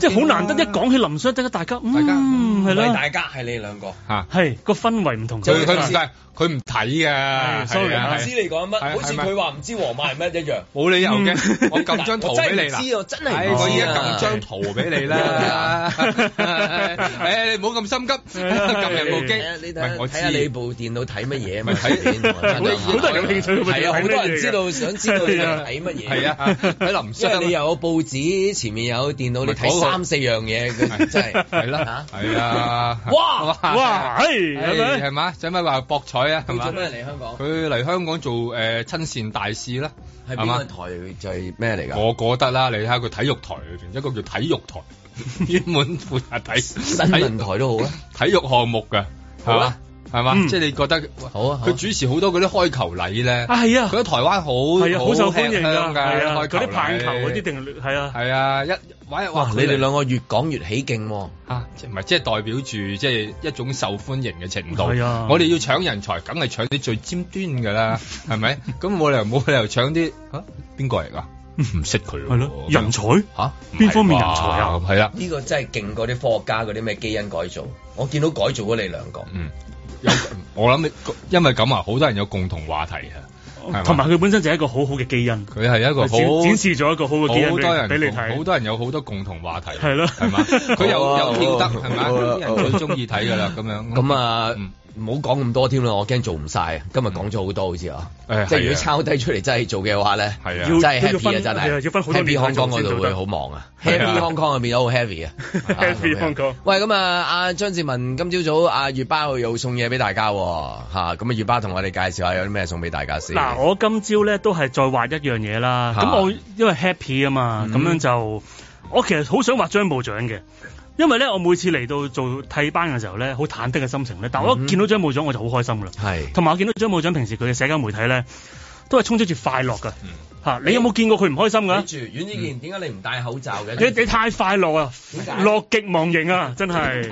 S4: 即係好難得一講起林湘，得大家
S6: 大家
S4: 嗯
S2: 唔
S4: 係
S2: 係
S4: 啦，
S2: 大家係你兩個，
S6: 嚇。
S4: 係個氛圍唔同咗。
S6: 佢佢唔係佢唔睇嘅
S4: 係，sorry 啊
S2: 唔知你講乜，
S6: 係
S2: 好似
S6: 係咪
S2: 佢話唔知皇馬係乜一樣。
S6: 冇理由嘅
S4: 嗯。
S6: 我撳張圖俾你
S2: 我真係
S6: 啦。
S2: 唔知我真係唔
S6: 唉
S2: 知啊
S6: 我依家撳張圖俾你 啦。唉，你唔好咁心急，撳人部機。
S2: 啊你
S6: 唔係
S2: 睇
S6: 我
S2: 睇下你
S6: 知。
S2: 部電腦睇乜嘢啊嘛？
S6: 咪睇
S2: 睇
S4: 好多人有興趣佢咪
S2: 係啊，好
S4: 睇乜嘢
S2: 多人知道想知道你
S4: 係啊
S2: 睇乜嘢。
S6: 係啊，喺林
S2: 因為
S6: 湘
S2: 你又有報紙，前面有電腦，你睇
S6: 咪
S2: 三四樣嘢，佢真係
S6: 係啦，係啊，
S2: 哇
S4: 哇係係咪
S6: 係嘛？使乜話博彩啊？係嘛？
S2: 佢做咩嚟香港
S6: 佢嚟香港做誒親善大使啦，
S2: 係邊個台
S6: 就係咩
S2: 啊
S6: 嚟㗎？我覺得啦，你睇下佢體育台裏邊一個叫體育台， 專門負責睇新
S2: 聞台都好啊，
S6: 體育項目㗎，係
S2: 好
S6: 嘛
S2: 啊？
S6: 係嘛？
S2: 嗯
S6: 即係你覺得
S2: 好啊好啊
S6: 佢主持好多嗰啲開球禮咧，
S4: 啊係啊
S6: 佢喺台灣好
S4: 係啊，好受歡
S6: 歡
S4: 迎㗎，
S6: 㗎，
S4: 係啊，
S6: 開
S4: 嗰啲棒球嗰啲
S6: 禮
S4: 定律係啊，
S6: 係啊，一玩一
S2: 哇！你哋兩個越講越起勁喎，
S6: 啊，即係唔係即係代表住即係一種受歡迎嘅程度。
S2: 係啊
S6: 我哋要搶人才，梗係搶啲最尖端 㗎啦，係咪？咁冇理由冇理由搶啲嚇邊個嚟㗎？唔識佢係咯，
S4: 人才
S6: 嚇
S4: 邊方面人才啊？
S6: 係啦，
S2: 呢個真係勁過啲科學家嗰啲咩基因改造，我見到改造咗你兩個，
S6: 嗯，我諗因為咁啊，好多人有共同話題啊。係嘛
S4: 同埋佢本身就係一個好好嘅基因，
S6: 佢係一個好
S4: 展展示咗一個好嘅基因
S6: 好多人
S4: 俾俾你
S6: 好
S4: 睇。
S6: 多人有好多共同話題，
S4: 係咯
S6: 係嘛？佢又
S2: 好啊
S6: 又跳得
S2: 好啊
S6: 係嘛？
S2: 好啊
S6: 啲
S2: 好啊
S6: 人最中意睇㗎啦，咁樣
S2: 咁啊，唔好講咁多添啦，我驚做唔晒啊！今日講咗好多好似啊，即係如果抄低出嚟真係做嘅話咧，
S6: 係
S4: 啊
S2: 真係
S4: 要
S2: happy 啊！真
S4: 要分
S2: 係
S4: 要分好多
S2: happy
S4: 年
S2: Hong
S4: 先做
S2: Kong 我哋會好忙啊
S4: 係啊
S2: ，happy Hong Kong 啊變咗好 heavy 啊
S4: Happy
S2: 啊
S4: Hong Kong
S2: 喂，咁啊，阿張志文今朝早阿月巴佢又送嘢俾大家喎嚇，咁啊月巴同我哋介紹下有啲咩送俾大家先。
S4: 嗱，我今朝咧都係再畫一樣嘢啦。
S2: 嚇
S4: 咁我因為 happy 啊嘛，
S2: 嗯
S4: 咁樣就我其實好想畫張部長嘅，因為咧我每次嚟到做替班嘅時候咧，好忐忑嘅心情咧。但我
S2: 嗯
S4: 一見到張部長我就好開心噶啦，
S2: 係
S4: 同埋我見到張部長平時佢嘅社交媒體咧，都係充斥住快樂噶嚇。你有冇見過佢唔開心
S2: 住
S4: 㗎？
S2: 阮子健，點嗯解你唔戴口罩嘅？
S4: 你你太快樂啊
S2: 點解，
S4: 樂極忘形啊，真 係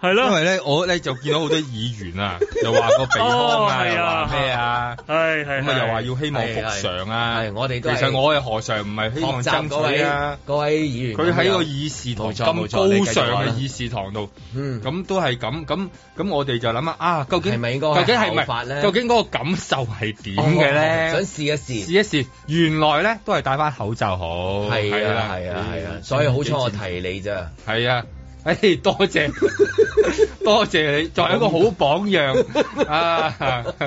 S4: 係
S6: 因
S4: 咯，
S6: 為咧，我咧就見到好多議員 啊，又話個鼻腔
S4: 哦
S6: 啊，
S4: 係
S6: 又
S4: 啊
S6: 話咩啊，
S4: 係係
S6: 咁啊又話要希望復常啊。
S2: 係我哋
S6: 其
S2: 都係
S6: 實我係何嘗唔係希望
S2: 學習
S6: 爭取啊？
S2: 各位議員咁
S6: 佢
S2: 樣，
S6: 喺個議事堂
S2: 冇錯
S6: 咁
S2: 冇錯你
S6: 高
S2: 繼續
S6: 尚
S2: 講
S6: 嘅
S2: 啦
S6: 議事堂度，
S2: 嗯
S6: 咁都係咁，咁咁我哋就諗下啊，究竟
S2: 係咪應該
S6: 究竟係
S2: 效法
S6: 咪
S2: 咧
S6: 究竟嗰個感受係點嘅咧？
S2: 哦想試一試。
S6: 試一試，原來咧都係戴翻口罩好。
S2: 係啊係啊係啊，所以好彩我提你咋。
S6: 係啊， 誒多謝 多謝你，作為一個好榜樣啊！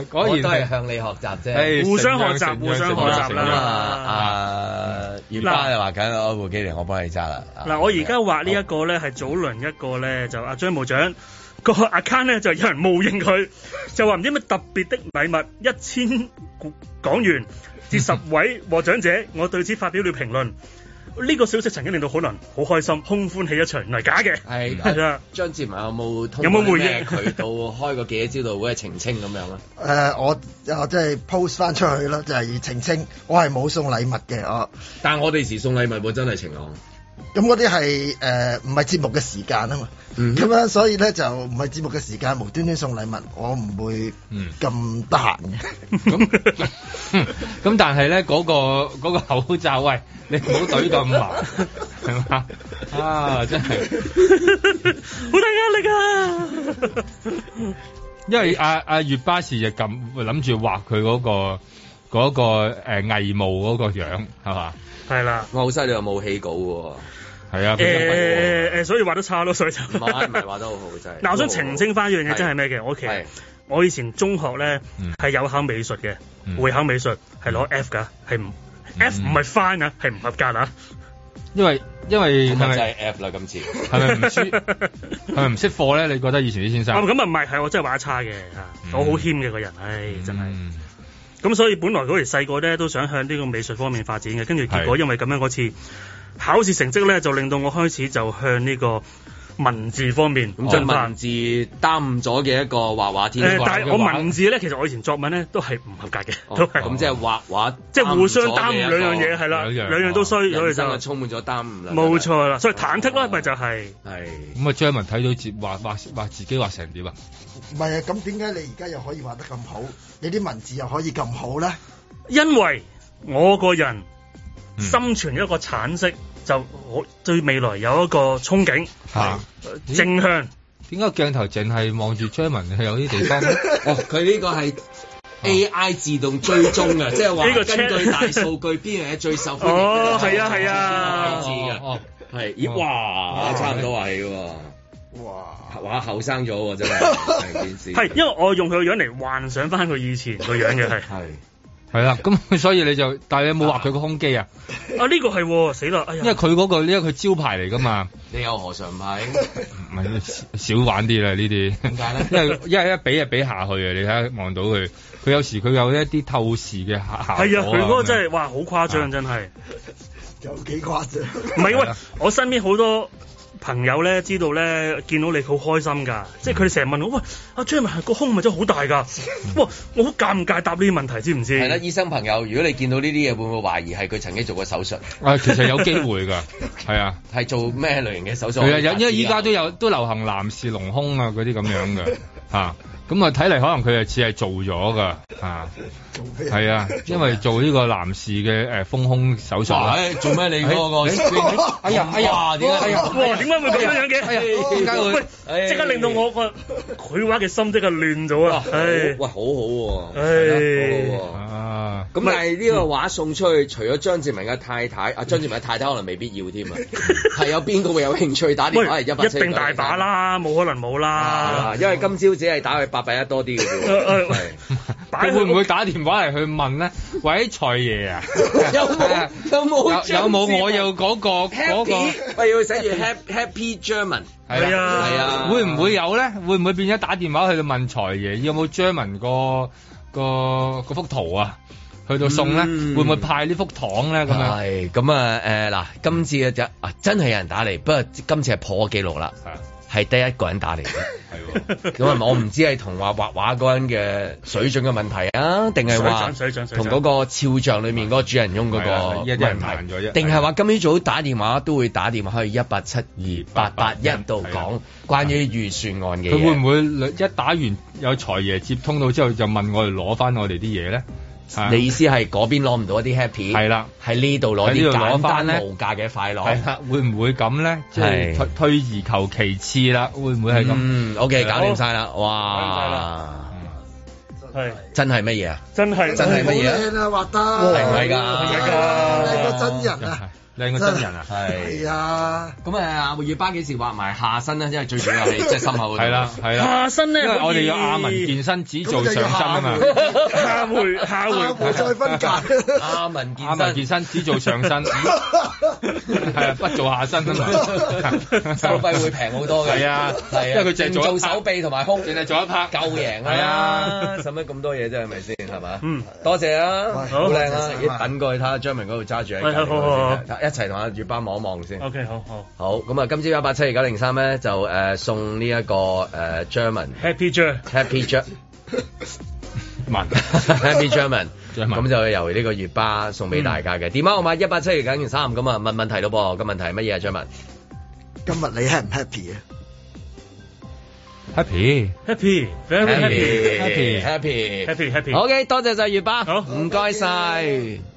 S6: 果然
S2: 我都係向你學習
S6: 唉
S2: 啫，
S4: 互相學習，
S6: 成樣
S4: 互相學習
S6: 成樣
S2: 咁啊
S4: 啦。
S2: 啊，袁巴就話緊我部機嚟，我幫你揸啦。啊
S4: 嗱，我而家畫呢一個咧係早輪一個咧就阿張部長個 account 咧就有人冒認佢，就話唔知咩特別的禮物一千港元至十位獲獎者，我對此發表了評論。呢個消息曾經令到好多人好開心，空歡喜一場，原來假嘅。
S2: 係
S4: 係啊啦，
S2: 張志文有冇通
S4: 有
S2: 過
S4: 冇回
S2: 啲
S4: 應
S2: 咩渠道開個記者招待會澄清咁樣啊？
S20: 誒、我我即係 post 翻出去啦，就係、澄清，我係冇送禮物嘅，我
S2: 但我哋時送禮物喎，真係晴朗。
S20: 咁嗰啲係誒唔係節目嘅時間啊嘛，
S2: 嗯
S20: 咁樣、所以咧就唔係節目嘅時間，無端端送禮物，我唔會
S2: 嗯
S20: 咁得閒嘅。
S6: 咁 但係咧嗰個嗰個口罩，喂，你唔好懟咁埋，係嘛？啊，真係，
S4: 好大壓力啊！
S6: 因為阿阿月巴士就咁諗住畫佢嗰個嗰個誒偽冒嗰個樣，係嘛？
S4: 係啦，
S2: 我好犀利，我冇起稿喎。
S6: 係啊，
S4: 誒誒，所以畫得差咯，所以就
S2: 唔係唔係畫得好好真係。
S4: 嗱，我想澄清翻一樣嘢，真係咩嘅？我其實我以前中學咧
S6: 嗯
S4: 係有考美術嘅，會考美術係攞 F 㗎，係唔
S6: 嗯
S4: F 唔係翻啊，係唔合格啊。
S6: 因為因為係
S2: 咁啊
S6: 咪
S2: 真係 F 啦今次。
S6: 係咪 唔知係咪唔識貨咧？你覺得以前啲先
S4: 啊
S6: 生？
S4: 咁啊唔係，係我真係畫得差嘅
S6: 嗯
S4: 嚇，我好謙嘅個人，唉真係。咁所以本來嗰時細個咧都想向呢個美術方面發展嘅，跟住結果因為咁樣嗰次考試成績咧，就令到我開始就向呢個文字方面
S2: 咁即啊
S4: 進
S2: 係
S4: 發
S2: 文。字耽誤咗嘅一個畫畫天
S4: 誒
S2: 分。
S4: 呃但係我文字咧，其實我以前作文咧都係唔合格嘅，都係
S2: 哦咁即係畫畫，
S4: 即係互相耽誤兩樣嘢係啦，兩樣都衰，所以
S2: 人
S4: 就
S2: 生啊充滿咗耽誤啦。
S4: 冇錯啦，所以忐
S2: 哦
S4: 忑啦，咪就係
S2: 係
S6: 咁啊，張文睇到自畫畫畫自己畫成點啊？
S20: 唔係啊，咁點解你而家又可以畫得咁好，你啲文字又可以咁好咧？
S4: 因為我個人
S2: 嗯
S4: 心存一個橙色，就我對未來有一個憧憬，
S6: 嚇！
S4: 正向。
S6: 點解鏡頭淨係望住張文係有啲 地方？
S2: 哦，佢呢個係 AI 自動追蹤嘅，即係話
S4: 呢個
S2: 根
S4: check-
S2: 據大數據邊樣嘢最受歡迎。
S4: 哦係啊係啊
S2: 知嘅
S6: 哦，
S2: 係咦哇，差唔多係喎，哇，哇後生咗喎真係成件事。
S4: 係，因為我用佢個樣嚟幻想翻佢以前個樣嘅係。
S2: 係
S6: 係啦，咁所以你就，但係你冇畫佢個胸肌啊，
S4: 啊呢個係喎死啦！哎
S6: 因
S4: 呀，
S6: 為佢嗰、個，因為佢招牌嚟㗎嘛。
S2: 你有何常派？
S6: 唔係少少玩啲啦呢啲，點
S2: 解咧？
S6: 因為因為一比就比下去啊！你睇下望到佢，佢有時佢有一啲透視嘅效效果
S4: 係啊，佢嗰個真
S6: 係
S4: 係哇好誇張真係。
S20: 有幾誇張？
S4: 唔係喂，我身邊好多朋友咧，知道咧，見到你好開心㗎，即係佢哋成日問我，喂，阿張文個胸咪真係好大 㗎，哇，我好尷尬答呢啲問題，知唔知？
S2: 係啦，醫生朋友，如果你見到呢啲嘢，會唔會懷疑係佢曾經做過手術？
S6: 啊，其實有機 會㗎，係啊，
S2: 係做咩類型嘅手術？
S6: 係啊，有因為依家都有都流行男士隆胸啊嗰啲咁樣㗎嚇，咁啊睇嚟可能佢係似係做咗㗎嚇，係啊，因為做呢個男士嘅誒豐胸手術啊啦。
S2: 哇哎做咩你嗰個
S6: 哎哎哎哎呀哎呀
S2: 哇點解
S6: 哎呀
S4: 哇，點解會咁樣樣
S6: 哎呀
S4: 嘅？
S6: 點解會
S4: 喂，即刻令到我個繪畫嘅心即刻亂咗啊！唉
S2: 喂，哎好好喎，
S4: 唉
S2: 係啦好好喎。
S6: 啊，
S2: 咁但係呢個畫送出去，除咗張志文嘅太太，啊張志文嘅太太可能未必要添啊， 係有邊個會有興趣打電話
S4: 喂，
S2: 嚟一八
S4: 一定大把啦，冇可能冇啦
S2: 啊，。因為今朝只係打去八百一多啲嘅 啫
S4: 誒誒
S2: 喎，係
S6: 佢會唔會打電話嚟去問咧？喂，財爺啊，
S2: 有冇 有冇
S6: 有有冇我有嗰個嗰個
S2: 啊 happy？喂，要寫住 happy happy German，
S6: 係
S4: 啊
S2: 係啊，
S6: 會唔會有咧？會唔會變咗打電話去到問財爺有冇 German 個個個幅圖啊？去到送咧，
S2: 嗯
S6: 會唔會派呢幅糖咧？咁樣
S2: 係咁啊誒嗱，今次嘅就啊真係有人打嚟，不過今次係破紀錄啦，
S6: Dạ,
S2: 係得一個人打嚟 嘅。
S6: 係喎，
S2: 咁啊，我唔知係同話畫畫嗰個人嘅水準嘅問題啊，定係話
S4: 水準水準水準
S2: 同嗰個肖像裏面嗰個主人翁嗰個
S6: 係啊一啲人
S2: 問
S6: 慢咗
S2: 題，
S6: 啫
S2: 定係話今朝早打電話都會打電話去一八七二八八一度講關於預算案嘅
S6: 佢會
S2: 嘢。
S6: 唔會一打完有財爺接通到之後就問我哋攞翻我哋啲嘢咧？係啊
S2: 你意思係嗰邊攞唔到一啲 happy，
S6: 係啦，
S2: 喺呢度攞
S6: 喺呢
S2: 啲
S6: 度攞
S2: 簡
S6: 返
S2: 單
S6: 呢
S2: 無價嘅快樂。
S6: 係啦，會唔會咁咧？即係
S2: 係
S6: 退退而求其次啦，會唔會係咁？
S2: 嗯，OK，搞掂
S6: 好
S2: 晒啦，哇！
S4: 係
S2: 真係乜嘢啊？
S4: 真係
S2: 真係乜嘢啊
S20: 好靚啊，畫得
S2: 係咪㗎？
S20: 靚過真
S6: Dạ.
S20: 人啊！
S6: 靚過真人啊！
S2: 係
S20: 係啊，
S2: 咁誒，呃阿月巴幾時畫埋下身咧？因為最重要係即係心口嗰度。
S6: 係啦，係啦。
S4: 下身咧
S6: 因為我哋有
S4: 可以
S6: 亞文健身只做上身啊嘛
S20: 咁就。要下
S4: 下回下
S20: 下
S4: 回
S20: 回再分界。
S2: 阿文健
S6: 亞文健
S2: 身，
S6: 身只做上身，係啊，不做下身啊嘛。
S2: 收費 會平好多嘅。
S6: 係啊
S2: 係啊，
S6: 因為佢淨係做一
S2: 做手臂同埋胸，
S6: 淨係做一 part
S2: 夠贏
S6: 係
S2: 啦
S6: 啊，
S2: 使乜咁多嘢啫？係咪先？係嘛？
S4: 嗯，
S2: 多謝啊，
S20: 好
S2: 好靚
S20: 多謝
S2: 啊！
S20: 晒
S2: 一等過去睇下張明嗰度揸住喺
S4: 喂
S2: 隔離嗰
S4: 好好
S2: 度先，一齊同阿月巴望一望先。
S4: OK，好好
S2: 好，咁啊，今朝一八七二九零三咧就誒送呢一個誒張文
S4: ，Happy Joe。
S2: Happy Jer。
S6: 文
S2: Happy German，
S6: German
S2: 咁就由呢個月巴送俾大家嘅。電話號碼一八七二九件三，咁啊問問題咯噃，個問題係乜嘢啊？張文
S20: 今日你 happy 唔 happy 啊？
S6: Happy，
S4: Happy very happy
S6: Happy
S2: happy
S4: happy happy
S2: OK，多謝晒月巴，
S4: 好
S2: 唔該晒。